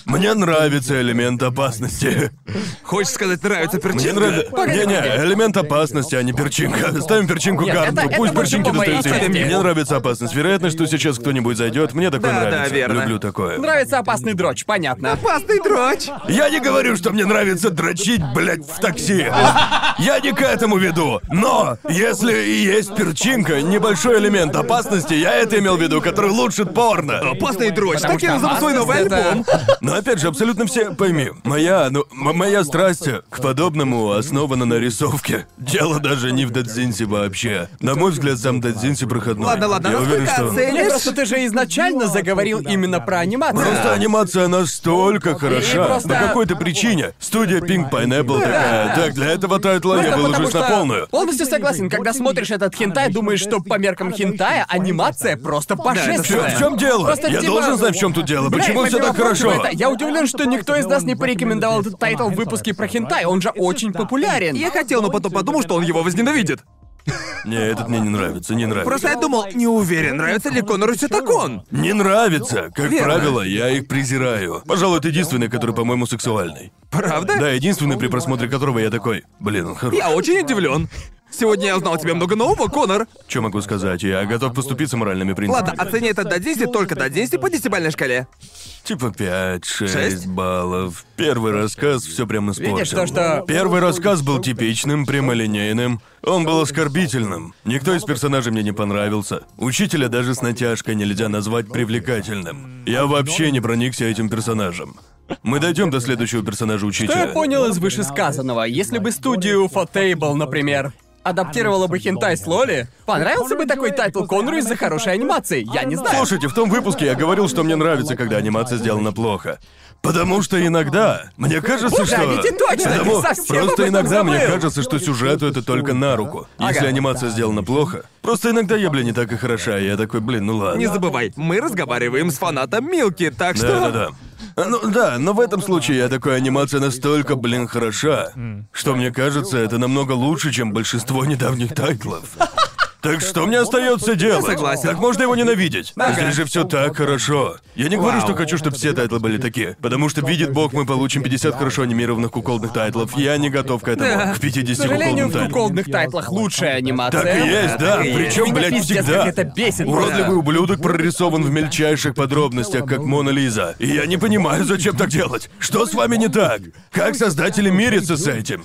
Мне нравится элемент опасности.
Хочешь сказать, нравится
Мне
перчинка?
нравится. Не-не, элемент опасности, а не перчинка. Ставим перчинку
Нет,
карту,
это- это
пусть
больше
перчинки
по моей
достаются. им.
части.
Мне нравится опасность. Вероятность, что сейчас кто-нибудь зайдет, мне такое
Да, да,
нравится.
верно.
Люблю такое.
Нравится опасный дрочь, понятно.
Опасный дрочь.
Я не говорю, что мне нравится дрочить, блядь, в такси. Я не к этому веду. Но, если и есть перчинка, небольшой элемент опасности, я это имел в виду, который лучше порно.
Опасный дрочь. Так я
что
назову свой новый
опасность
альбом.
Но опять же, абсолютно все, пойми, моя, ну, м- моя страсть к подобному основана на рисовке. Дело даже не в Дадзинсе вообще. На мой взгляд, сам Дадзинси проходной.
Ладно, ладно,
а
Я уверен,
насколько
что...
оцениваешь?
Нет, просто ты же изначально заговорил именно про анимацию.
Просто анимация настолько хороша.
И просто-
По какой-то причине. Студия Pink Pineapple такая. Так, для этого тайтла я
Просто потому
выложусь на
что
полную.
Полностью согласен, когда смотришь этот хентай, думаешь, что по меркам хентая анимация просто
Да, это
Чё-
божественная.
в чем дело?
Просто
я
типа-
должен знать, в чем тут дело.
Блядь,
Почему все
помимо
так
прочего,
хорошо?
это- я удивлен, что никто из нас не порекомендовал этот тайтл в выпуске про хентай, он же очень популярен.
Я хотел, но потом подумал, что он его возненавидит.
Не, этот мне не нравится, не нравится.
Просто я думал, не уверен, нравится ли Конору Сетакон.
Не нравится.
Ну,
Как
Верно.
правило, я их презираю. Пожалуй, это единственный, который, по-моему, сексуальный.
Правда?
Да, единственный, при просмотре которого я такой. Блин, он хорош.
Я очень удивлен. Сегодня я узнал о тебе много нового, Конор.
Что могу сказать? Я готов поступиться моральными принципами.
Ладно, оцени это до 10 только до 10 по десятибальной шкале.
Типа 5-6
Шесть?
баллов. Первый рассказ все прям испортил.
Видишь, то, что-
Первый рассказ был типичным, прямолинейным. Он был оскорбительным. Никто из персонажей мне не понравился. Учителя даже с натяжкой нельзя назвать привлекательным. Я вообще не проникся этим персонажем. Мы дойдем до следующего персонажа
Что
учителя.
я понял из вышесказанного? Если бы студию Фотейбл, например, адаптировала бы хентай с Лоли, понравился бы такой тайтл Конору из-за хорошей анимации? Я не знаю.
Слушайте, в том выпуске я говорил, что мне нравится, когда анимация сделана плохо. Потому что иногда мне кажется,
Боже, а
что...
ведь и точно,
Потому-
я совсем об
Просто
этом
иногда мне
забыл.
кажется, что сюжету это только на руку. Если
Ага.
анимация сделана плохо. Просто иногда я, блин, не так и хороша, и я такой, блин, ну ладно.
Не забывай, мы разговариваем с фанатом Милки, так что...
Да, да, да. А, Ну да, но в этом случае я такой анимация настолько, блин, хороша, что мне кажется, это намного лучше, чем большинство недавних тайтлов. Так что мне остается делать?
согласен.
Как можно его ненавидеть? Здесь же все так хорошо. Я не говорю,
Вау.
что хочу, чтобы все тайтлы были такие. Потому что, видит бог, мы получим 50 хорошо анимированных куколдных тайтлов. Я не готов к этому. К
К
50
сожалению,
куколдным
в
тайтлам.
куколдных тайтлах лучшая анимация.
Так и есть, да.
так и
Причем,
Меня
блядь,
пиздец,
всегда.
как это бесит.
Уродливый ублюдок прорисован в мельчайших подробностях, как Мона Лиза. И я не понимаю, зачем так делать. Что с вами не так? Как создатели мирятся с этим?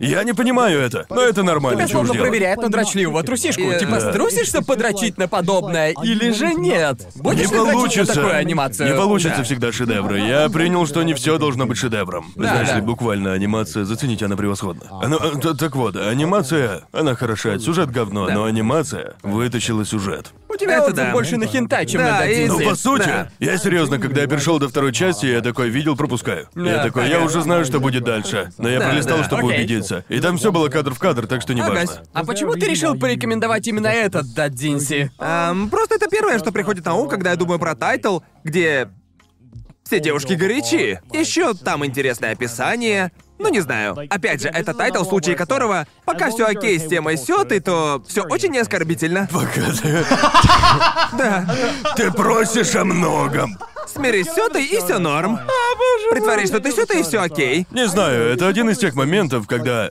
Я не понимаю это, но это нормально,
Тебя
чего
словно
уж делать.
проверяют на дрочливого трусишку.
И-
Типа,
Да.
струсишься подрочить на подобное или же нет?
Не
Будешь ли дрочить на
получится.
такую анимацию?
Не получится
Да.
всегда шедевры. Я принял, что не все должно быть шедевром. Знаешь
да.
ли, буквально анимация, зацените, она превосходна. Она, э, т- так вот, анимация, она хороша, сюжет говно, но анимация вытащила сюжет.
У тебя
Это
отзыв
да.
больше на хентай, чем
Да,
на дадзинси.
и-
Ну, по
Пиздец,
сути,
да.
я серьезно, когда я перешел до второй части, я такой видел, пропускаю. я
Да,
такой, я
понятно.
уже знаю, что будет дальше. Но я
Да,
пролистал,
да.
чтобы
Окей.
убедиться. И там все было кадр в кадр, так что не
Ага.
важно.
А почему ты решил порекомендовать именно этот Дадзинси?
Эм, просто это первое, что приходит на ум, когда я думаю про тайтл, где все девушки горячи. Еще там интересное описание. Ну не знаю. Опять же, это тайтл, в случае которого, пока все окей с темой сёты, то все очень неоскорбительно.
Пока ты... Ты просишь о многом.
Смирись с сётой и все норм. Притворись, что ты сёта и все окей.
Не знаю, это один из тех моментов, когда...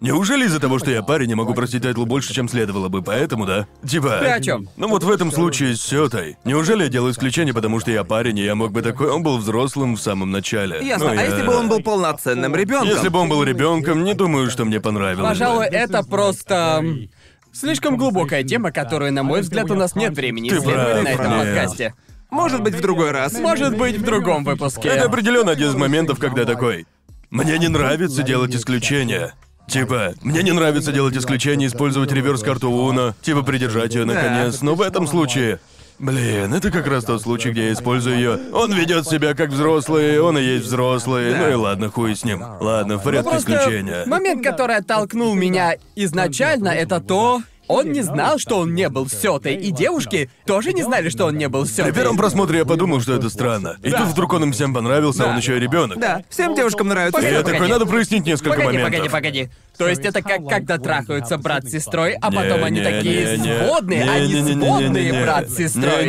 Неужели из-за того, что я парень, не могу простить тайтл больше, чем следовало бы, поэтому, да? Типа...
Ты о чём?
Ну вот в этом случае с Сётой. Неужели я делаю исключение, потому что я парень, и я мог бы такой... Он был взрослым в самом начале.
Ясно.
Ну,
а
я-
если бы он был полноценным ребенком?
Если бы он был ребенком, не думаю, что мне понравилось. бы.
Пожалуй, это просто... м, Слишком глубокая тема, которую, на мой взгляд, у нас нет времени
Ты
исследовать
прав,
на этом
нет.
подкасте.
Может быть, в другой раз.
Может быть, в другом выпуске.
Это определенно один из моментов, когда я такой. Мне не нравится делать исключения. Типа, мне не нравится делать исключения, использовать реверс-карту Уна, типа придержать ее наконец, но в этом случае. Блин, это как раз тот случай, где я использую ее. Он ведет себя как взрослый, он и есть взрослый. Ну и ладно, хуй с ним. Ладно, в порядке
Просто
исключения.
Момент, который оттолкнул меня изначально, это то, он не знал, что он не был сётой, и девушки тоже не знали, что он не был
При
сётой.
первом просмотре я подумал, что это странно. И тут вдруг он им всем понравился, а он еще и ребенок.
Да, всем девушкам нравится.
И я
Погоди,
такой,
погоди.
надо прояснить несколько
Погоди,
моментов.
погоди, погоди. То есть это как когда трахаются брат с сестрой, а потом
Не,
они
не,
такие
не, не.
сводные, они
Не-не-не-не-не-не-не.
сводные брат с сестрой.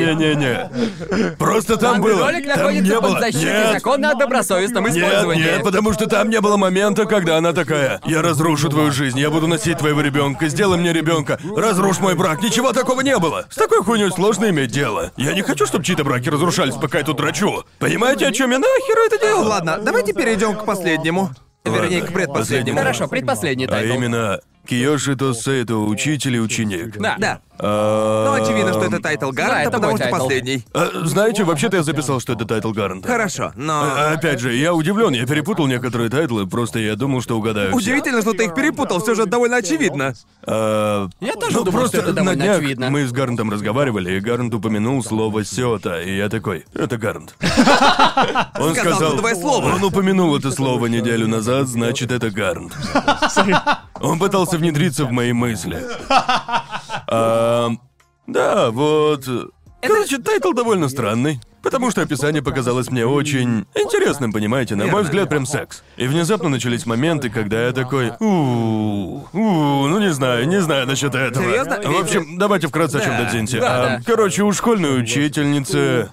Не-не-не-не. Просто там
Данный
было.
ролик
Там не
находится под
было.
защитой
Нет.
закона о добросовестном
Нет,
использовании.
нет, потому что там не было момента, когда она такая. Я разрушу твою жизнь, я буду носить твоего ребенка, сделай мне ребенка, разрушь мой брак. Ничего такого не было. С такой хуйней сложно иметь дело. Я не хочу, чтобы чьи-то браки разрушались, пока я тут драчу. Понимаете, о чем я нахер это
Ну
делал?
Ладно, давайте перейдем к последнему. Вернее, к предпоследнему.
последнему.
Хорошо, предпоследний
А
тайтл.
именно, Киоши Тосе — это учитель и ученик.
Да.
Да.
А,
Ну, очевидно, что
Эм,
это тайтл
Да,
Гаррета,
это мой
потому что
тайтл.
последний.
а, знаете, вообще-то я записал, что это тайтл Гарнта.
Хорошо, но...
А, Опять же, я удивлен, я перепутал некоторые тайтлы, просто я думал, что угадаю. все.
Удивительно, что ты их перепутал, все же довольно очевидно.
А,
Я тоже
ну,
думал,
просто
что это довольно
на днях
очевидно.
Мы с Гарнтом разговаривали, и Гарнт упомянул слово сёта, и я такой, это Гарнт. Он
Сказал
сказал,
кодовое слово.
он упомянул это слово неделю назад, значит, это Гарнт. Он пытался внедриться в мои мысли. А, Да, вот... Короче, тайтл довольно странный. Потому что описание показалось мне очень интересным, понимаете, на мой взгляд, прям секс. И внезапно начались моменты, когда я такой, у ну не знаю, не знаю насчет этого.
Серьезно?
В общем, давайте вкратце о чем
Да,
дадзинте.
да,
А,
да.
Короче, у школьной учительницы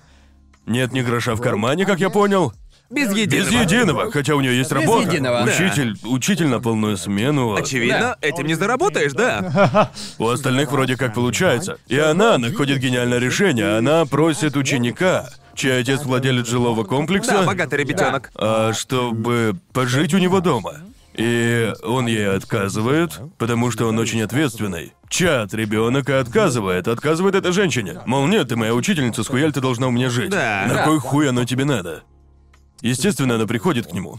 нет ни гроша в кармане, как я понял.
Без единого.
Без единого, хотя у нее есть работа.
единого, да.
Учитель, учитель на полную смену.
Очевидно, этим не заработаешь, да?
У остальных вроде как получается. И она находит гениальное решение. Она просит ученика, чей отец владелец жилого комплекса,
Да, богатый ребятенок.
а, чтобы пожить у него дома. И он ей отказывает, потому что он очень ответственный. Чат ребенок и отказывает, отказывает этой женщине. Мол, нет, ты моя учительница, с хуяль ты должна у меня жить.
Да.
На кой хуй оно тебе надо? Естественно, она приходит к нему.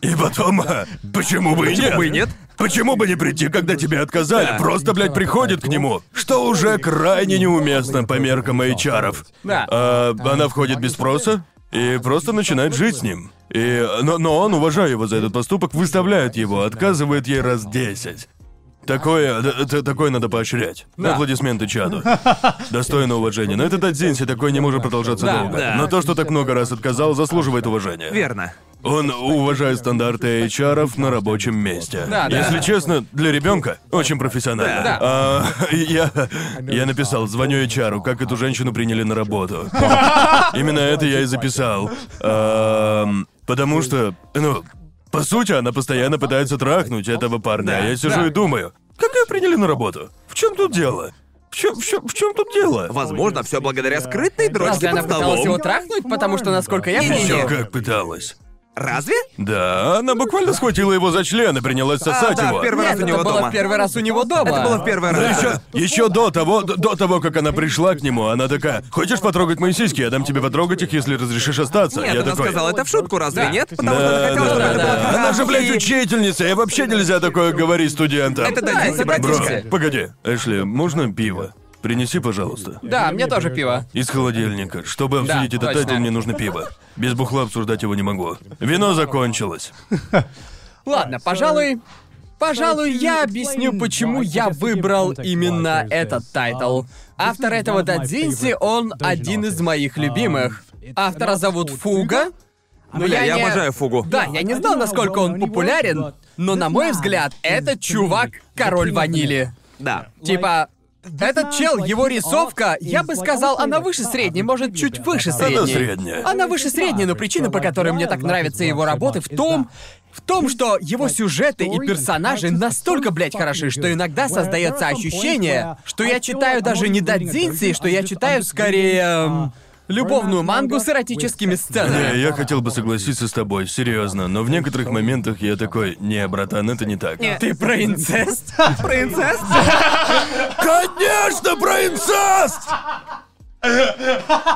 И потом, а, почему бы и нет?
Почему бы и нет?
Почему бы не прийти, когда тебе отказали?
Да.
Просто, блядь, приходит к нему, что уже крайне неуместно по меркам HR-ов.
Да.
А, она входит без спроса и просто начинает жить с ним. И, но, но он, уважая его за этот поступок, выставляет его, отказывает ей раз 10. Такое, т- т- такое надо поощрять.
Да.
Аплодисменты чаду. Достойно уважения. Но этот Дзинси такой не может продолжаться
Да,
долго.
да.
Но то, что так много раз отказал, заслуживает уважения.
Верно.
Он уважает стандарты HR на рабочем месте.
Да, да.
Если честно, для ребенка очень профессионально.
Да.
А, я, я написал, звоню HR, как эту женщину приняли на работу. Именно это я и записал. Ам, потому что, ну, по сути, она постоянно пытается трахнуть этого парня. Я сижу
да.
и думаю, как ее приняли на работу? В чем тут дело? В чем, в чем, в чем тут дело?
Возможно, все благодаря скрытной дрочке
Разве она
под
пыталась его
столом.
трахнуть, потому что, насколько я
Еще
помню...
как пыталась.
Разве?
Да, она буквально схватила его за член и принялась сосать
А,
да,
его.
в первый раз
Нет, ну,
у него
это было
дома.
в первый раз у него дома.
Это было в первый раз.
еще, до того, до, до того, как она пришла к нему, она такая: "Хочешь потрогать мои сиськи? Я дам тебе потрогать их, если разрешишь остаться".
Нет,
я
она
такой.
сказала это в шутку, разве
Да.
нет? Потому что она
Да, да,
хотела, чтобы
да,
это было
да.
как
Она
раз
же, блядь,
и-
учительница, и вообще нельзя такое говорить студентам.
Это
Да,
Дадзинси,
это
Бро,
братишка.
погоди, Эшли, можно пиво? Принеси, пожалуйста.
Да, мне тоже пиво.
Из холодильника. Чтобы
Да,
обсудить этот
точно.
тайтл, мне нужно пиво. Без бухла обсуждать его не могу. Вино закончилось.
Ладно, пожалуй... Пожалуй, я объясню, почему я выбрал именно этот тайтл. Автор этого Дадзинси, он один из моих любимых. Автора зовут А, Фуга, но
Бля,
я,
я
не-
обожаю фугу.
Да, я не знал, насколько он популярен, но на мой взгляд, этот чувак — король ванили.
Да.
Типа, этот чел, его рисовка, я бы сказал, она выше средней, может, чуть выше
Она
средней.
средняя.
Она выше средней, но причина, по которой мне так нравятся его работы, в том, в том, что его сюжеты и персонажи настолько, блядь, хороши, что иногда создается ощущение, что я читаю даже не Дадзинси, что я читаю скорее... эм, любовную мангу с эротическими
Не,
сценами.
я хотел бы согласиться с тобой, серьезно, но в некоторых моментах я такой, не, братан, это не так.
Ты про инцест?
Про инцест?
Конечно, про инцест!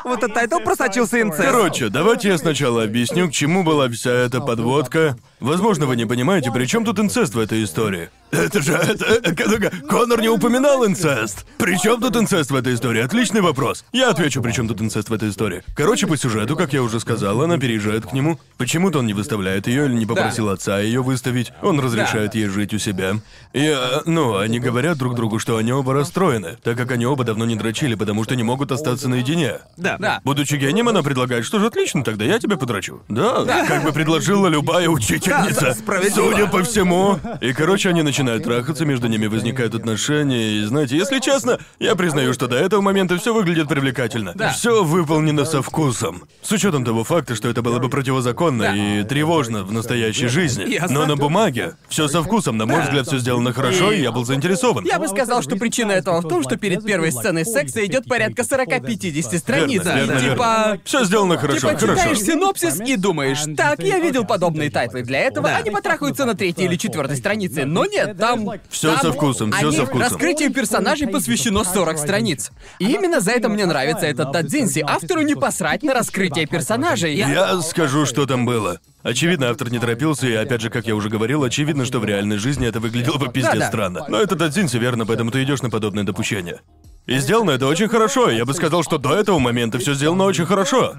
Вот этот тайтл просочился инцест.
Короче, давайте я сначала объясню, к чему была вся эта подводка. Возможно, вы не понимаете, при чем тут инцест в этой истории. Это же, это, э, ну-ка, Конор не упоминал инцест. При чем тут инцест в этой истории? Отличный вопрос. Я отвечу, при чем тут инцест в этой истории. Короче, по сюжету, как я уже сказал, она переезжает к нему. Почему-то он не выставляет ее или не попросил отца ее выставить. Он разрешает ей жить у себя. И, э, ну, они говорят друг другу, что они оба расстроены, так как они оба давно не дрочили, потому что не могут остаться наедине.
Да.
Да.
Будучи гением, она предлагает, что же отлично, тогда я тебя подрачу. Да, как бы предложила любая
Да,
учительница.
да, справедливо.
Судя по всему. И, короче, они начинают трахаться, между ними возникают отношения, и, знаете, если честно, я признаю, что до этого момента все выглядит привлекательно.
Да.
Все выполнено со вкусом. С учетом того факта, что это было бы противозаконно
Да.
и тревожно в настоящей жизни.
Ясно.
Но на бумаге все со вкусом, на мой взгляд, все сделано хорошо, и я был заинтересован.
Я бы сказал, что причина этого в том, что перед первой сценой секса идет порядка 40-50 страниц.
Верно, верно,
типа.
Все сделано хорошо,
Типа
хорошо.
читаешь синопсис и думаешь, так, я видел подобные тайтлы для для этого
Да.
они потрахаются на третьей или четвертой странице. Но нет, там...
Всё
там
со вкусом, всё
они-
со вкусом.
Раскрытию персонажей посвящено 40 страниц. И именно за это мне нравится этот Дадзинси. Автору не посрать на раскрытие персонажей.
Я скажу, что там было. Очевидно, автор не торопился, и опять же, как я уже говорил, очевидно, что в реальной жизни это выглядело бы пиздец
Да-да.
странно. Но это Дадзинси, верно, поэтому ты идешь на подобное допущение. И сделано это очень хорошо. Я бы сказал, что до этого момента все сделано очень хорошо.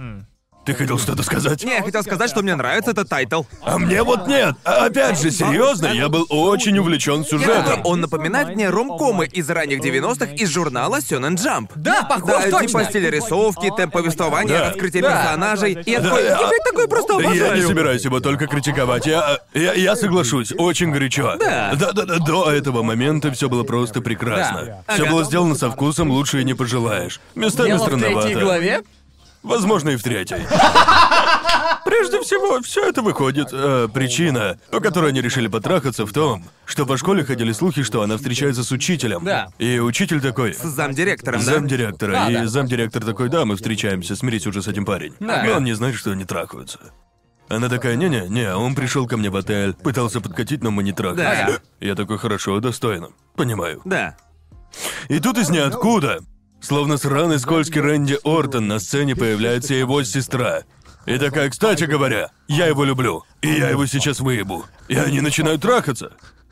Ты хотел что-то сказать?
Не, я хотел сказать, что мне нравится этот тайтл.
А мне вот нет. А Опять же, серьезно, я был очень увлечен сюжетом.
Он напоминает мне ромкомы из ранних 90-х из журнала Сёнэн Джамп.
Да, похож,
Да,
точно.
типа стиль рисовки, темп повествования,
Да.
раскрытие
Да.
персонажей. И я
Да.
такой, теперь такой просто
Я не
обожаю.
собираюсь его только критиковать. Я, я, я соглашусь, очень горячо.
Да.
да, да, До этого момента все было просто прекрасно. Все было сделано со вкусом, лучше и не пожелаешь. Местами
Дело в
странновато.
третьей главе.
Возможно, и в третьей. Прежде всего, все это выходит. э, причина, по которой они решили потрахаться, в том, что по школе ходили слухи, что она встречается с учителем.
Да.
И учитель такой.
С замдиректором, да?
Замдиректора.
Да,
и
да.
замдиректор такой, да, мы встречаемся, смирись уже с этим парень.
Да.
Но он не знает, что они трахаются. Она такая, не-не, не, он пришел ко мне в отель, пытался подкатить, но мы не трахались.
Да.
Я такой, хорошо, достойно. Понимаю.
Да.
И тут из ниоткуда, словно сраный скользкий Рэнди Ортон, на сцене появляется его сестра. И такая, кстати говоря, я его люблю, и я его сейчас выебу. И они начинают трахаться.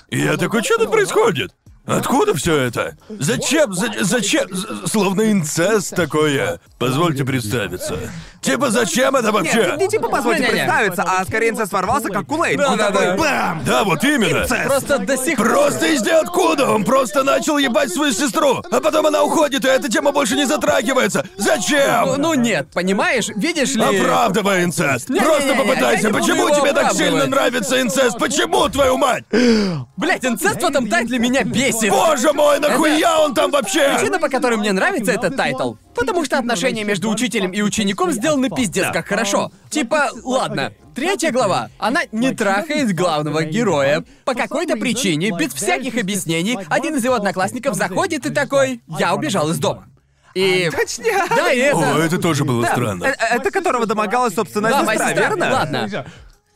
И я такой, что тут происходит? Откуда все это? Зачем? За- зачем? З- Словно инцест такое. Позвольте представиться. Типа зачем это вообще?
Не типа позвольте
Не-не-не.
представиться, а скорее инцест ворвался, как кулейн.
Да,
Он
да,
такой,
да.
бэм!
Да, вот именно.
Просто до сих пор...
Просто из ниоткуда! Он просто начал ебать свою сестру, а потом она уходит, и эта тема больше не затрагивается. Зачем?
Ну, ну нет, понимаешь, видишь ли...
Оправдывай инцест!
Не-не-не,
Просто
я
попытайся!
не буду
Почему
его
тебе так сильно
оправдывать.
нравится инцест? Почему, твою мать?
Блять, инцест в этом тайтле меня бесит.
Боже мой, нахуя он там вообще?
Причина, по которой мне нравится этот тайтл, потому что отношения между учителем и учеником сделаны пиздец как хорошо. Типа, ладно, третья глава, она не трахает главного героя. По какой-то причине, без всяких объяснений, один из его одноклассников заходит и такой «Я убежал из дома». И...
Точняк.
Да, и это...
О, это тоже было странно.
Э, э, Это которого домогалась, собственно,
Да, моя
сестра,
сестра,
верно?
Ладно.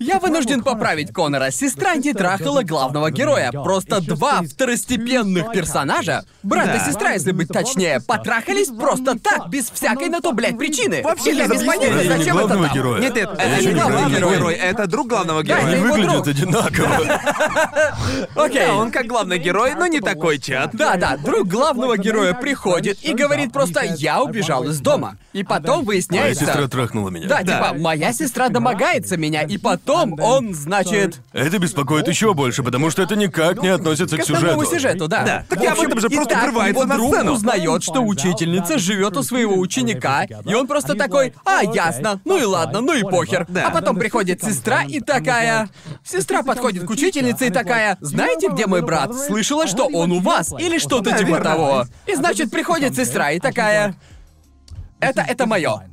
Я вынужден поправить Конора. Сестра не трахала главного героя. Просто два второстепенных персонажа, брат
Да.
и сестра, если быть точнее, потрахались просто так, без всякой на то, блядь, причины.
Вообще
Я
без
без
объяснений.
понятия,
Это не
э, зачем это
главного
там.
героя.
Нет, нет,
Э, Я
это
еще
не
не
главный
героя.
герой, это друг главного
это
Они
героя.
его
выглядят
друг.
одинаково.
Окей.
Да, он как главный герой, но не такой чат.
Да, да, друг главного героя приходит и говорит просто «я убежал из дома». И потом
Моя
выясняется...
сестра трахнула меня.
Да, типа, моя сестра домогается меня, и потом он, значит,
Это беспокоит еще больше, потому что это никак не относится к
Ну. К основному
сюжету.
сюжету, да.
Да. Так
В
я об этом же
общем,
просто
итак,
врывается
его
на
друг
сцену.
узнает, что учительница живет у своего ученика, и он просто такой, а, ясно, ну и ладно, ну и похер.
Да.
А потом приходит сестра и такая... Сестра подходит к учительнице и такая, знаете, где мой брат? Слышала, что он у вас, или что-то
Да,
типа
верно.
того. И значит, приходит сестра и такая, это, это мое.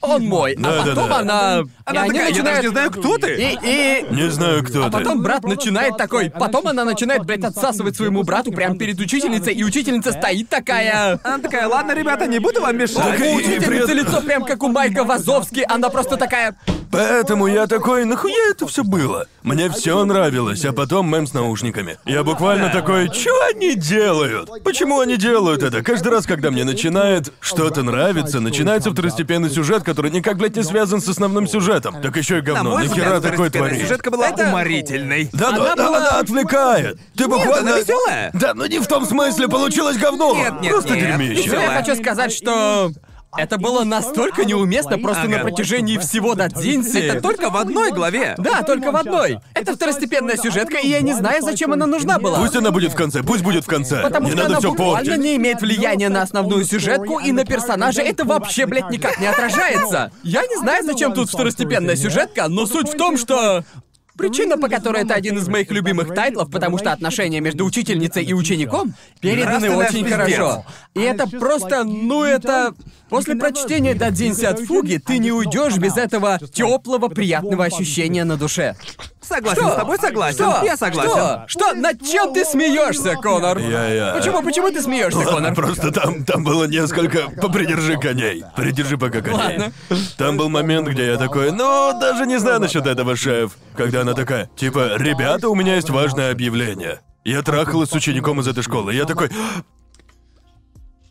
Он мой. А
Да-да-да.
потом она...
Она
и они
такая, я даже
начинают-
не знаю, кто ты.
И, и...
Не знаю, кто
А
ты.
потом брат начинает такой, потом она начинает, блядь, отсасывать своему брату прямо перед учительницей, и учительница стоит такая...
Она такая, ладно, ребята, не буду вам мешать.
Так
У
и-
учительницы лицо прям как у Майка Вазовски, она просто такая...
Поэтому я такой, нахуя это все было? Мне все нравилось, а потом мэм с наушниками. Я буквально такой, чего они делают? Почему они делают это? Каждый раз, когда мне начинает что-то нравиться, начинается второстепенный сюжет, который никак, блядь, не связан с основным сюжетом. Так еще и
На
говно,
мой
нихера
взгляд,
такое
второстепенная
творит.
сюжетка была уморительной.
Да,
Она
да, да,
была-
она отвлекает. Ты буквально.
она весёлая.
Да, но не в том смысле, получилось говно.
Нет, нет,
Просто
нет.
дерьмище.
Всё, я
Весёлая.
хочу сказать, что... Это было настолько неуместно просто на
Ага.
протяжении всего Дадзинси.
Это только в одной главе.
Да, только в одной. Это второстепенная сюжетка, и я не знаю, зачем она нужна была.
Пусть она будет в конце, пусть будет в конце.
Потому
не
что
надо
она
все
буквально
портить.
не имеет влияния на основную сюжетку, и на персонажа это вообще, блядь, никак не отражается. Я не знаю, зачем тут второстепенная сюжетка, но суть в том, что... Причина, по которой это один из моих любимых тайтлов, потому что отношения между учительницей и учеником переданы
Нравственная
очень
пиздец.
хорошо. И это просто, ну это... После прочтения «Дадзинси от Фуги» ты не уйдешь без этого теплого, приятного ощущения на душе.
Согласен
Что?
с тобой, согласен.
Что?
Я согласен.
Что? Что? Над чем ты смеешься, Конор?
Я, я.
Почему, почему ты смеешься,
Ладно,
Конор?
просто там, там было несколько... Попридержи коней. Придержи пока коней. Там был момент, где я такой, ну, даже не знаю насчет этого, шеф. Когда она такая, типа, ребята, у меня есть важное объявление. Я трахалась с учеником из этой школы. Я такой...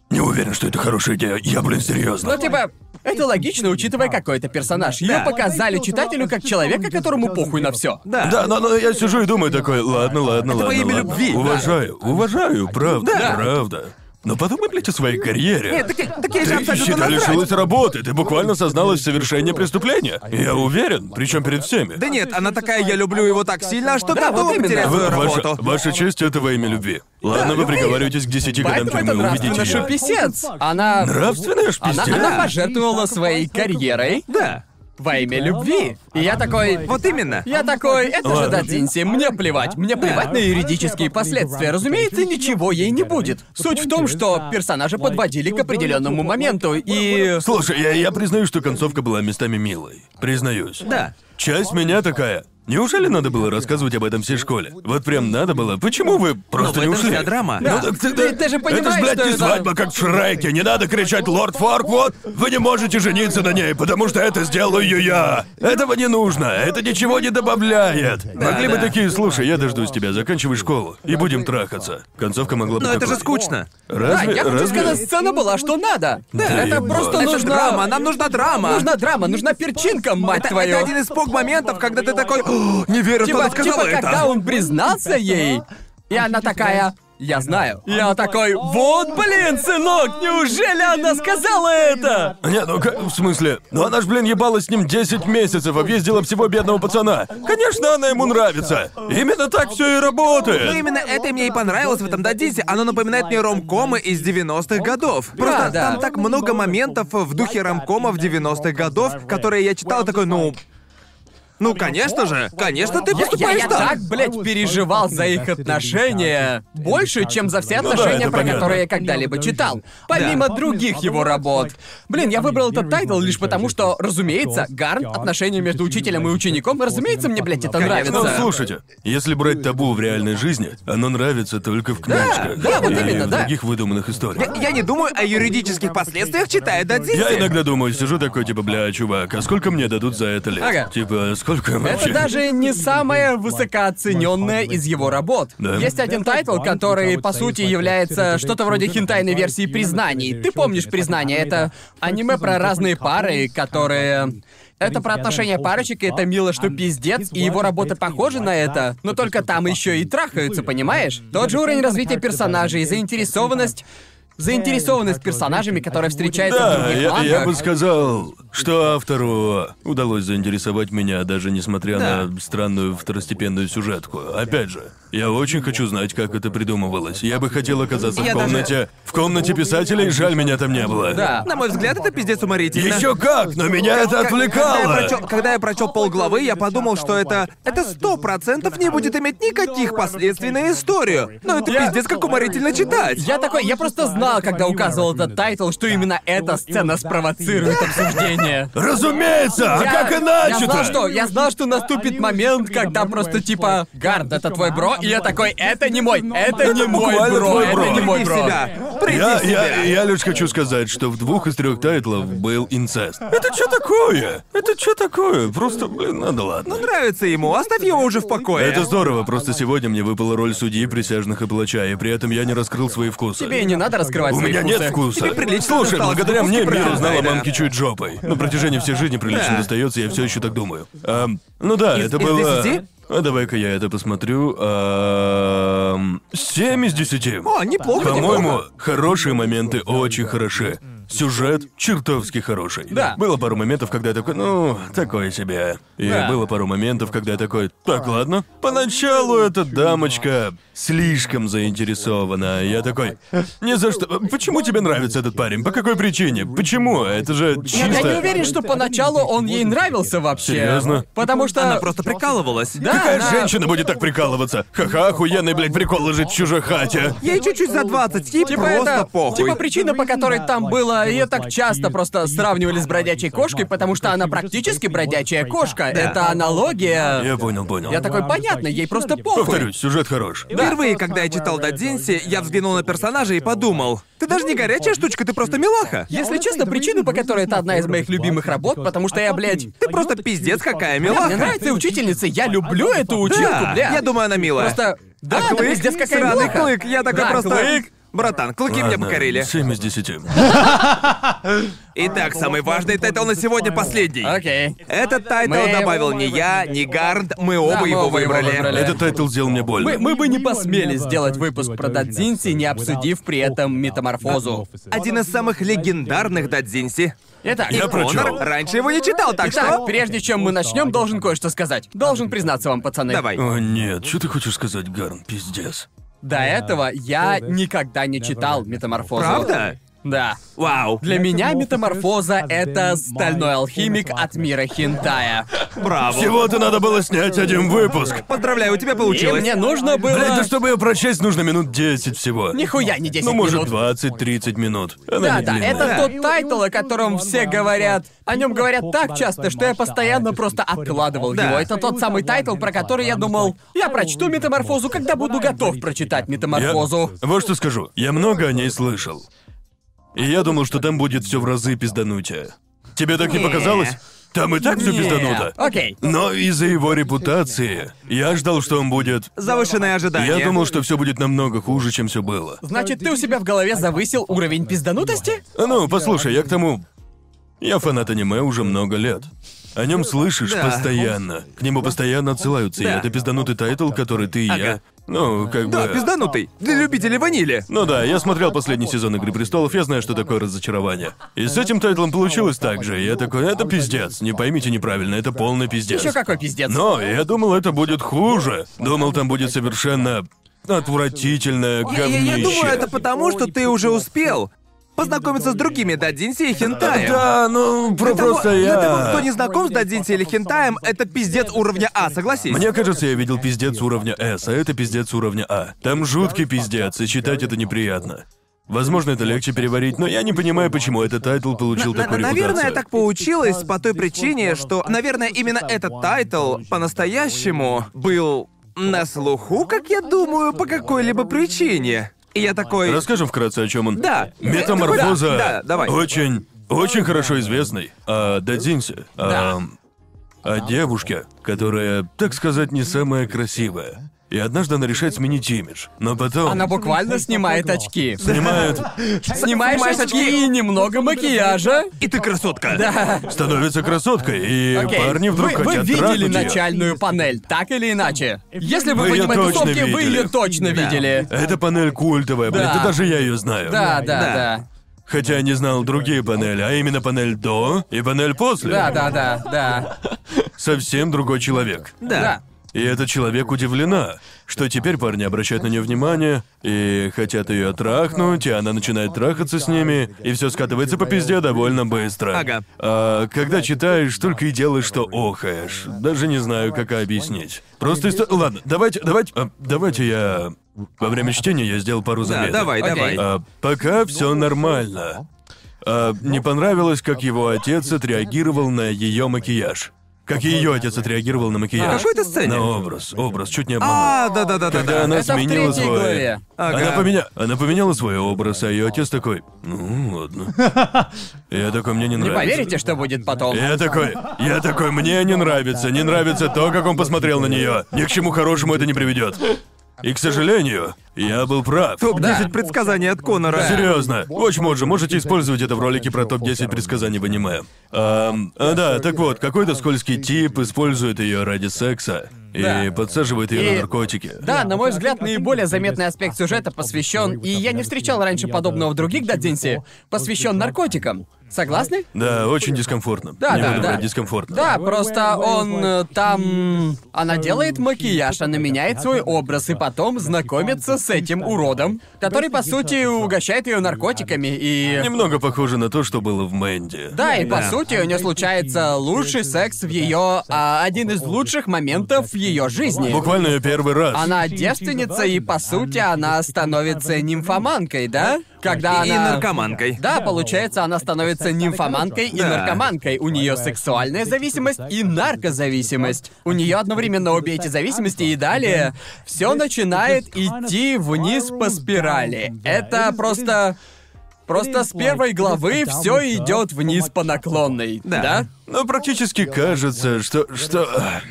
Не уверен, что это хорошая идея. Я, блин, серьезно.
Ну, типа, это логично, учитывая, какой это персонаж. Ее
Да.
показали читателю как человека, которому похуй на все.
Да.
Да, но, но я сижу и думаю такой, ладно, ладно, ладно.
имя
ладно.
любви, да.
Уважаю, уважаю, правда,
Да.
правда. Но подумай, блядь, о своей карьере.
Нет, так, я- так я же
Ты,
абсолютно
считай,
насрать.
лишилась работы. Ты буквально созналась в совершении преступления. Я уверен, причем перед всеми.
Да нет, она такая, я люблю его так сильно, а что
Да,
готова
вот именно.
потерять
Вы-
свою
ваша,
работу.
ваша честь это во имя любви. Ладно, вы
любви.
приговариваетесь к 10 годам
Поэтому это
тюрьмы, уведите
нравственный
ее.
шипесец. Она...
Нравственная
Она,
шпиздец?
она пожертвовала своей карьерой
Да.
во имя любви. И я такой...
Вот именно.
Я такой, это же
Ладно.
Дадзинси, мне плевать. Мне плевать на юридические последствия. Разумеется, ничего ей не будет. Суть в том, что персонажа подводили к определенному моменту, и...
Слушай, я, я признаю, что концовка была местами милой. Признаюсь.
Да.
Часть меня такая. Неужели надо было рассказывать об этом всей школе? Вот прям надо было. Почему вы просто не
в этом
ушли?
вся драма.
Ну
Да.
так ты,
Ты- ты же
Это
понимаешь,
ж, блядь,
что
не
это-
свадьба, как в Шреке. Не надо кричать «Лорд Форквуд!» Вы не можете жениться на ней, потому что это сделаю я. Этого не нужно. Это ничего не добавляет. Могли бы
да.
такие, слушай, я дождусь тебя, заканчивай школу и будем трахаться. Концовка могла быть
Но это же
такой.
скучно.
Да,
Разве,
я хочу
разве...
сказать, сцена была, что надо. это
ебать.
просто
Это
Это
нужна...
драма, нам нужна драма.
Нужна драма, нужна перчинка, мать
Это,
твою.
это один из пог моментов, когда ты такой, «О, не верю, что
Типа,
она сказала
типа, когда
это.
он признался ей, и она такая... Я знаю. Я такой, вот блин, сынок, неужели она сказала это?
Не, ну как, в смысле? Ну она ж, блин, ебалась с ним 10 месяцев, объездила всего бедного пацана. Конечно, она ему нравится. Именно так все и
Ну
работает.
именно это мне и понравилось в этом Дадисе. Оно напоминает мне ромкомы из 90-х годов. Просто
да.
там так много моментов в духе ромкомов 90-х годов, которые я читал такой, ну... Ну, конечно же, конечно ты
Я, я-
поступаешь
я
так.
так, блядь, переживал за их отношения больше, чем за все
Ну да,
отношения,
это
про
понятно.
которые я когда-либо читал. Помимо
Да.
других его работ. Блин, я выбрал этот тайтл лишь потому, что, разумеется, Гарн, отношения между учителем и учеником, разумеется, мне, блядь, это
Конечно,
Ну,
нравится.
слушайте, если брать табу в реальной жизни, оно нравится только в книжках
да, вот
и
именно,
в
да.
других выдуманных историях.
Я не думаю о юридических последствиях, читая Дадзинси.
Я иногда думаю, сижу такой, типа, бля, чувак, а сколько мне дадут за это лет?
Ага.
Типа, сколько вообще?
Это даже не самая высокооцененная из его работ.
Да.
Есть один тайтл, который, по сути, является что-то вроде хентайной версии признаний. Ты помнишь признание? Это аниме про разные пары, которые... Это про отношения парочек, и это мило, что пиздец, и его работа похожа на это, но только там еще и трахаются, понимаешь? Тот же уровень развития персонажей, заинтересованность... Заинтересованность персонажами, которые встречаются в
Да,
других
я, я
мангах.
бы сказал, что автору удалось заинтересовать меня, даже несмотря на странную второстепенную сюжетку. Опять же, я очень хочу знать, как это придумывалось. Я бы хотел оказаться в
Я даже-
комнате. В комнате писателей, жаль, меня там не было.
Да.
На мой взгляд, это пиздец уморительно.
Еще как, но меня это
Как- Когда я,
отвлекало.
прочел, когда я прочел полглавы, я подумал, что это это сто процентов не будет иметь никаких последствий на историю. Но это пиздец как уморительно читать.
Я такой, я просто знал, когда указывал этот тайтл, что именно эта сцена спровоцирует обсуждение.
Разумеется, а
Я-
как
Я знал, что,
иначе-то?
я знал, что наступит момент, когда просто типа Гард, это твой бро, и я такой, это не мой, это не мой
буквально
бро,
твой
это
бро».
не мой
Приди в
бро.
себя. Приди
Я,
в себя.
я, я лишь хочу сказать, что в двух из трех тайтлов был инцест. Это что такое? Это что такое? Просто, блин, надо ладно.
Нравится ему, оставь его уже в покое.
Это здорово, просто сегодня мне выпала роль судьи, присяжных и плача, и при этом я не раскрыл свои вкусы.
Тебе не надо раскрывать
У
свои
меня
вкусы.
нет вкуса.
Тебе прилично
Слушай,
досталось,
благодаря
ну,
мне
пусть и
мир
правда,
узнал о
да.
мамке чуть жопой. На протяжении всей жизни прилично
Да.
достается, я все еще так думаю. Ам, ну да, это
из
было.
10?
А давай-ка я это посмотрю. Ам, Семь из десяти.
О, неплохо,
По-моему,
неплохо.
хорошие моменты очень хороши. Сюжет чертовски хороший.
Да.
Было пару моментов, когда я такой, ну, такое себе. И
Да.
было пару моментов, когда я такой, так, ладно. Поначалу эта дамочка слишком заинтересована. Я такой, ни за что. Почему тебе нравится этот парень? По какой причине? Почему? Это же
Я,
чисто...
не уверен, что поначалу он ей нравился вообще.
Серьезно?
Потому что...
Она просто прикалывалась.
Да,
Какая
она-
женщина будет так прикалываться? Ха-ха, охуенный, блядь, прикол лежит в чужой хате.
Ей чуть-чуть за 20, ей
Типа
просто
это,
похуй.
Типа причина, по которой там было Да, ее так часто просто сравнивали с бродячей кошкой, потому что она практически бродячая кошка. Это аналогия.
Я понял, понял.
Я такой, понятно, ей просто похуй.
Повторюсь, сюжет хорош.
Впервые, когда я читал Дадзинси, я взглянул на персонажа и подумал, ты даже не горячая штучка, ты просто милаха.
Если честно, причина, по которой это одна из моих любимых работ, потому что я, блядь,
Ты просто пиздец какая
Бля,
милаха.
Мне нравится учительница, я люблю эту училку,
Да,
бля.
я думаю, она милая.
Просто... Да,
а
она
клык,
пиздец какая
сраный
милаха.
клык, я такой
Да,
просто...
клык.
Братан, клыки
Ладно,
мне покорили.
Семь из десяти.
Итак, самый важный тайтл на сегодня последний.
Окей.
Этот тайтл
Мы-
добавил не я, не Гарнт, мы оба
мы
его
оба его
выбрали.
выбрали.
Этот тайтл сделал мне больно.
Мы, мы бы не посмели сделать выпуск про Дадзинси, не обсудив при этом метаморфозу.
Один из самых легендарных дадзинси.
Итак,
Я
И
про- прочел.
Конор раньше его не читал, так
Итак,
что...
прежде чем мы начнем, должен кое-что сказать. Должен признаться вам, пацаны.
Давай.
О, нет, что ты хочешь сказать, Гарн? Пиздец.
До этого я никогда не читал метаморфозу.
Правда?
Да.
Вау.
Для меня метаморфоза — это стальной алхимик от мира хентая.
Браво.
Всего-то надо было снять один выпуск.
Поздравляю, у тебя
И
получилось.
мне ну- нужно было...
Блять, да чтобы ее прочесть, нужно минут 10 всего.
Нихуя не 10
Ну, может,
минут.
20-30 минут. Она
Да,
не
да,
длинная.
это тот тайтл, о котором все говорят. О нем говорят так часто, что я постоянно просто откладывал
Да.
его. Это тот самый тайтл, про который я думал, я прочту метаморфозу, когда буду готов прочитать
Я-
метаморфозу.
Вот что скажу. Я много о ней слышал. И я думал, что там будет все в разы пизданутия. Тебе так не
Не.
показалось? Там и так все
Не.
пиздануто.
Окей.
Но из-за его репутации я ждал, что он будет.
Завышенное ожидание.
Я думал, что все будет намного хуже, чем все было.
Значит, ты у себя в голове завысил уровень пизданутости?
А Ну, послушай, я к тому. Я фанат аниме уже много лет. О нем слышишь
Да.
постоянно. К нему постоянно отсылаются. И
Да.
это пизданутый тайтл, который ты и я.
Ага.
Ну, как
Да,
бы.
пизданутый. Для любителей ванили.
Ну да, я смотрел последний сезон Игры престолов, я знаю, что такое разочарование. И с этим тайтлом получилось так же. и Я такой, это пиздец. Не поймите неправильно, это полный пиздец.
Еще какой пиздец.
Но я думал, это будет хуже. Думал, там будет совершенно отвратительное
Я, я- я
говнище.
думаю, это потому, что ты уже успел познакомиться с другими дадзинси и хентаем.
Да, ну про-
Для того-
просто
Для
я.
того, кто не знаком с дадзинси или хентаем, это пиздец уровня А, согласись?
Мне кажется, я видел пиздец уровня С, а это пиздец уровня А. Там жуткий пиздец, и читать это неприятно. Возможно, это легче переварить, но я не понимаю, почему этот тайтл получил
На-
такую
Наверное,
репутацию.
так получилось по той причине, что, наверное, именно этот тайтл по-настоящему был на слуху, как я думаю, по какой-либо причине. И я такой...
Расскажем вкратце, о чем он.
Да.
Метаморфоза.
Да, да, давай.
Очень, очень хорошо известный. А, Дадзинси. а, О девушке, которая, так сказать, не самая красивая. И однажды она решает сменить имидж. Но потом
Она буквально снимает очки.
снимает,
Снимаешь
Снимаешь
очки и немного макияжа.
И ты красотка.
Да.
становится красоткой, и
Окей.
парни вдруг
вы, вы
хотят
видели
трахнуть её.
начальную панель, так или иначе? Если вы,
Вы
в
её
аниме
точно
тусовке, вы
видели.
ее точно видели.
Эта панель культовая, блин,
Да.
да даже я ее знаю.
Да, да,
Да.
да.
Хотя я не знал другие панели, а именно панель до и панель после.
Да, да, да, да.
Совсем другой человек.
Да.
И этот человек удивлена, что теперь парни обращают на нее внимание и хотят ее трахнуть, и она начинает трахаться с ними, и все скатывается по пизде довольно быстро.
Ага.
А когда читаешь, только и делаешь, что охаешь. Даже не знаю, как объяснить. Просто исто- Ладно, давайте, давайте, а, давайте я во время чтения я сделал пару
Да,
заметок.
давай,
Окей.
давай.
А, пока все нормально. А, не понравилось, как его отец отреагировал на ее макияж. Как ее отец отреагировал на макияж.
На какой-то сцене?
На образ, образ, чуть не обманул.
А, да-да-да-да.
Когда она
Это в
сменила
третьей
свой...
главе.
Ага.
Она, поменя- она поменяла свой образ, а ее отец такой, ну ладно. Я такой, мне не
Не
нравится.
поверите, что будет потом.
Я такой, я такой, мне не нравится, не нравится то, как он посмотрел на нее. Ни к чему хорошему это не приведет. И, к сожалению, я был прав.
Топ-10 предсказаний от Конора.
Серьезно. Watch Mojo, можете использовать это в ролике про топ-10 предсказаний в аниме. Ам, а, да, так вот, какой-то скользкий тип использует ее ради секса и
Да.
подсаживает ее
И-
на наркотики.
Да, на мой взгляд, наиболее заметный аспект сюжета посвящен, и я не встречал раньше подобного в других дадзинси, посвящен наркотикам. Согласны?
Да, очень дискомфортно.
Да,
не
да,
буду
да.
врать, дискомфортно.
Да, просто он э, там... Она делает макияж, она меняет свой образ и потом знакомится с этим уродом, который, по сути, угощает ее наркотиками и...
Немного похоже на то, что было в Мэнди.
Да, и по
Да.
сути у нее случается лучший секс в ее... а, один из лучших моментов в ее жизни.
Буквально ее первый раз.
Она девственница, и по сути она становится нимфоманкой, да? Когда
И
она...
наркоманкой.
Да, получается, она становится нимфоманкой и
Да.
наркоманкой. У нее сексуальная зависимость и наркозависимость. У нее одновременно обе эти зависимости и далее все начинает идти вниз по спирали. Это просто... Просто с первой главы все идет вниз по наклонной, да?
Но практически кажется, что... что... а,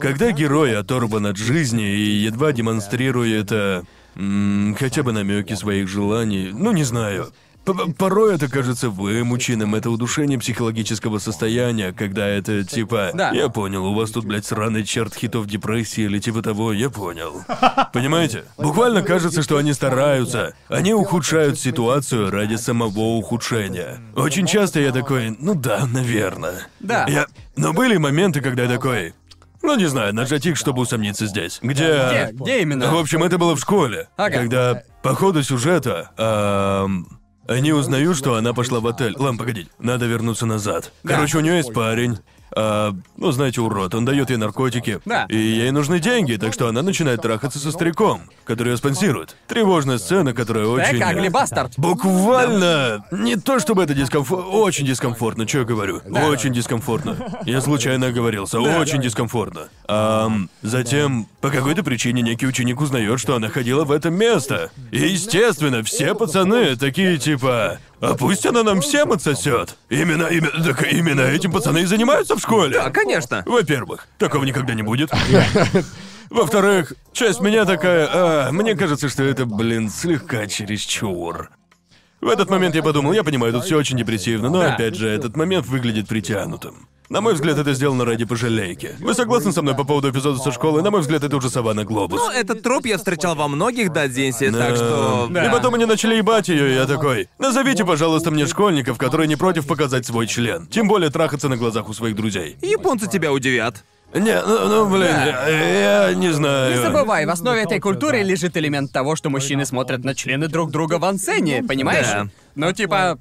Когда герой оторван от жизни и едва демонстрирует э, м, хотя бы намеки своих желаний, ну не знаю. П- Порой это кажется вымученным, это удушение психологического состояния, когда это типа
Да.
«Я понял, у вас тут, блядь, сраный черт хитов депрессии или типа того, я понял». Понимаете? Буквально кажется, что они стараются. Они ухудшают ситуацию ради самого ухудшения. Очень часто я такой «Ну да, наверное».
Да.
Я... Но были моменты, когда я такой... Ну, не знаю, нажать их, чтобы усомниться здесь. Где...
Где? Где именно?
В общем, это было в школе.
Ага.
Когда по ходу сюжета... эм, Они узнают, что она пошла в отель. Лам, погоди, надо вернуться назад. Короче, у нее есть парень. э, ну, знаете, урод, он дает ей наркотики.
Да.
И ей нужны деньги, так что она начинает трахаться со стариком, который ее спонсирует. Тревожная сцена, которая очень.
Так, Агли Бастард.
Буквально. Не то чтобы это дискомфорт. Очень дискомфортно, что я говорю. Очень дискомфортно. Я случайно оговорился. Очень дискомфортно. Ам, затем, по какой-то причине, некий ученик узнает, что она ходила в это место. И, естественно, все пацаны такие типа. А пусть она нам всем отсосет. Именно, именно, так именно этим пацаны и занимаются в школе.
Да, конечно.
Во-первых, такого никогда не будет. Во-вторых, часть меня такая, «А, мне кажется, что это, блин, слегка чересчур. В этот момент я подумал, я понимаю, тут все очень депрессивно, но опять же, этот момент выглядит притянутым. На мой взгляд, это сделано ради пожалейки. Вы согласны со мной по поводу эпизода со школы? На мой взгляд, это уже Савана Глобус.
Ну, этот троп я встречал во многих дадзинси, Ну, так что...
Да. Эм, И потом они начали ебать ее, и я такой. Назовите, пожалуйста, мне школьников, которые не против показать свой член. Тем более трахаться на глазах у своих друзей.
Японцы тебя удивят.
Не, ну, ну, блин, я, я не знаю.
Не забывай, в основе этой культуры лежит элемент того, что мужчины смотрят на члены друг друга в ансене, понимаешь?
Да.
Ну, типа,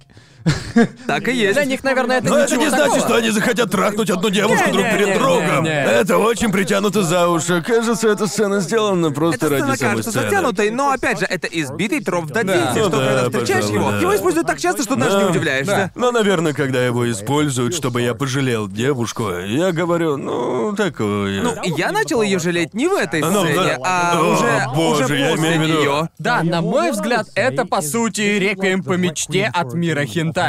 Так и есть.
для них, наверное, это
Но это
ничего
не значит,
такого.
что они захотят трахнуть одну девушку
Не,
друг
не,
перед
не, не,
другом.
не.
Это очень притянуто за уши. Кажется, эта сцена сделана просто
Это сцена
ради самой
кажется
сцены.
затянутой, но опять же, это избитый троп в дадзинси,
Да.
что
Ну да,
когда встречаешь
пожалуй,
его,
да.
его используют так часто, что даже
Да,
не удивляешься.
да. Но, наверное, когда его используют, чтобы я пожалел девушку, я говорю, ну, такое.
Ну, я начал ее жалеть не в этой
Ну,
сцене,
да.
а
О,
уже,
боже,
уже
я
после
имею в виду-
нее.
Да, на мой взгляд, это, по сути, реквием по мечте от мира хентая.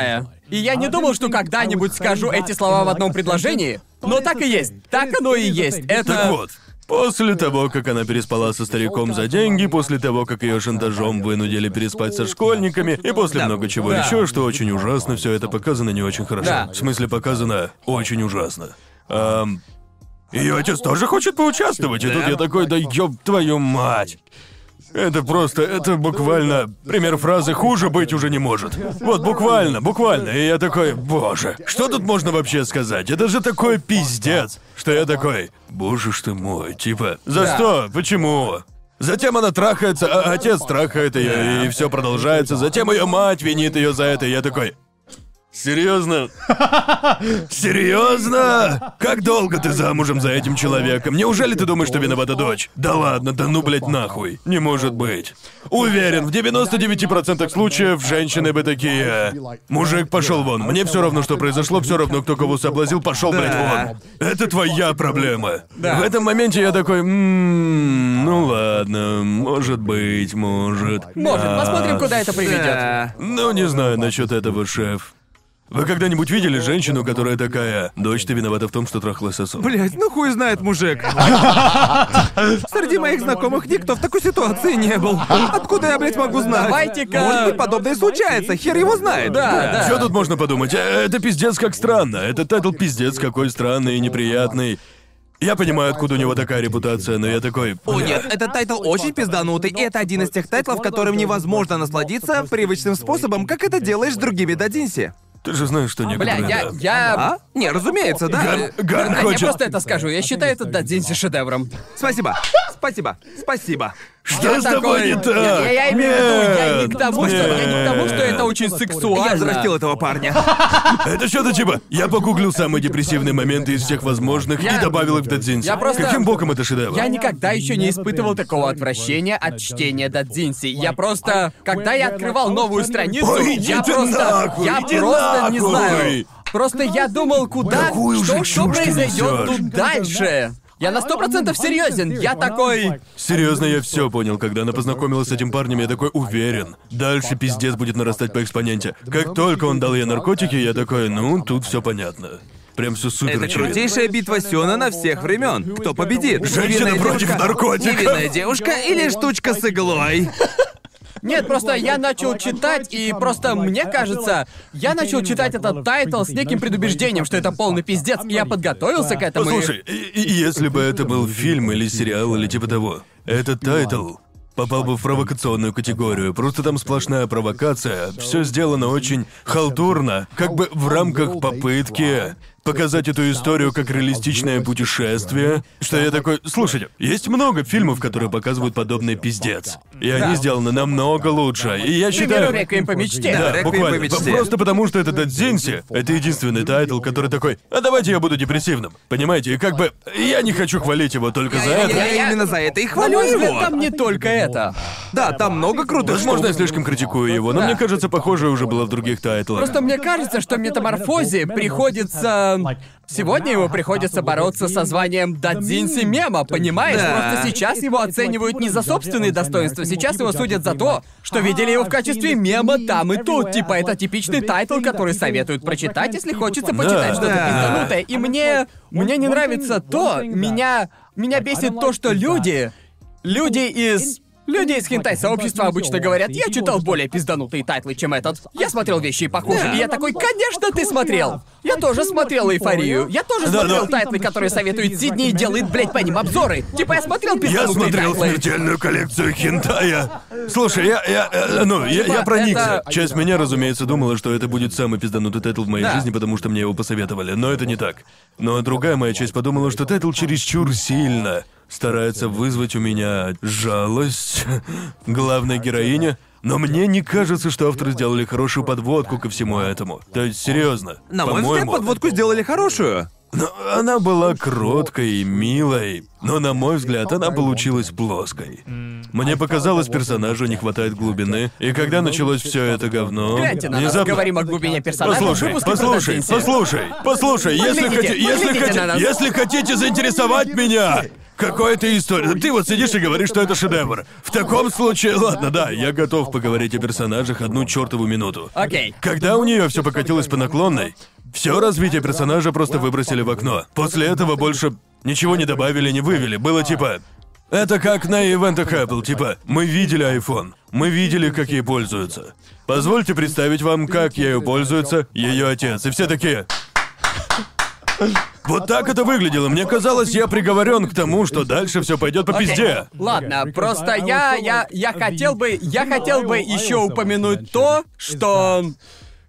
И я
А
не думал, что когда-нибудь скажу эти слова в одном предложении, но так и есть, так оно и есть.
Так
Это...
вот. После того, как она переспала со стариком за деньги, после того, как ее шантажом вынудили переспать со школьниками, и после
Да.
много чего
Да.
еще, что очень ужасно, все это показано не очень хорошо.
Да.
В смысле, показано очень ужасно. ее отец тоже хочет поучаствовать, и тут я такой, да ёб твою мать. Это просто, это буквально пример фразы «хуже быть уже не может». Вот буквально, буквально. И я такой, боже, что тут можно вообще сказать? Это же такой пиздец, что я такой, боже ж ты мой, типа, за
Да.
что, почему? Затем она трахается, а отец трахает ее, и все продолжается. Затем ее мать винит ее за это, и я такой, Серьезно? Серьезно? Как долго ты замужем за этим человеком? Неужели ты думаешь, что виновата дочь? Да ладно, да ну, блядь, нахуй. Не может быть. Уверен, в 99% случаев женщины бы такие... Мужик, пошел вон. Мне все равно, что произошло, все равно, кто кого соблазил, пошел, блядь, вон. Это твоя проблема. В этом моменте я такой, «М, ну ладно, может быть, может.
Может,
А,
посмотрим, куда это приведет.
Да.
ну, не знаю насчет этого, шеф. Вы когда-нибудь видели женщину, которая такая, дочь, ты виновата в том, что трахла сосуд?
Блять, ну хуй знает, мужик. Среди моих знакомых никто в такой ситуации не был. Откуда я, блядь, могу знать?
Давайте-ка-
Может быть, подобное случается, хер его знает.
Да, да.
Что тут можно подумать? Э, Это пиздец как странно. Это тайтл пиздец какой странный и неприятный. Я понимаю, откуда у него такая репутация, но я такой...
О нет, этот тайтл очень пизданутый, и это один из тех тайтлов, которым невозможно насладиться привычным способом, как это делаешь с другими дадзинси.
Ты же знаешь, что
А, Бля,
некоторые...
я...
да.
я...
А? Не, разумеется, да.
Гар- Гар
Да, я
хочет-
просто это скажу, я считаю этот Дадзинси шедевром.
Спасибо. Спасибо. Спасибо.
Что с тобой не так?
Я, я имею в виду, я не
Нет,
к тому, что, я не к тому, что это
нет.
очень сексуально.
Я взрастил этого парня.
Это что-то типа. Я погуглил самые депрессивные моменты из всех возможных
Я-
и добавил их в Дадзинси.
Я просто-
Каким боком это шедевр?
Я никогда еще не испытывал такого отвращения от чтения Дадзинси. Я просто... Когда я открывал новую страницу,
Ой, иди
я
ты
просто...
нахуй,
я
иди
просто
нахуй.
не знаю. Просто я думал, куда...
Какую же
что, что
чушь ты
произойдет
несёшь?
тут дальше? Я на сто процентов серьезен. Я такой...
Серьезно, я все понял, когда она познакомилась с этим парнем, я такой уверен. Дальше пиздец будет нарастать по экспоненте. Как только он дал ей наркотики, я такой, ну, тут все понятно. Прям все супер
Это
очевидно.
крутейшая битва Сёна на всех времен. Кто победит?
Женщина
Невинная
против
девушка-
наркотика.
Невинная девушка или штучка с иглой?
Нет, просто я начал читать, и просто мне кажется, я начал читать этот тайтл с неким предубеждением, что это полный пиздец, и я подготовился к этому. и-
Послушай, и- и если бы это был фильм или сериал или типа того, этот тайтл попал бы в провокационную категорию. Просто там сплошная провокация. Все сделано очень халтурно, как бы в рамках попытки показать эту историю как реалистичное путешествие. Что я такой, слушайте, есть много фильмов, которые показывают подобный пиздец. И они сделаны намного лучше. И я
К примеру,
считаю...
«Реквием по мечте».
Да,
«Реквием по
буквально.
мечте».
Просто потому, что это Дадзинси, это единственный тайтл, который такой, а давайте я буду депрессивным. Понимаете, и как бы я не хочу хвалить его только за
Я,
это.
я именно за это и
На
хвалю
мой взгляд,
его.
там не только это.
Да, там много крутых
Возможно, я
штук.
слишком критикую его, но
Да.
мне кажется, похожее уже было в других тайтлах.
Просто мне кажется, что метаморфозе приходится... Сегодня ему приходится бороться со званием Дадзинси Мема, понимаешь?
Да.
Просто сейчас его оценивают не за собственные достоинства, сейчас его судят за то, что видели его в качестве мема там и тут. Типа это типичный тайтл, который советуют прочитать, если хочется почитать что-то
Да.
пизданутое. И мне... Мне не нравится то, меня... Меня бесит то, что люди... Люди из... Люди из хентай-сообщества обычно говорят, я читал более пизданутые тайтлы, чем этот. Я смотрел вещи и похуже.
Да.
И я такой, конечно, ты смотрел. Я тоже смотрел «Эйфорию». Я тоже
Да,
смотрел
да.
тайтлы, которые советует Сидни и делает, блядь, по ним обзоры. Типа я смотрел
Я
пизданутые
смотрел
тайтлы.
смертельную коллекцию хентая. Слушай, я, я, э, ну, я, я
Типа,
проникся.
это-
Часть меня, разумеется, думала, что это будет самый пизданутый тайтл в моей
Да.
жизни, потому что мне его посоветовали, но это не так. Но другая моя часть подумала, что тайтл чересчур сильно старается вызвать у меня жалость главной героине. Но мне не кажется, что авторы сделали хорошую подводку ко всему этому. То есть, серьезно.
На мой взгляд,
по-моему,
подводку сделали хорошую.
но она была кроткой и милой, но, на мой взгляд, она получилась плоской. Мне показалось, персонажу не хватает глубины, и когда началось все это говно...
Гляньте на нас,
внезапно-
говорим о глубине персонажа.
Послушай,
выпуске про
послушай,
Дадзинси.
послушай, послушай, если
Поглядите,
хотите, если
поглядите
хотите,
на нас.
если хотите заинтересовать меня, какой-то история. Ты вот сидишь и говоришь, что это шедевр. В таком случае, ладно, да, я готов поговорить о персонажах одну чертову минуту.
Окей.
Когда у нее все покатилось по наклонной, все развитие персонажа просто выбросили в окно. После этого больше ничего не добавили, не вывели. Было типа. Это как на ивентах Apple, типа, мы видели iPhone, мы видели, как ей пользуются. Позвольте представить вам, как ею пользуется ее отец. И все такие. Вот так это выглядело. Мне казалось, я приговорен к тому, что дальше все пойдет по
Окей.
пизде.
Ладно, просто я, я, я хотел бы, я хотел бы еще упомянуть то, что...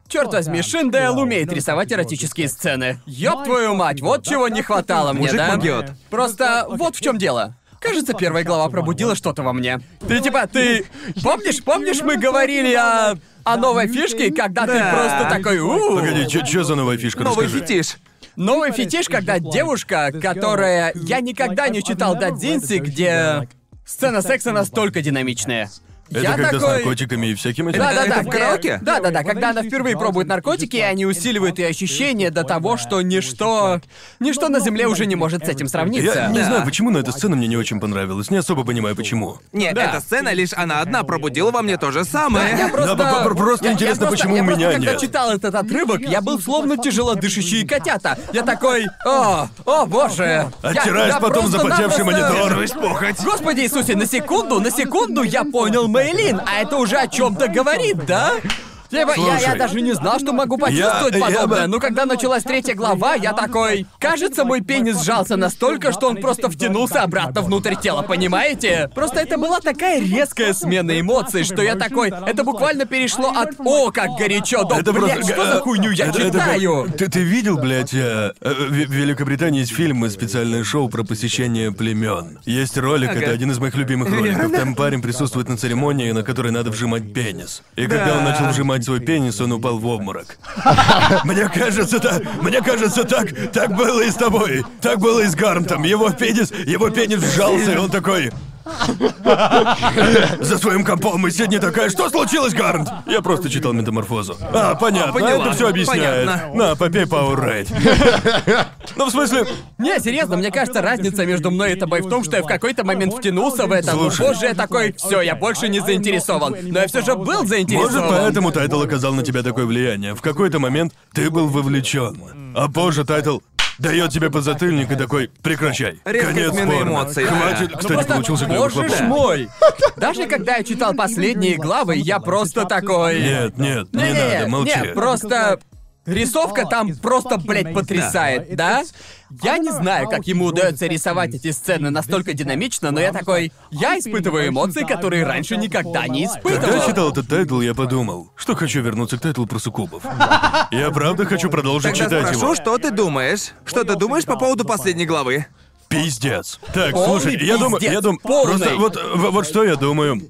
Черт возьми, Шиндейл умеет рисовать эротические сцены. Ёб твою мать, вот чего не хватало мне,
Мужик
да?
могёт.
Просто вот в чем дело. Кажется, первая глава пробудила что-то во мне. Ты типа, ты... Помнишь, помнишь, мы говорили о... О новой фишке, когда
Да.
ты просто такой... «У,
Погоди, что за новая фишка?
Новый
Расскажи.
фетиш.
Новый фетиш, когда девушка, которая... Я никогда не читал Дадзинси, где... Сцена секса настолько динамичная.
Это
я
когда с
такой...
наркотиками и всяким этим?
Да, да, да.
Это в караоке?
Да, да, да. Когда она впервые пробует наркотики, они усиливают ее ощущение до того, что ничто, ничто на земле уже не может с этим сравниться.
Я не
Да.
знаю, почему, но эта сцена мне не очень понравилась. Не особо понимаю, почему.
Нет,
Да.
эта сцена лишь она одна пробудила во мне то же
Я
самое.
просто...
Да, по- по- просто
Я- я
интересно,
просто-
почему
я
у
просто,
меня
когда
нет.
читал этот отрывок, я был словно тяжело дышащие котята. Я такой, о, о боже. Я-
Оттираешь
я
потом запотевший
просто-напросто-
монитор.
Господи Иисусе, на секунду, на секунду я понял Мейлин, а это уже о чем-то говорит, да? Типа, я, я
Слушай.
даже не знал, что могу почувствовать
Я- я
подобное,
бы-
но когда началась третья глава, я такой... Кажется, мой пенис сжался настолько, что он просто втянулся обратно внутрь тела, понимаете? Просто это была такая резкая смена эмоций, что я такой... Это буквально перешло от «О, как горячо!» до
Это
«Блядь,
просто-
что за хуйню я
Это- это как-
читаю?»
Ты, ты видел, блядь, э, э, в в Великобритании есть фильм и специальное шоу про посещение племен. Есть ролик, это один из моих любимых роликов. Там парень присутствует на церемонии, на которой надо вжимать пенис. И когда он начал вжимать показать свой пенис, он упал в обморок. Мне кажется, так, мне кажется, так, так было и с тобой. Так было и с Гармтом. Его пенис, его пенис сжался, и он такой... За своим компом и сидни такая, что случилось, Гарнт? Я просто читал метаморфозу. А, понятно,
поняла.
это все объясняет.
Понятно.
На, попей Powerade. Ну, в смысле,
Не, серьезно, мне кажется, разница между мной и тобой в том, что я в какой-то момент втянулся в это.
Слушай.
Позже я такой, все, я больше не заинтересован. Но я все же был заинтересован.
Может, поэтому тайтл оказал на тебя такое влияние. В какой-то момент ты был вовлечен. А позже тайтл дает тебе подзатыльник и такой «Прекращай».
Резкая
Конец
измена
порно.
эмоций, да.
Хватит.
Ну
Кстати, получился клевый
Боже ж
хлопок.
мой! Даже когда я читал последние главы, я просто такой...
Нет, нет, не
Не-не-не,
надо, молчи.
Нет, просто... Рисовка там просто, блядь, потрясает, да? Я не знаю, как ему удается рисовать эти сцены настолько динамично, но я такой... Я испытываю эмоции, которые раньше никогда не
Когда я
испытывал.
читал этот тайтл, я подумал, что хочу вернуться к тайтлу про суккубов. Я правда хочу продолжить
Тогда
читать
спрошу,
его.
что ты думаешь? Что ты думаешь по поводу последней главы?
Пиздец. Так,
Полный
слушай, я думаю, я
пиздец,
думаю,
полный.
просто вот, в- вот что я думаю.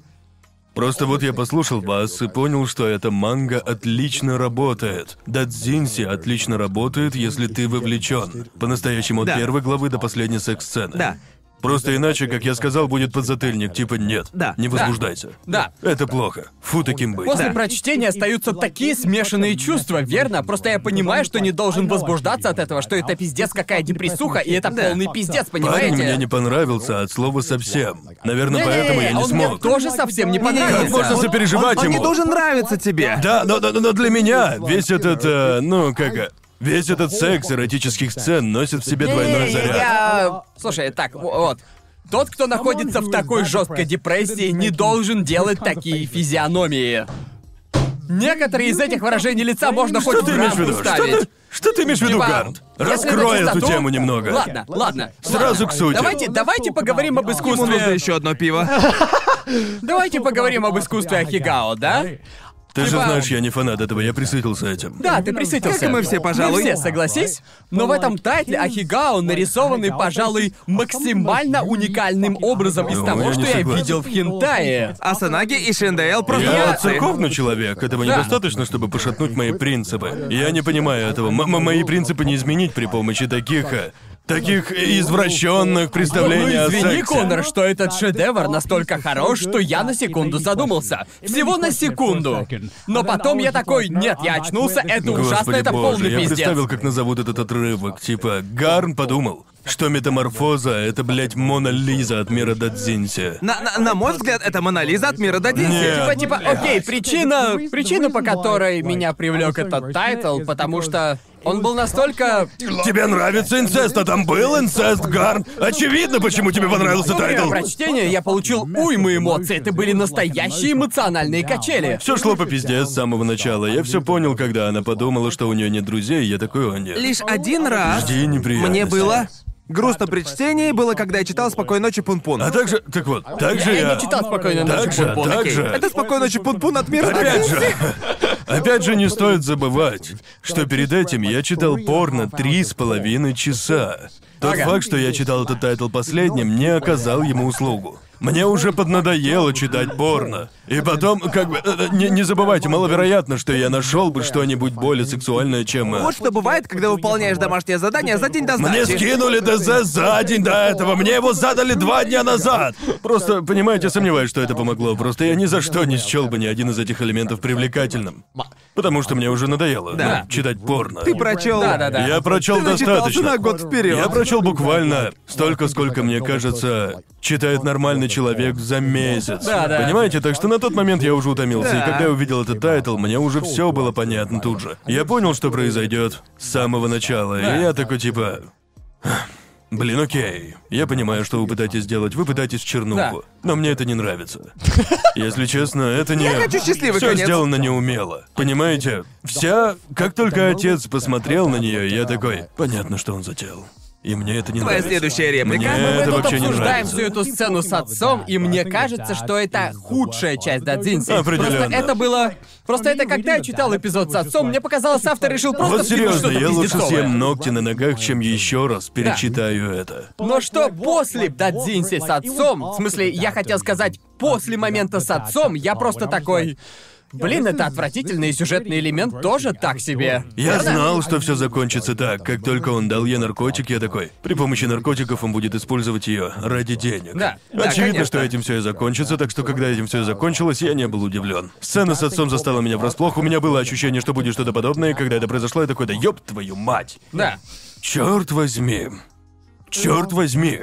Просто вот я послушал вас и понял, что эта манга отлично работает. Дадзинси отлично работает, если ты вовлечен. По-настоящему от
Да.
первой главы до последней секс-сцены.
Да.
Просто иначе, как я сказал, будет подзатыльник, типа нет.
Да.
Не возбуждайся.
Да.
Это плохо. Фу таким быть.
После
Да.
прочтения остаются такие смешанные чувства, верно? Просто я понимаю, что не должен возбуждаться от этого, что это пиздец какая депрессуха, и это
Да.
полный пиздец,
Парень
понимаете?
мне не понравился от слова совсем. Наверное, поэтому я
Не-не-не,
не
он мне
смог.
тоже совсем не
Как
понравился.
можно сопереживать
Он
ему?
не должен нравиться тебе.
Да, но, но- но для меня весь этот, э, ну как, э, весь этот секс эротических сцен носит в себе двойной
Не,
заряд.
Я... Слушай, так, во- вот. Тот, кто находится в такой жесткой депрессии, не должен делать такие физиономии. Некоторые из этих выражений лица можно
Что
хоть
ты
в
имеешь в виду?
рамку
Что
ставить.
ты, что ты имеешь в виду,
Типа,
Гарнт?
если на
Раскрой эту
чистоту-
тему немного.
Ладно, ладно.
Сразу
ладно.
к сути.
Давайте, давайте поговорим об
Ему нужно
искусстве.
еще одно пиво.
Давайте поговорим об искусстве Ахигао, да?
Ты же
типа-
знаешь, я не фанат этого, я присытился этим.
Да, ты присытился.
Как и мы все, пожалуй.
Мы все, согласись? Но в этом тайтле Ахигао нарисованы, пожалуй, максимально уникальным образом из
Ну,
того,
я
что
не
я
согласен.
видел в хентае.
Асанаги и Шиндаэл просто
Я
молодцы.
церковный человек, этого
Да.
недостаточно, чтобы пошатнуть мои принципы. Я не понимаю этого. М- м- мои принципы не изменить при помощи таких, э, таких извращенных представлений
ну
о
извини,
сексе.
Коннор, что этот шедевр настолько хорош, что я на секунду задумался. Всего на секунду. Но потом я такой, нет, я очнулся, это ужасно,
Ну, Господи
это
боже,
полный
я
пиздец.
представил, как назовут этот отрывок. Типа, Гарн подумал, что метаморфоза — это, блядь, Мона Лиза от мира Дадзинси.
На, на- на мой взгляд, это Монолиза от мира до
Нет.
Типа, типа, окей, причина, причина, по которой меня привлек этот тайтл, потому что он был настолько...
Тебе нравится инцест, а там был инцест, Гарн? Очевидно, почему тебе понравился
Во А время
тайтл.
прочтения я получил уйму эмоций, это были настоящие эмоциональные качели.
Все шло по пизде с самого начала. Я все понял, когда она подумала, что у нее нет друзей, и я такой, о нет.
Лишь один раз
Жди неприятностей.
мне было грустно при чтении, было, когда я читал «Спокойной ночи, Пун-Пун».
А также, так вот, также
Я,
я...
не читал спокойно ночи
Так же,
Бубон».
так
Окей.
же.
Это «Спокойной ночи, Пун-Пун» от мира до
Опять же, опять же, не стоит забывать, что перед этим я читал порно три с половиной часа. Тот
Ага.
факт, что я читал этот тайтл последним, не оказал ему услугу. Мне уже поднадоело читать порно. И потом, как бы, э, э, не, не забывайте, маловероятно, что я нашел бы что-нибудь более сексуальное, чем... э,
Вот что бывает, когда выполняешь домашнее задание за день до
Мне
сдачи.
скинули ДЗ за день до этого, мне его задали два дня назад. Просто, понимаете, сомневаюсь, что это помогло. Просто я ни за что не счел бы ни один из этих элементов привлекательным. Потому что мне уже надоело
Да.
ну, читать порно.
Ты прочел.
Да, да, да.
Я прочел
Ты начитался
достаточно.
на год вперед.
Я прочел буквально столько, сколько, мне кажется, читает нормальный человек за месяц.
Да, да.
Понимаете, так что на тот момент я уже утомился,
Да.
и когда я увидел этот тайтл, мне уже все было понятно тут же. Я понял, что произойдет с самого начала, и я такой типа. Блин, окей. Я понимаю, что вы пытаетесь сделать. Вы пытаетесь в чернуху.
Да.
Но мне это не нравится. Если честно, это не...
Я хочу счастливый
Все
конец.
сделано неумело. Понимаете? Вся... Как только отец посмотрел на нее, я такой... Понятно, что он затеял. И мне это не
Твоя
нравится.
следующая реплика.
Мне
Мы
это
тут
вообще не
обсуждаем
нравится.
всю эту сцену с отцом, и мне кажется, что это худшая часть Дадзинси.
Определенно.
Просто это было... Просто это когда я читал эпизод с отцом, мне показалось, автор решил просто
Вот
вкинуть
серьезно,
что-то
я лучше
пиздецовое.
съем ногти на ногах, чем еще раз перечитаю это.
Но что после Дадзинси с отцом, в смысле, я хотел сказать, после момента с отцом, я просто такой... Блин, это отвратительный сюжетный элемент тоже так себе.
Я
Верно?
знал, что все закончится так. Как только он дал ей наркотик, я такой. При помощи наркотиков он будет использовать ее ради денег.
Да, да,
Очевидно,
конечно.
что этим все и закончится, так что когда этим все и закончилось, я не был удивлен. Сцена с отцом застала меня врасплох. У меня было ощущение, что будет что-то подобное, и когда это произошло, я такой, да ёб твою мать!
Да.
Черт возьми! Черт возьми!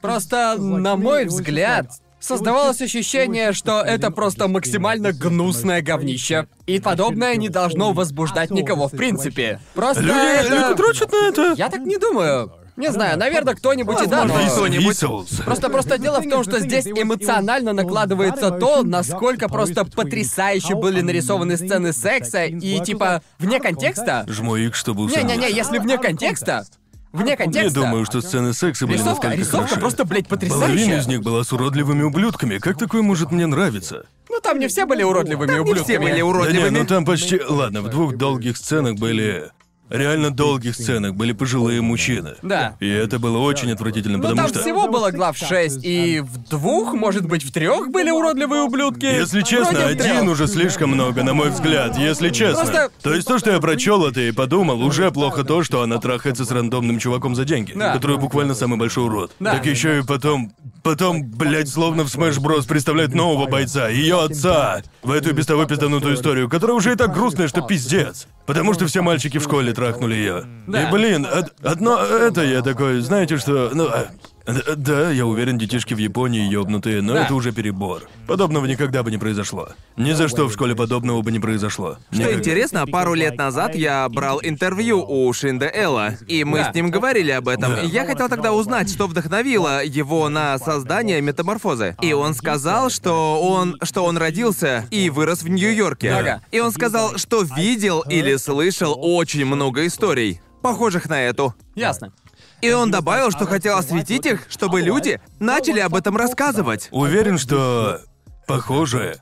Просто, на мой взгляд, создавалось ощущение, что это просто максимально гнусное говнище. И подобное не должно возбуждать никого в принципе. Просто
Люди,
это-
люди дрочат на это!
Я так не думаю. Не знаю, наверное, кто-нибудь и да, но...
Вис-
кто-нибудь-
Висселс.
Просто, просто дело в том, что здесь эмоционально накладывается то, насколько просто потрясающе были нарисованы сцены секса и типа вне контекста.
Жму их, чтобы усомниться.
Не-не-не, если вне контекста, вне
Не
контекста.
думаю, что сцены секса были
Рисовка,
настолько
рисовка
хороши.
просто, блядь,
Половина из
потрясающая.
них была с уродливыми ублюдками. Как такое может мне нравиться?
Ну там не все были уродливыми
Там не все
ублюдками.
были
Да не,
уродливыми.
ну там почти... Ладно, в двух долгих сценах были... Реально долгих сценах были пожилые мужчины.
Да.
И это было очень отвратительно,
Ну
потому
там
что...
всего было глав 6, и в двух, может быть, в трех были уродливые ублюдки.
Если честно,
Вроде в
один
трех.
уже слишком много, на мой взгляд, если честно.
Просто-
То есть то, что я прочел это и подумал, уже плохо то, что она трахается с рандомным чуваком за деньги,
Да.
который буквально самый большой урод.
Да.
Так еще и потом. Потом, блядь, словно в Smash Bros. представляет нового бойца, ее отца, в эту и без того пизданутую историю, которая уже и так грустная, что пиздец. Потому что все мальчики в школе трахнули ее.
Да.
И, блин, од- одно это я такой, знаете что, ну, э, д- да, я уверен, детишки в Японии ёбнутые, но
Да.
это уже перебор. Подобного никогда бы не произошло. Ни за что в школе подобного бы не произошло.
Что
Никогда.
интересно, пару лет назад я брал интервью у Шинда Элла, и мы
Да.
с ним говорили об этом.
Да.
И Я хотел тогда узнать, что вдохновило его на создание метаморфозы. И он сказал, что он, что он родился и вырос в Нью-Йорке.
Ага.
И он сказал, что видел или слышал очень много историй, похожих на эту.
Ясно.
И он добавил, что хотел осветить их, чтобы люди начали об этом рассказывать.
Уверен, что похожее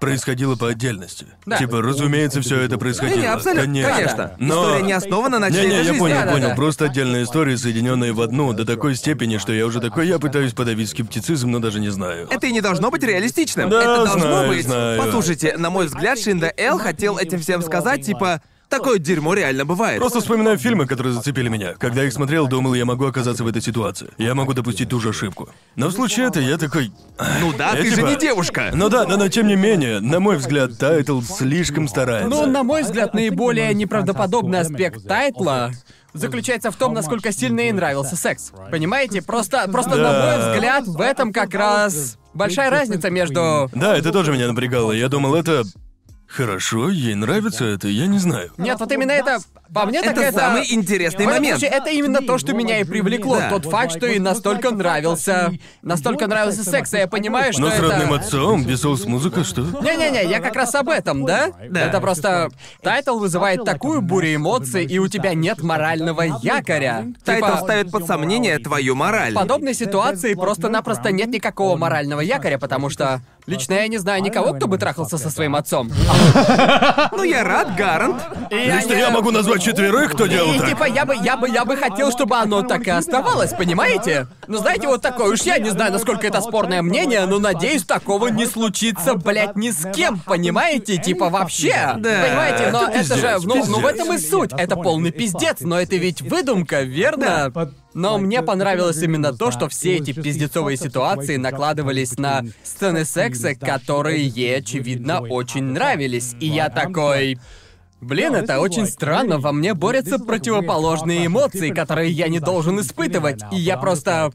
происходило по отдельности.
Да.
Типа, разумеется, все это происходило.
Не-не, абсолютно, конечно.
Но...
История не основана на чьей-то
Не-не, я
жизни.
понял,
Да-да-да.
понял. Просто отдельные истории, соединенные в одну, до такой степени, что я уже такой, я пытаюсь подавить скептицизм, но даже не знаю.
Это и не должно быть реалистичным.
Да,
это должно
знаю,
быть.
знаю.
Послушайте, на мой взгляд, Шинда Эл хотел этим всем сказать, типа, такое дерьмо реально бывает.
Просто вспоминаю фильмы, которые зацепили меня. Когда я их смотрел, думал, я могу оказаться в этой ситуации. Я могу допустить ту же ошибку. Но в случае это я такой...
ну да,
я
ты же
типа-
не девушка.
Ну да, но, но тем не менее, на мой взгляд, Тайтл слишком старается.
Ну, на мой взгляд, наиболее неправдоподобный аспект тайтла заключается в том, насколько сильно ей нравился секс. Понимаете? Просто, просто на
Да.
мой взгляд, в этом как раз большая разница между...
Да, это тоже меня напрягало. Я думал, это... Хорошо, ей нравится это, я не знаю.
Нет, вот именно это... По мне так
это самый интересный
В этом
момент.
случае это именно то, что меня и привлекло.
Да.
Тот факт, что ей настолько нравился... Настолько нравился секс, а я понимаю, что
Но с
это...
родным отцом, Бесоус музыка, что?
Не-не-не, я как раз об этом, да?
Да.
Это просто... Тайтл вызывает такую бурю эмоций, и у тебя нет морального якоря.
Типа-
Тайтл ставит под сомнение твою мораль.
В подобной ситуации просто-напросто нет никакого морального якоря, потому что... Лично я не знаю никого, кто бы трахался со своим отцом.
Ну я рад, Гарант.
И
Лично я могу назвать четверых, кто делал
И
так.
типа я бы, я бы, я бы хотел, чтобы оно так и оставалось, понимаете? Ну знаете, вот такое уж я не знаю, насколько это спорное мнение, но надеюсь, такого не случится, блядь, ни с кем, понимаете? Типа вообще.
Да.
Понимаете, но
Это
это, же,
пиздец,
ну, ну в этом и
пиздец.
суть. Это полный пиздец, но это ведь выдумка, верно? Но мне понравилось именно то, что все эти пиздецовые ситуации накладывались на сцены секса, которые ей, очевидно, очень нравились. И я такой... Блин, это очень странно. Во мне борются противоположные эмоции, которые я не должен испытывать. И я просто...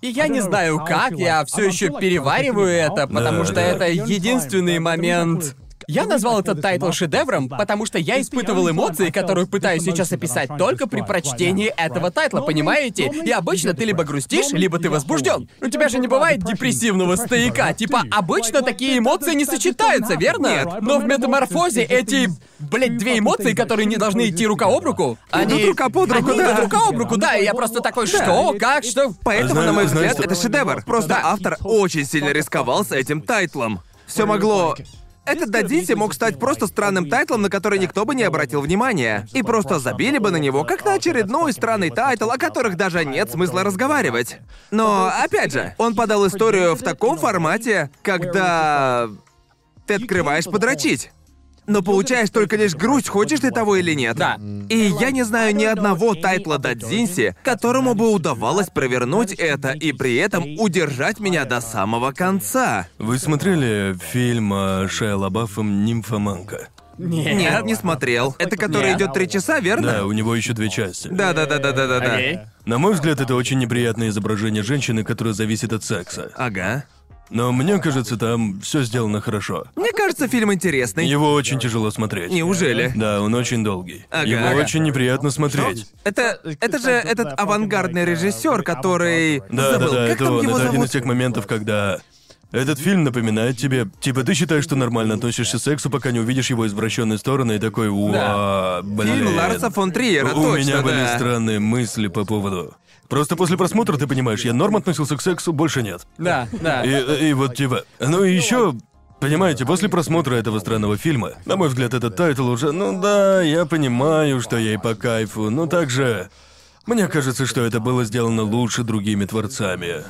И я не знаю как, я все еще перевариваю это, потому
Да.
что это единственный момент... Я назвал этот тайтл шедевром, потому что я испытывал эмоции, которые пытаюсь сейчас описать только при прочтении этого тайтла, понимаете? И обычно ты либо грустишь, либо ты возбужден. У тебя же не бывает депрессивного стояка. Типа, обычно такие эмоции не сочетаются, верно?
Нет.
Но в метаморфозе эти, блядь, две эмоции, которые не должны идти рука об руку, они...
рука под руку,
они
да.
идут рука об руку, да, и я просто такой, что, как, что...
Поэтому,
Знаю-
на мой
знаешь,
взгляд, это
что-
шедевр. Просто
Да.
автор очень сильно рисковал с этим тайтлом. Все могло... Этот Дадзинси мог стать просто странным тайтлом, на который никто бы не обратил внимания. И просто забили бы на него, как на очередной странный тайтл, о которых даже нет смысла разговаривать. Но, опять же, он подал историю в таком формате, когда... Ты открываешь подрочить. Но получаешь только лишь грусть, хочешь ты того или нет.
Да.
И я не знаю ни одного тайтла Дадзинси, которому бы удавалось провернуть это и при этом удержать меня до самого конца.
Вы смотрели фильм э, Шайа Лабафом «Нимфоманка»?
Нет.
Нет, не смотрел. Это который
Нет.
идет три часа,
Да,
верно?
у него еще две части.
Да, да, да, да, да, да, да.
Окей.
На мой взгляд, это очень неприятное изображение женщины, которая зависит от секса.
Ага.
Но мне кажется, там все сделано хорошо.
Мне кажется, фильм интересный.
Его очень тяжело смотреть.
Неужели?
Да, он очень долгий.
Ага.
Его
Ага.
очень неприятно смотреть.
Это, это же этот авангардный режиссер, который
Да,
Ну, забыл,
да, да,
как
это
там
он.
его
Это один
зовут.
из тех моментов, когда этот фильм напоминает тебе, типа, ты считаешь, что нормально относишься к сексу, пока не увидишь его извращенной стороны, и такой, уа, блин.
Фильм Ларса фон Триера,
У
точно,
меня были
да.
странные мысли по поводу. Просто после просмотра ты понимаешь, я норм относился к сексу, больше нет.
Да, да.
И, и вот типа. Ну и еще. Понимаете, после просмотра этого странного фильма, на мой взгляд, этот тайтл уже, ну да, я понимаю, что я и по кайфу, но также... Мне кажется, что это было сделано лучше другими творцами.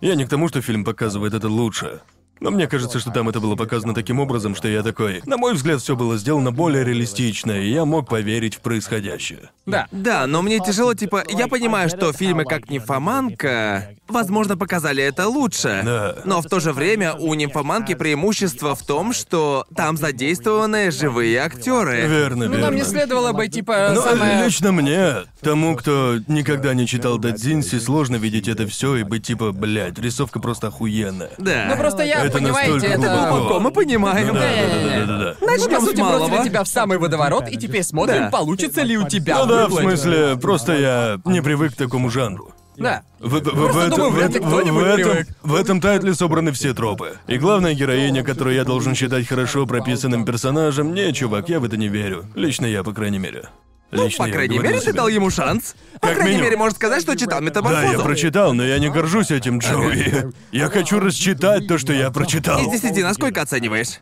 Я не к тому, что фильм показывает это лучше. Но мне кажется, что там это было показано таким образом, что я такой... На мой взгляд, все было сделано более реалистично, и я мог поверить в происходящее.
Да.
Да, но мне тяжело, типа, я понимаю, что фильмы как «Нимфоманка», возможно, показали это лучше.
Да.
Но в то же время у «Нимфоманки» преимущество в том, что там задействованы живые актеры.
Верно,
Ну,
верно.
нам не следовало бы, типа,
Ну,
самое...
лично мне, тому, кто никогда не читал Дадзинси, сложно видеть это все и быть типа, блядь, рисовка просто охуенная.
Да.
Ну, просто я,
Это
понимаете,
настолько
это...
глубоко.
Глубоко мы
А,
понимаем.
Да, да, да, да,
Не-не-не.
да, да.
Начнем
Ну,
по
с
сути,
малого.
бросили тебя в самый водоворот, и теперь смотрим,
Да.
получится ли у тебя
Ну да, в
выплыть.
смысле, просто я не привык к такому жанру.
Да.
В, в- в-
Просто
в этом-
думаю,
в-
вряд ли
в-
кто-нибудь
в этом,
привык.
в этом тайтле собраны все тропы. И главная героиня, которую я должен считать хорошо прописанным персонажем, не, чувак, я в это не верю. Лично я, по крайней мере. Лично
По
я
крайней
говорю
мере, ты
себе.
дал ему шанс. По
Как
крайней
минимум.
мере, можно сказать, что
Да,
читал
я
метаморфозу.
прочитал, но я не горжусь этим, Джоуи. Я хочу расчитать то, что я прочитал.
Из десяти на сколько оцениваешь?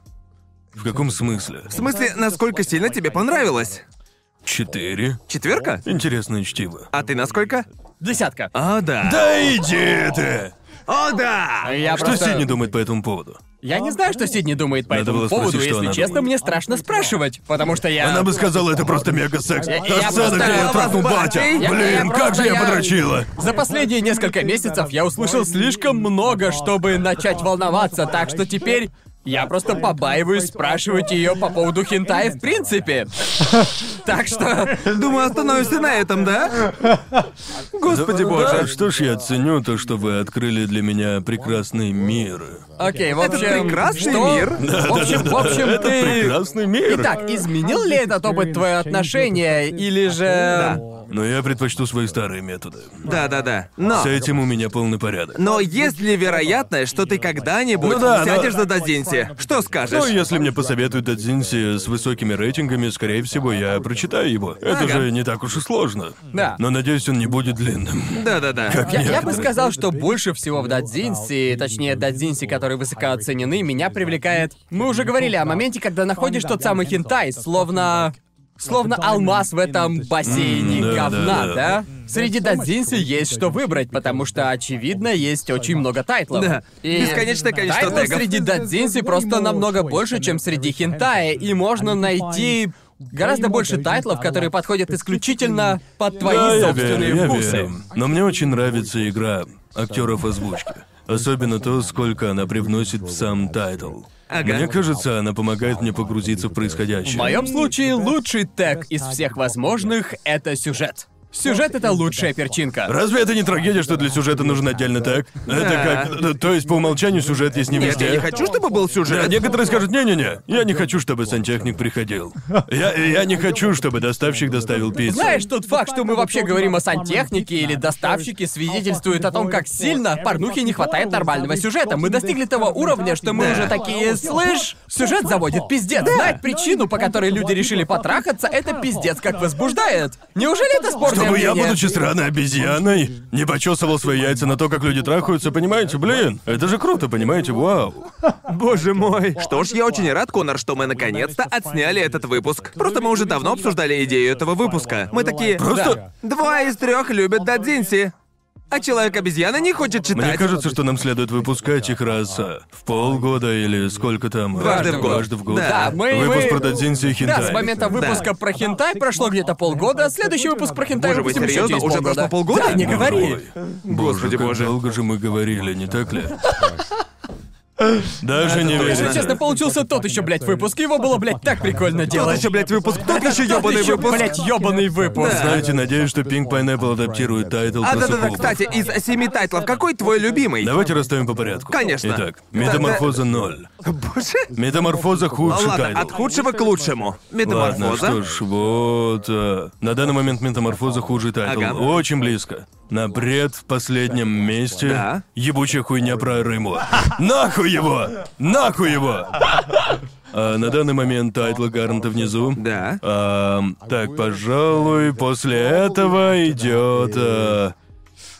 В каком смысле?
В смысле, насколько сильно тебе понравилось?
Четыре.
Четверка?
Интересное чтиво.
А ты насколько?
Десятка.
А, да.
Да иди ты!
О, да!
Я
Что
просто...
Сидни думает по этому поводу?
Я не знаю, что Сидни думает по
Надо
этому
было спросить,
поводу,
что
если
она
честно,
думает.
мне страшно спрашивать, потому что я...
Она бы сказала, это просто мега секс.
Я-
Та
я
сцена, где я
просто-
трахнул батя.
Я- я
Блин,
просто-
как же я
я-
подрочила.
За последние несколько месяцев я услышал слишком много, чтобы начать волноваться, так что теперь я просто побаиваюсь спрашивать ее по поводу хентая в принципе. Так что...
Думаю, остановимся на этом, да? Господи
Да,
боже.
что ж, я ценю то, что вы открыли для меня прекрасный мир.
Окей, в
Это
общем...
прекрасный
что-
мир.
В общем, в общем,
Это
ты...
прекрасный мир.
Итак, изменил ли этот опыт твое отношение, или же...
Но я предпочту свои старые методы.
Да, да, да. Но.
А.
С этим у меня полный порядок.
Но есть ли вероятность, что ты когда-нибудь
Ну да,
сядешь
но-
за Дадзинси? Что скажешь?
Ну, если мне посоветуют Дадзинси с высокими рейтингами, скорее всего, я прочитаю его. Это
Ага.
же не так уж и сложно.
Да.
Но надеюсь, он не будет длинным.
Да-да-да.
Как
Я, я бы
некоторые.
сказал, что больше всего в Дадзинси, точнее Дадзинси, которые высоко оценены, меня привлекает... Мы уже говорили о моменте, когда находишь тот самый хентай, словно... Словно алмаз в этом бассейне
М, да,
говна,
да,
да?
да.
Среди Дадзинси есть что выбрать, потому что, очевидно, есть очень много тайтлов.
Да.
И
Бесконечное количество
тайтлов
тегов.
среди Дадзинси просто намного больше, чем среди хентая, и можно найти гораздо больше тайтлов, которые подходят исключительно под твои
Да, я
собственные
верю, я
вкусы.
верю. Но мне очень нравится игра актеров озвучки. Особенно то, сколько она привносит в сам тайтл.
Ага.
Мне кажется, она помогает мне погрузиться в происходящее.
В моем случае лучший тег из всех возможных — это сюжет. Сюжет — это лучшая перчинка.
Разве это не трагедия, что для сюжета нужен отдельный так? Это как... То есть по умолчанию сюжет есть не
Нет,
везде.
я не хочу, чтобы был
Да,
сюжет.
некоторые скажут, не-не-не, я не хочу, чтобы сантехник приходил. Я, я не хочу, чтобы доставщик доставил пиццу.
Знаешь, тот факт, что мы вообще говорим о сантехнике или доставщике, свидетельствует о том, как сильно порнухи не хватает нормального сюжета. Мы достигли того уровня, что мы уже такие, слышь, сюжет заводит пиздец. Знать причину, по которой люди решили потрахаться, это пиздец как возбуждает. Неужели это спорное
Чтобы я,
мнение?
будучи сраной обезьяной, не почесывал свои яйца на то, как люди трахаются, понимаете? Блин, это же круто, понимаете? Вау.
Боже мой. Что ж, я очень рад, Конор, что мы наконец-то отсняли этот выпуск. Просто мы уже давно обсуждали идею этого выпуска. Мы такие...
Просто-
«Да, Два из трех любят Дадзинси. А человек-обезьяна не хочет читать.
Мне кажется, что нам следует выпускать их раз а, в полгода или сколько там.
Дважды в год.
Дважды в год.
Да,
мы-
Выпуск про
мы-
Дадзинси и
Да,
Хентай.
с момента выпуска про хентай прошло где-то полгода, а следующий выпуск про хентай
Боже мой,
выпустим еще
серьезно?
через
Уже
полгода.
прошло полгода?
Да, не
Боже
говори.
мой. Боже, как долго же мы говорили, не так ли? Даже не
Если
верится.
честно, получился тот еще, блядь, выпуск. Его было, блядь, так прикольно
Тот
делать.
еще, блядь, выпуск, тот еще ебаный
еще,
выпуск.
блядь, ёбаный выпуск.
Да.
Знаете, надеюсь, что Pink Pineapple адаптирует тайтл
А
про
да-да-да,
суккубов.
кстати, из семи тайтлов какой твой любимый?
Давайте расставим по порядку.
Конечно.
Итак, метаморфоза 0.
Боже.
Метаморфоза
А
худший
ладно,
тайтл.
от худшего к лучшему.
Ладно, что
Метаморфоза.
ж, вот... э, на данный момент метаморфоза хуже тайтл.
Ага.
Очень близко. На пред в последнем месте
Да.
ебучая хуйня про Рыму. Нахуй его! Нахуй его! А на данный момент тайтл Гарнта внизу.
Да.
Ам, так, пожалуй, после этого идет. э,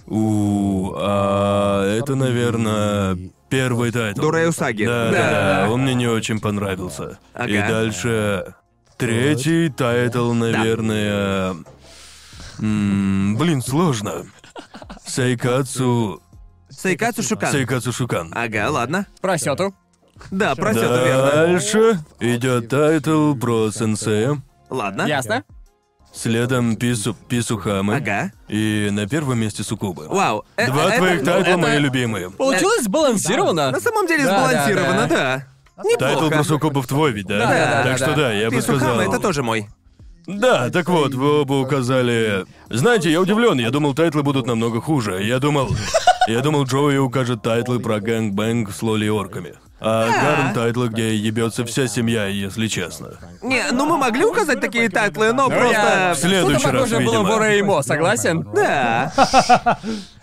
у, а, это, наверное, первый тайтл.
Дураю Саги.
Да,
Да.
да, да, он мне не очень понравился.
Ага.
И дальше третий тайтл, наверное. м, блин, сложно. Сайкацу.
Сайкацу Шукан.
Сайкацу Шукан.
Ага, ладно.
Про сёту.
Да, про сёта, верно.
Дальше идет тайтл про сенсея.
Ладно.
Ясно?
Следом Пису, Писухамы.
Ага.
И на первом месте Сукубы.
Вау. э-
Два
э-
твоих
это-
тайтла
это-
мои любимые.
Получилось сбалансировано.
На самом деле
Да,
сбалансировано,
да,
да.
Тайтл
Неплохо.
про Сукубов твой ведь, да?
Да, да,
так
да,
что
да.
да, я бы
Писухама
сказал.
это тоже мой.
Да, так вот, вы оба указали. Знаете, я удивлен, я думал, тайтлы будут намного хуже. Я думал. Я думал, Джоуи укажет тайтлы про гэнг-бэнг с лоли и орками. А Гарн тайтлы, где ебется вся семья, если честно.
Не, ну мы могли указать такие тайтлы, но
Ну, я-
просто...
В следующий
Что-то
раз,
похожее было
видимо.
в Ореймо, согласен?
Да.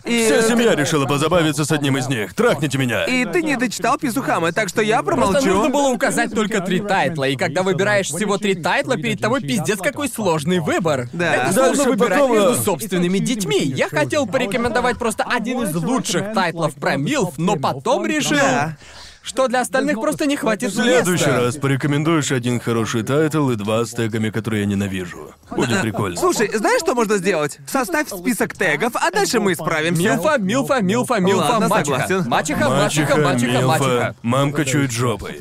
И...
Вся семья решила позабавиться с одним из них. Трахните меня.
И ты не дочитал Пизухама, так что я
Просто нужно
промолчу.
было указать только три тайтла, и когда выбираешь всего три тайтла, перед тобой пиздец какой сложный выбор.
Да.
Это
Дальше
словно выбирать
потом, э,
между собственными детьми. Я хотел порекомендовать просто один из лучших тайтлов про Милф, но потом решил,
Да.
что для остальных просто не хватит
В следующий
места.
раз порекомендуешь один хороший тайтл и два с тегами, которые я ненавижу. Будет прикольно.
Слушай, знаешь, что можно сделать? Составь список тегов, а дальше мы справимся.
Милфа, Милфа, Милфа, Милфа,
Ладно,
мачеха.
согласен.
Мачеха, мачеха,
Мачеха,
мачеха,
милфа,
мачеха.
мамка чует жопой.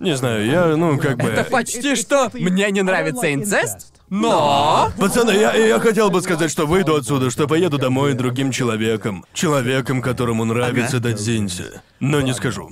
Не знаю, я, ну, как бы...
Это почти что мне не нравится инцест, но...
Пацаны, я, я хотел бы сказать, что выйду отсюда, что поеду домой другим человеком. Человеком, которому нравится Дадзинси. Но не скажу.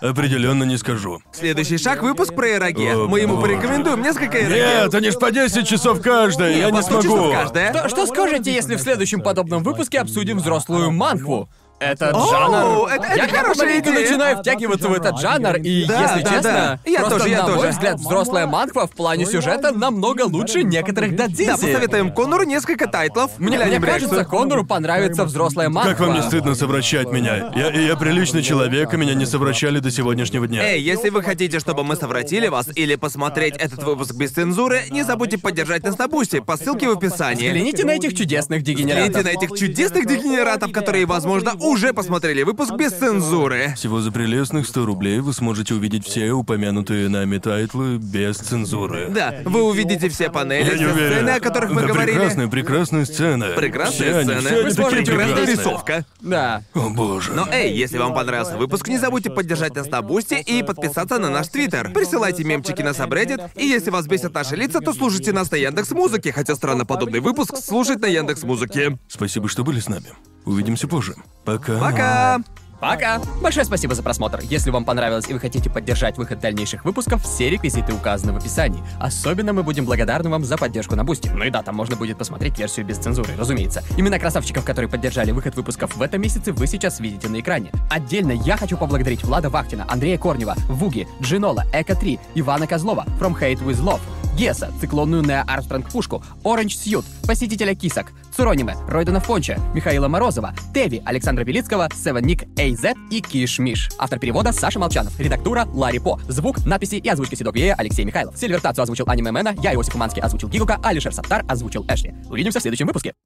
Определенно не скажу.
Следующий шаг — выпуск про Эраге.
О,
Мы ему
боже.
порекомендуем несколько Эраге.
Нет, они ж по 10 часов каждая, я не
по сто
смогу.
часов каждая.
Что, что скажете, если в следующем подобном выпуске обсудим взрослую манхву? Этот
О,
жанр.
это- это
я
хорошая
потихоньку
идея.
начинаю втягиваться в этот жанр, и,
Да,
если
да,
честно,
да. Я
просто,
тоже, я
на мой
тоже.
взгляд, взрослая манхва в плане сюжета намного лучше некоторых дадзинси.
Да, посоветуем Конору несколько тайтлов.
Мне,
Глянем
мне
реакцию.
кажется, Конору понравится взрослая манхва.
Как вам не стыдно совращать меня? Я, я приличный человек, и меня не совращали до сегодняшнего дня.
Эй, если вы хотите, чтобы мы совратили вас или посмотреть этот выпуск без цензуры, не забудьте поддержать нас на бусте по ссылке в описании.
Взгляните на этих чудесных
Глядите
дегенератов.
на этих чудесных дегенератов, которые, возможно, уже посмотрели выпуск без цензуры.
Всего за прелестных 100 рублей вы сможете увидеть все упомянутые нами тайтлы без цензуры.
Да, вы увидите все панели,
Я не
все
уверен.
сцены, о которых мы
Да,
говорили.
Прекрасные, прекрасные сцены. Все
Прекрасные
они,
сцены.
все они
Вы
такие
сможете увидеть
прекрасные.
рисовка.
Да.
О боже.
Но эй, если вам понравился выпуск, не забудьте поддержать нас на Бусти и подписаться на наш Твиттер. Присылайте мемчики на Сабреддит, и если вас бесят наши лица, то слушайте нас на Яндекс Музыке, хотя странно подобный выпуск слушать на Яндекс Музыке.
Спасибо, что были с нами. Увидимся позже. Пока.
Пока!
Пока! Большое спасибо за просмотр. Если вам понравилось и вы хотите поддержать выход дальнейших выпусков, все реквизиты указаны в описании. Особенно мы будем благодарны вам за поддержку на Бусти. Ну и да, там можно будет посмотреть версию без цензуры, разумеется. Имена красавчиков, которые поддержали выход выпусков в этом месяце, вы сейчас видите на экране. Отдельно я хочу поблагодарить Влада Вахтина, Андрея Корнева, Вуги, Джинола, Эко-3, Ивана Козлова, From Hate With Love, Геса, циклонную Неа Армстронг Пушку, Оранж Сьют, Посетителя Кисок, Цурониме, Ройдена Фонча, Михаила Морозова, Теви, Александра Белицкого, Севен Ник, Эйзет и Киш Миш. Автор перевода Саша Молчанов, редактура Ларри По, звук, надписи и озвучки Седок Ея Алексей Михайлов. Сильвертацию озвучил Аниме Мэна, я Иосиф Уманский озвучил Гигука, Алишер Саттар озвучил Эшли. Увидимся в следующем выпуске.